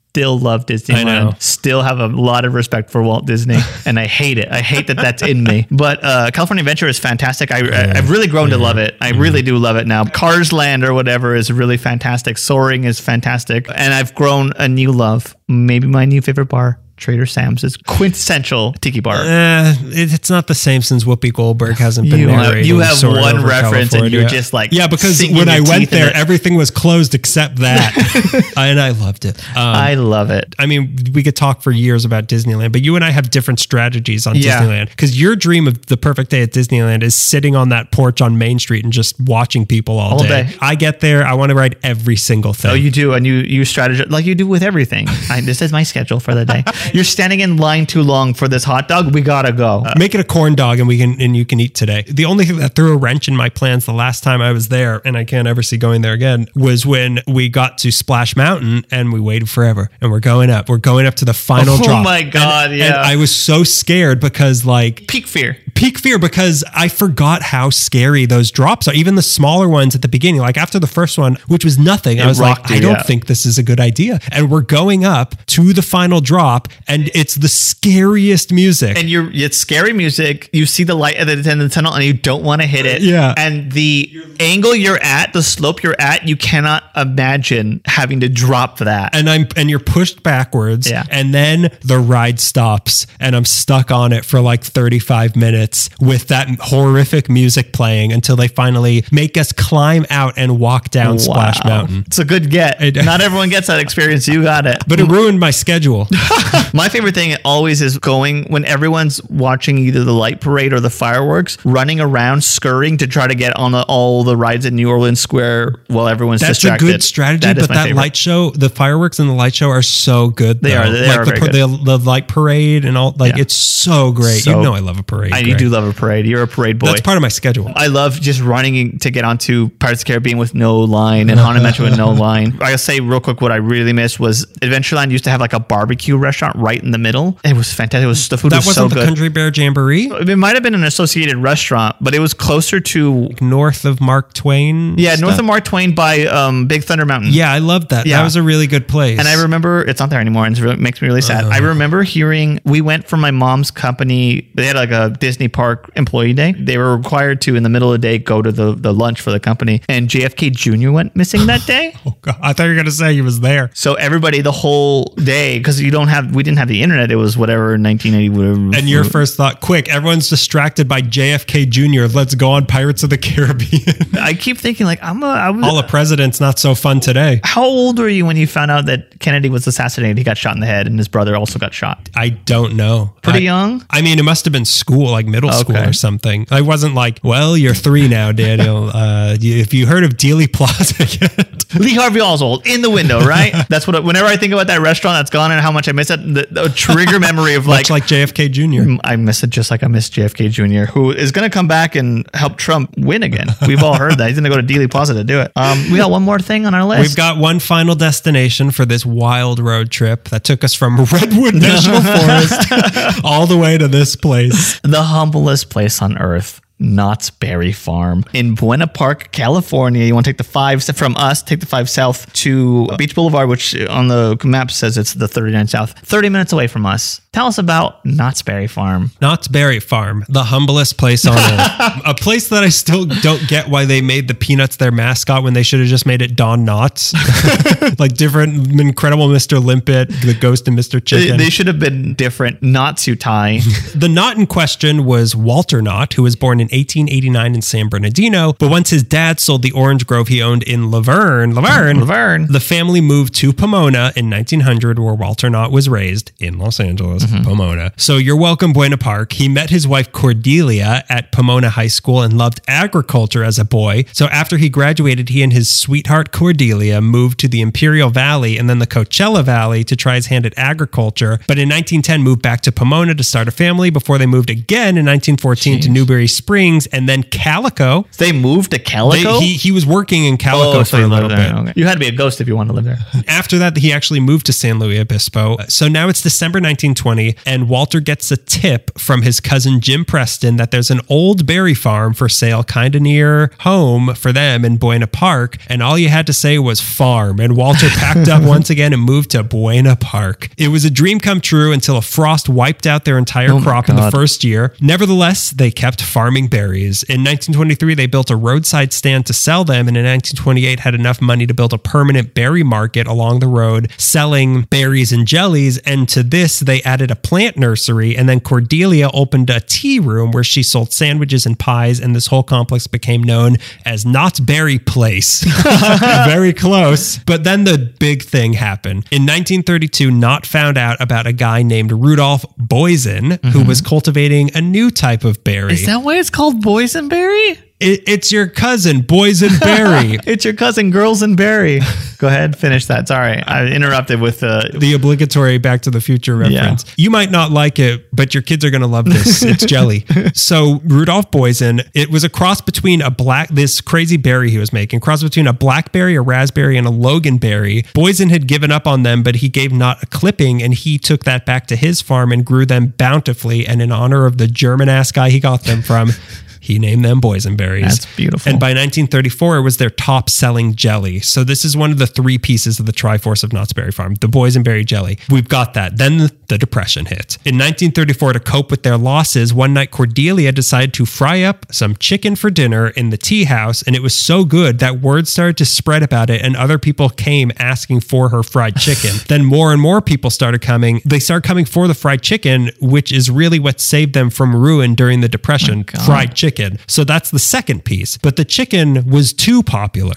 Speaker 1: Still love
Speaker 2: know.
Speaker 1: Disneyland. Still have a lot of respect for Walt Disney, and I hate it. I hate that that's in me. But uh, California Adventure is fantastic. I, I, I've really grown to love it. I really do love it now. Cars Land or whatever is really fantastic. Soaring is fantastic, and I've grown a new love. Maybe my new favorite bar, Trader Sam's, is quintessential tiki bar.
Speaker 2: Uh, it, it's not the same since Whoopi Goldberg hasn't been
Speaker 1: You have-
Speaker 2: narrating
Speaker 1: you have
Speaker 2: Soarin'
Speaker 1: one
Speaker 2: over
Speaker 1: reference and
Speaker 2: California.
Speaker 1: you're just, like,
Speaker 2: yeah, because
Speaker 1: sinking
Speaker 2: when
Speaker 1: your
Speaker 2: I went
Speaker 1: teeth in
Speaker 2: there,
Speaker 1: it.
Speaker 2: everything was closed except that, and I loved it. Um,
Speaker 1: I love it.
Speaker 2: I mean, we could talk for years about Disneyland, but you and I have different strategies on
Speaker 1: Yeah.
Speaker 2: Disneyland because your dream of the perfect day at Disneyland is sitting on that porch on Main Street and just watching people all,
Speaker 1: All
Speaker 2: day.
Speaker 1: day.
Speaker 2: I get there, I want to ride every single thing.
Speaker 1: Oh, you do, and you you strategize like you do with everything. I, this is my schedule for the day. You're standing in line too long for this hot dog. We gotta go.
Speaker 2: Make it a corn dog and we can and you can eat today. The only thing that threw a wrench in my plans the last time I was there, and I can't ever see going there again, was when we got to Splash Mountain and we waited forever and we're going up. We're going up to the final
Speaker 1: Oh
Speaker 2: drop.
Speaker 1: my
Speaker 2: And-
Speaker 1: God,
Speaker 2: And
Speaker 1: yeah.
Speaker 2: I was so scared because like
Speaker 1: Peak fear.
Speaker 2: peak fear because I forgot how scary those drops are. Even the smaller ones at the beginning, like after the first one, which was nothing, I was like,
Speaker 1: rocked you,
Speaker 2: I don't
Speaker 1: yeah.
Speaker 2: think this is a good idea. And we're going up to the final drop, and it's the scariest music.
Speaker 1: And you're it's scary music. You see the light at the end of the tunnel, and you don't want to hit it.
Speaker 2: Yeah.
Speaker 1: And the angle you're at, the slope you're at, you cannot imagine having to drop that.
Speaker 2: and I'm and you're pushed backwards,
Speaker 1: Yeah.
Speaker 2: and then the ride stops, and I'm stuck on it for like 35 minutes with that horrific music playing until they finally make us climb out and walk down Splash
Speaker 1: Wow.
Speaker 2: Mountain.
Speaker 1: It's a good get. Not everyone gets that experience. You got it.
Speaker 2: But it ruined my schedule.
Speaker 1: My favorite thing always is going when everyone's watching either the light parade or the fireworks, running around, scurrying to try to get on the, all the rides in New Orleans Square while everyone's
Speaker 2: That's
Speaker 1: distracted.
Speaker 2: a good strategy,
Speaker 1: That is
Speaker 2: but
Speaker 1: my
Speaker 2: that
Speaker 1: favorite.
Speaker 2: light show, the fireworks and the light show are so good. They
Speaker 1: are- they
Speaker 2: like
Speaker 1: are
Speaker 2: the,
Speaker 1: very
Speaker 2: par- The, the light parade and all. Like
Speaker 1: Yeah.
Speaker 2: it's so great.
Speaker 1: So-
Speaker 2: you know, I love a parade.
Speaker 1: I
Speaker 2: Greg.
Speaker 1: do love a parade. You're a parade boy.
Speaker 2: That's part of my schedule.
Speaker 1: I love just running to get onto Pirates of the Caribbean with no line and Haunted Mansion with no line. I'll say real quick what I really missed was Adventureland used to have like a barbecue restaurant right in the middle. It was fantastic. It was, the food
Speaker 2: that
Speaker 1: was
Speaker 2: wasn't
Speaker 1: so
Speaker 2: the
Speaker 1: good.
Speaker 2: Country Bear Jamboree
Speaker 1: it might have been an associated restaurant, but it was closer to
Speaker 2: north of Mark Twain.
Speaker 1: Yeah, north
Speaker 2: stuff.
Speaker 1: of Mark Twain by um, Big Thunder Mountain.
Speaker 2: Yeah, I loved that. That
Speaker 1: Yeah.
Speaker 2: was a really good place.
Speaker 1: And I remember it's not there anymore, and it really, makes me really sad. I remember hearing we went from my mom's company. They had like a Disney Park employee day. They were required to, in the middle of the day, go to the, the lunch for the company. And JFK Jr. went missing that day.
Speaker 2: oh God, I thought you were gonna say he was there.
Speaker 1: so everybody, the whole day, because you don't have, we didn't have the internet. It was whatever 1980, whatever.
Speaker 2: And your first thought, quick, everyone's distracted by JFK Jr. Let's go on Pirates of the Caribbean.
Speaker 1: I keep thinking like I'm a. I was,
Speaker 2: All a president's not so fun today.
Speaker 1: how old were you when you found out that Kennedy was assassinated? He got shot in the head, and his brother also got shot.
Speaker 2: I don't know.
Speaker 1: Pretty
Speaker 2: I-
Speaker 1: young?
Speaker 2: I mean, it must have been school, like middle school
Speaker 1: Okay.
Speaker 2: or something. I wasn't like, well, you're three now, Daniel. uh, you, if you heard of Dealey Plaza yet,
Speaker 1: Lee Harvey Oswald in the window, right? That's what. Whenever I think about that restaurant that's gone and how much I miss it, the, the trigger memory of like,
Speaker 2: it's like JFK Jr.
Speaker 1: I miss it just like I miss JFK Jr., who is going to come back and help Trump win again. We've all heard that he's going to go to Dealey Plaza to do it. Um, we got one more thing on our list.
Speaker 2: We've got one final destination for this wild road trip that took us from Redwood National Forest all the way to this place.
Speaker 1: the humblest place on earth. Knott's Berry Farm in Buena Park, California. You want to take the five from us, take the five south to Beach Boulevard, which on the map says it's the 39 south, 30 minutes away from us. Tell us about Knott's Berry Farm.
Speaker 2: Knott's Berry Farm, the humblest place on earth. a place that I still don't get why they made the Peanuts their mascot when they should have just made it Don Knotts. like different incredible Mr. Limpet, the ghost of Mr.
Speaker 1: They,
Speaker 2: Chicken.
Speaker 1: they should have been different. Not Tsutai.
Speaker 2: the knot in question was Walter Knott, who was born in 1889 in San Bernardino. But once his dad sold the orange grove he owned in Laverne, Laverne,
Speaker 1: Laverne.
Speaker 2: the family moved to Pomona in 1900, where Walter Knott was raised in Los Angeles,
Speaker 1: Mm-hmm.
Speaker 2: Pomona. So you're welcome, Buena Park. He met his wife Cordelia at Pomona High School and loved agriculture as a boy. So after he graduated, he and his sweetheart Cordelia moved to the Imperial Valley and then the Coachella Valley to try his hand at agriculture. But in 1910, moved back to Pomona to start a family before they moved again in 1914 to Newberry Springs and then Calico.
Speaker 1: They moved to
Speaker 2: They-
Speaker 1: Calico.
Speaker 2: he, he was working in Calico
Speaker 1: Oh, so
Speaker 2: for
Speaker 1: you
Speaker 2: a
Speaker 1: lived
Speaker 2: little
Speaker 1: there.
Speaker 2: bit.
Speaker 1: Okay. You had to be a ghost if you wanted to live there.
Speaker 2: After that, he actually moved to San Luis Obispo. So now it's December 1920, and Walter gets a tip from his cousin Jim Preston that there's an old berry farm for sale kind of near home for them in Buena Park. And all you had to say was farm. And Walter packed up once again and moved to Buena Park. It was a dream come true until a frost wiped out their entire crop in the
Speaker 1: God.
Speaker 2: first year. Nevertheless, they kept farming berries. In 1923, they built a roadside stand to sell them, and in 1928, had enough money to build a permanent berry market along the road, selling berries and jellies. And to this, they added a plant nursery, and then Cordelia opened a tea room where she sold sandwiches and pies, and this whole complex became known as Knott's Berry Place. Very close. But then the big thing happened. In 1932, Knott found out about a guy named Rudolph Boysen who was cultivating a new type of berry.
Speaker 1: Is that why it's called boysenberry?
Speaker 2: It- it's your cousin, boysenberry.
Speaker 1: It's your cousin, girls and berry. Go ahead, finish that. Sorry, I interrupted with the.
Speaker 2: the obligatory Back to the Future reference. You might not like it, but your kids are going to love this. It's jelly. So Rudolph Boysen, it was a cross between a black, this crazy berry he was making, cross between a blackberry, a raspberry, and a loganberry. Boysen had given up on them, but he gave Knott a clipping, and he took that back to his farm and grew them bountifully. And in honor of the German ass guy he got them from. He named them boysenberries.
Speaker 1: That's beautiful.
Speaker 2: And by 1934, it was their top selling jelly. So this is one of the three pieces of the Triforce of Knott's Berry Farm, the boysenberry jelly. We've got that. Then the depression hit. In 1934, to cope with their losses, one night Cordelia decided to fry up some chicken for dinner in the tea house, and it was so good that word started to spread about it, and other people came asking for her fried chicken. then more and more people started coming. They started coming for the fried chicken, which is really what saved them from ruin during the depression. fried chicken. So that's the second piece. But the chicken was too popular.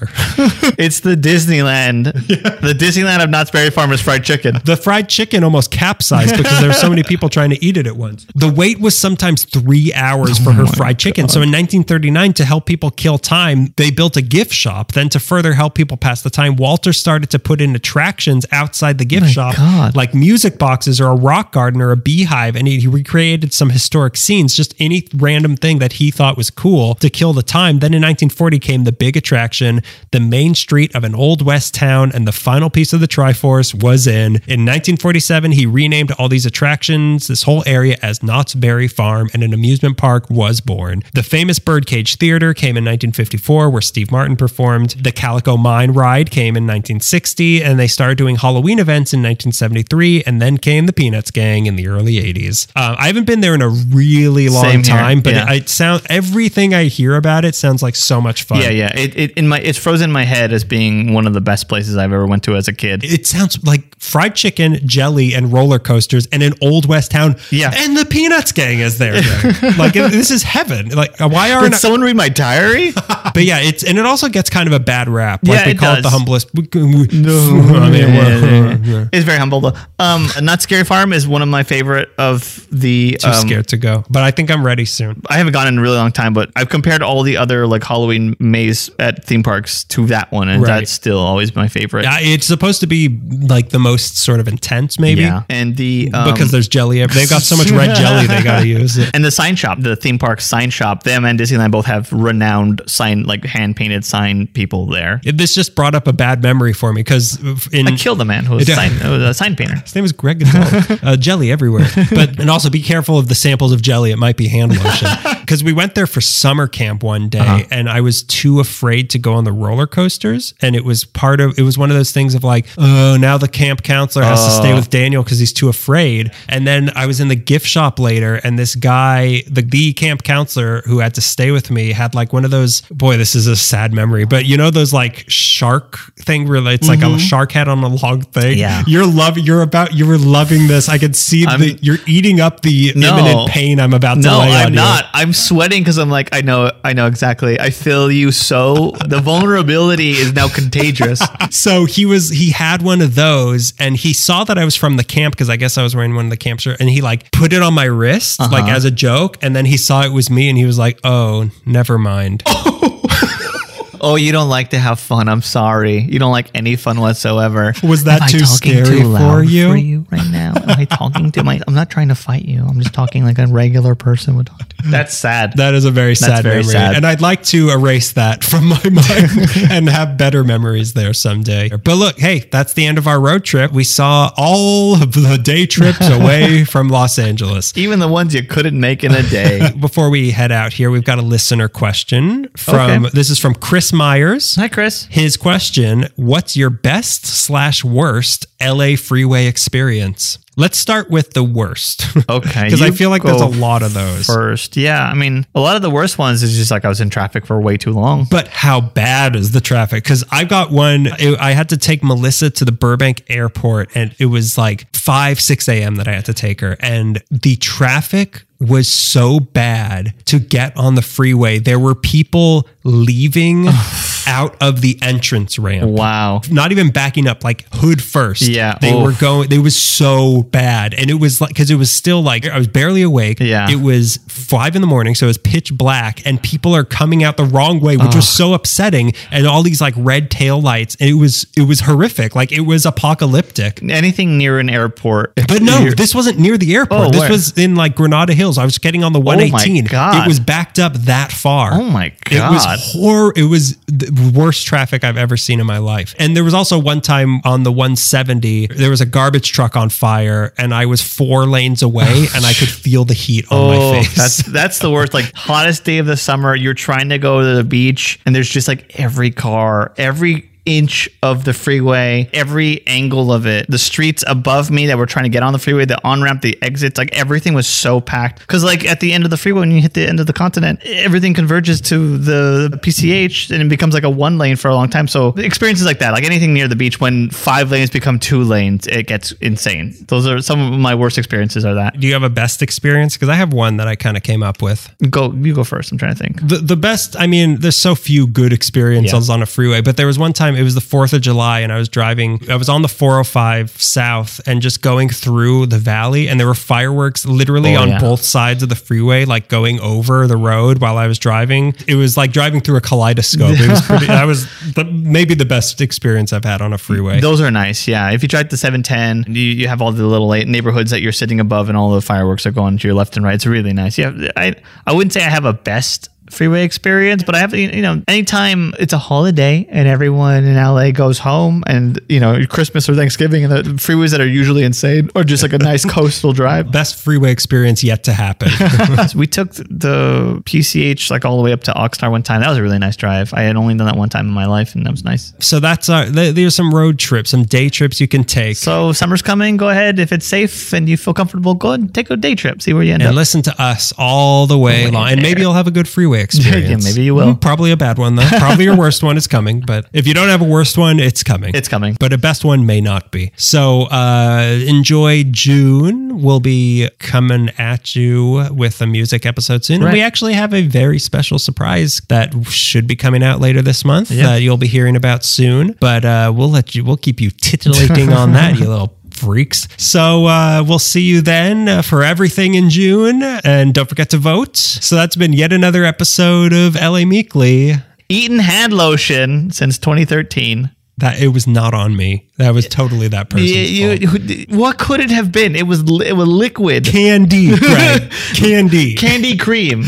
Speaker 1: It's the Disneyland, the Disneyland of Knott's Berry Farm is fried chicken.
Speaker 2: The fried chicken almost capsized because there were so many people trying to eat it at once. The wait was sometimes three hours for her fried chicken. So in 1939, to help people kill time, they built a gift shop. Then to further help people pass the time, Walter started to put in attractions outside the gift shop,
Speaker 1: God.
Speaker 2: like music boxes or a rock garden or a beehive. And he, he recreated some historic scenes, just any random thing that he thought was cool to kill the time. Then in 1940 came the big attraction, the main street of an old West town, and the final piece of the Triforce was in. In 1947, he renamed all these attractions, this whole area, as Knott's Berry Farm, and an amusement park was born. The famous Birdcage Theater came in 1954, where Steve Martin performed. The Calico Mine Ride came in 1960, and they started doing Halloween events in 1973, and then came the Peanuts Gang in the early 80s. Uh, I haven't been there in a really long
Speaker 1: Same here.
Speaker 2: time, but
Speaker 1: Yeah.
Speaker 2: it, it sound everything I hear about it sounds like so much fun.
Speaker 1: Yeah, yeah. It, it in my it's frozen in my head as being one of the best places I've ever went to as a kid.
Speaker 2: It sounds like fried chicken, jelly, and roller coasters, and an old west town.
Speaker 1: Yeah.
Speaker 2: and the Peanuts Gang is there. again. like it- this is heaven. Like uh, why
Speaker 1: Did
Speaker 2: aren't?
Speaker 1: someone read my diary?
Speaker 2: but yeah, it's and it also gets kind of a bad rap. Like
Speaker 1: Yeah,
Speaker 2: they
Speaker 1: it
Speaker 2: call it
Speaker 1: does.
Speaker 2: the humblest. I mean, well,
Speaker 1: it's very humble though. Um, Not Scary Farm is one of my favorite of the.
Speaker 2: I'm
Speaker 1: um,
Speaker 2: scared to go, but I think I'm ready soon.
Speaker 1: I haven't gone in a really long time, but I've compared all the other like Halloween maze at theme parks to that one, and
Speaker 2: Right.
Speaker 1: that's still always my favorite.
Speaker 2: Yeah, it's supposed to be like the most sort of intense, maybe.
Speaker 1: Yeah. and the um,
Speaker 2: Because there's jelly. ev- They've got so much red jelly they got to use.
Speaker 1: and the sign shop, the theme park sign shop, them and Disneyland both have renowned sign, like hand painted sign people there.
Speaker 2: It- This just brought up a bad memory for me because in
Speaker 1: I killed a man who was, a
Speaker 2: Yeah.
Speaker 1: sign, who was a sign painter.
Speaker 2: His name is Greg Gonzalez. uh, jelly everywhere. But and also be careful of the samples of jelly. It might be hand lotion. Because we went there for summer camp one day, and I was too afraid to go on the roller coasters. And it was part of it was one of those things of like, oh, now the camp counselor has to stay with Daniel because he's too afraid. And then I was in the gift shop later, and this guy, the the camp counselor who had to stay with me, had like one of those boy. boy, this is a sad memory, but you know those like shark thing where it's like
Speaker 1: Mm-hmm.
Speaker 2: a shark head on a long thing.
Speaker 3: Yeah.
Speaker 2: you're love. You're about. You were loving this. I could see
Speaker 1: I'm-
Speaker 2: that you're eating up the
Speaker 1: No.
Speaker 2: imminent pain I'm about to
Speaker 1: No,
Speaker 2: lay on
Speaker 1: I'm
Speaker 2: you.
Speaker 1: not. I'm sweating because I'm like, I know, I know exactly. I feel you so. The vulnerability is now contagious.
Speaker 2: So he was he had one of those and he saw that I was from the camp because I guess I was wearing one of the camp shirts and he like put it on my wrist
Speaker 1: Uh-huh.
Speaker 2: like as a joke and then he saw it was me and he was like, "Oh, never mind."
Speaker 1: Oh, you don't like to have fun. I'm sorry. You don't like any fun whatsoever.
Speaker 2: Was that
Speaker 1: Am I
Speaker 2: too
Speaker 1: talking
Speaker 2: scary
Speaker 1: too loud
Speaker 2: for you?
Speaker 1: right now? Am I talking to my? I'm not trying to fight you. I'm just talking like a regular person would talk to. That's sad.
Speaker 2: That is a very sad
Speaker 1: very
Speaker 2: memory.
Speaker 1: sad.
Speaker 2: And I'd like to erase that from my mind and have better memories there someday. But look, hey, that's the end of our road trip. We saw all of the day trips away from Los Angeles.
Speaker 1: Even the ones you couldn't make in a day.
Speaker 2: Before we head out here, we've got a listener question from
Speaker 1: Okay.
Speaker 2: this is from Chris Myers.
Speaker 1: Hi, Chris.
Speaker 2: His question What's your best slash worst LA freeway experience? Let's start with the worst.
Speaker 1: Okay,
Speaker 2: Because I
Speaker 1: you
Speaker 2: feel like there's a
Speaker 1: go
Speaker 2: lot of those.
Speaker 1: First, yeah. I mean, a lot of the worst ones is just like I was in traffic for way too long.
Speaker 2: but how bad is the traffic? Because I got one. it- I had to take Melissa to the Burbank airport, and it was like five, six a.m. that I had to take her, and the traffic was so bad to get on the freeway. There were people leaving out of the entrance ramp
Speaker 1: Wow.
Speaker 2: not even backing up, like hood first.
Speaker 1: Yeah.
Speaker 2: They
Speaker 1: Oof.
Speaker 2: were going, they was so bad. And it was like, cause it was still like, I was barely awake.
Speaker 1: Yeah.
Speaker 2: It was five in the morning. So it was pitch black and people are coming out the wrong way, which was so upsetting. And all these like red tail lights. And it was, it was horrific. Like it was apocalyptic.
Speaker 1: Anything near an airport.
Speaker 2: But no,
Speaker 1: You're-
Speaker 2: this wasn't near the airport.
Speaker 1: Oh,
Speaker 2: this
Speaker 1: where? Oh
Speaker 2: was in like Granada Hills. I was getting on the 118.
Speaker 1: God.
Speaker 2: It was backed up that far.
Speaker 1: Oh my
Speaker 2: It was
Speaker 1: God.
Speaker 2: horror. It was the worst traffic I've ever seen in my life. And there was also one time on the 170, there was a garbage truck on fire, and I was four lanes away, and I could feel the heat on my face.
Speaker 1: Oh, that's that's the worst. Like hottest day of the summer, you're trying to go to the beach, and there's just like every car, every inch of the freeway, every angle of it. The streets above me that were trying to get on the freeway, the on ramp, the exits, like everything was so packed. Because like at the end of the freeway, when you hit the end of the continent, everything converges to the PCH, and it becomes like a one lane for a long time. So experiences like that, like anything near the beach, when five lanes become two lanes, it gets insane. Those are some of my worst experiences. Are that
Speaker 2: Do you have a best experience? Because I have one that I kind of came up with.
Speaker 1: go? You go first. I'm trying to think.
Speaker 2: The, the best, I mean, there's so few good experiences on a freeway, but there was one time, it was the 4th of July, and I was driving, I was on the 405 south and just going through the valley, and there were fireworks literally
Speaker 1: Oh,
Speaker 2: on
Speaker 1: yeah.
Speaker 2: both sides of the freeway, like going over the road while I was driving. It was like driving through a kaleidoscope. It was pretty, that was the, maybe the best experience I've had on a freeway.
Speaker 1: Those are nice, yeah. If you drive the 710, you, you have all the little like, neighborhoods that you're sitting above, and all the fireworks are going to your left and right. It's really nice. Yeah, I I wouldn't say I have a best freeway experience, but I have you know anytime it's a holiday and everyone in LA goes home, and you know Christmas or Thanksgiving, and the freeways that are usually insane or just like a nice coastal drive.
Speaker 2: best freeway experience yet to happen.
Speaker 1: we took the PCH like all the way up to Oxnard one time. That was a really nice drive. I had only done that one time in my life, and that was nice.
Speaker 2: so that's our, th- there's some road trips, some day trips you can take.
Speaker 1: So summer's coming. Go ahead if it's safe and you feel comfortable. Go and take a day trip. See where you end
Speaker 2: and
Speaker 1: up.
Speaker 2: listen to us all the way along. And maybe you'll have a good freeway experience.
Speaker 1: maybe you will.
Speaker 2: Mm, Probably a bad one though. Probably your worst one is coming. But if you don't have a worst one, it's coming.
Speaker 1: It's coming.
Speaker 2: But a best one may not be. So uh, enjoy June. We'll be coming at you with a music episode soon. And
Speaker 1: Right.
Speaker 2: We actually have a very special surprise that should be coming out later this month that you'll be hearing about soon. But uh, we'll let you. We'll keep you titillating on that, you little freaks. So uh, we'll see you then uh, for everything in June. And don't forget to vote. So that's been yet another episode of LA Meekly.
Speaker 1: Eaton hand lotion since 2013.
Speaker 2: That it was not on me. That was totally that person's
Speaker 1: You-
Speaker 2: fault.
Speaker 1: you- what could it have been? It was li- it was liquid
Speaker 2: Candy, Greg. Candy.
Speaker 1: candy cream.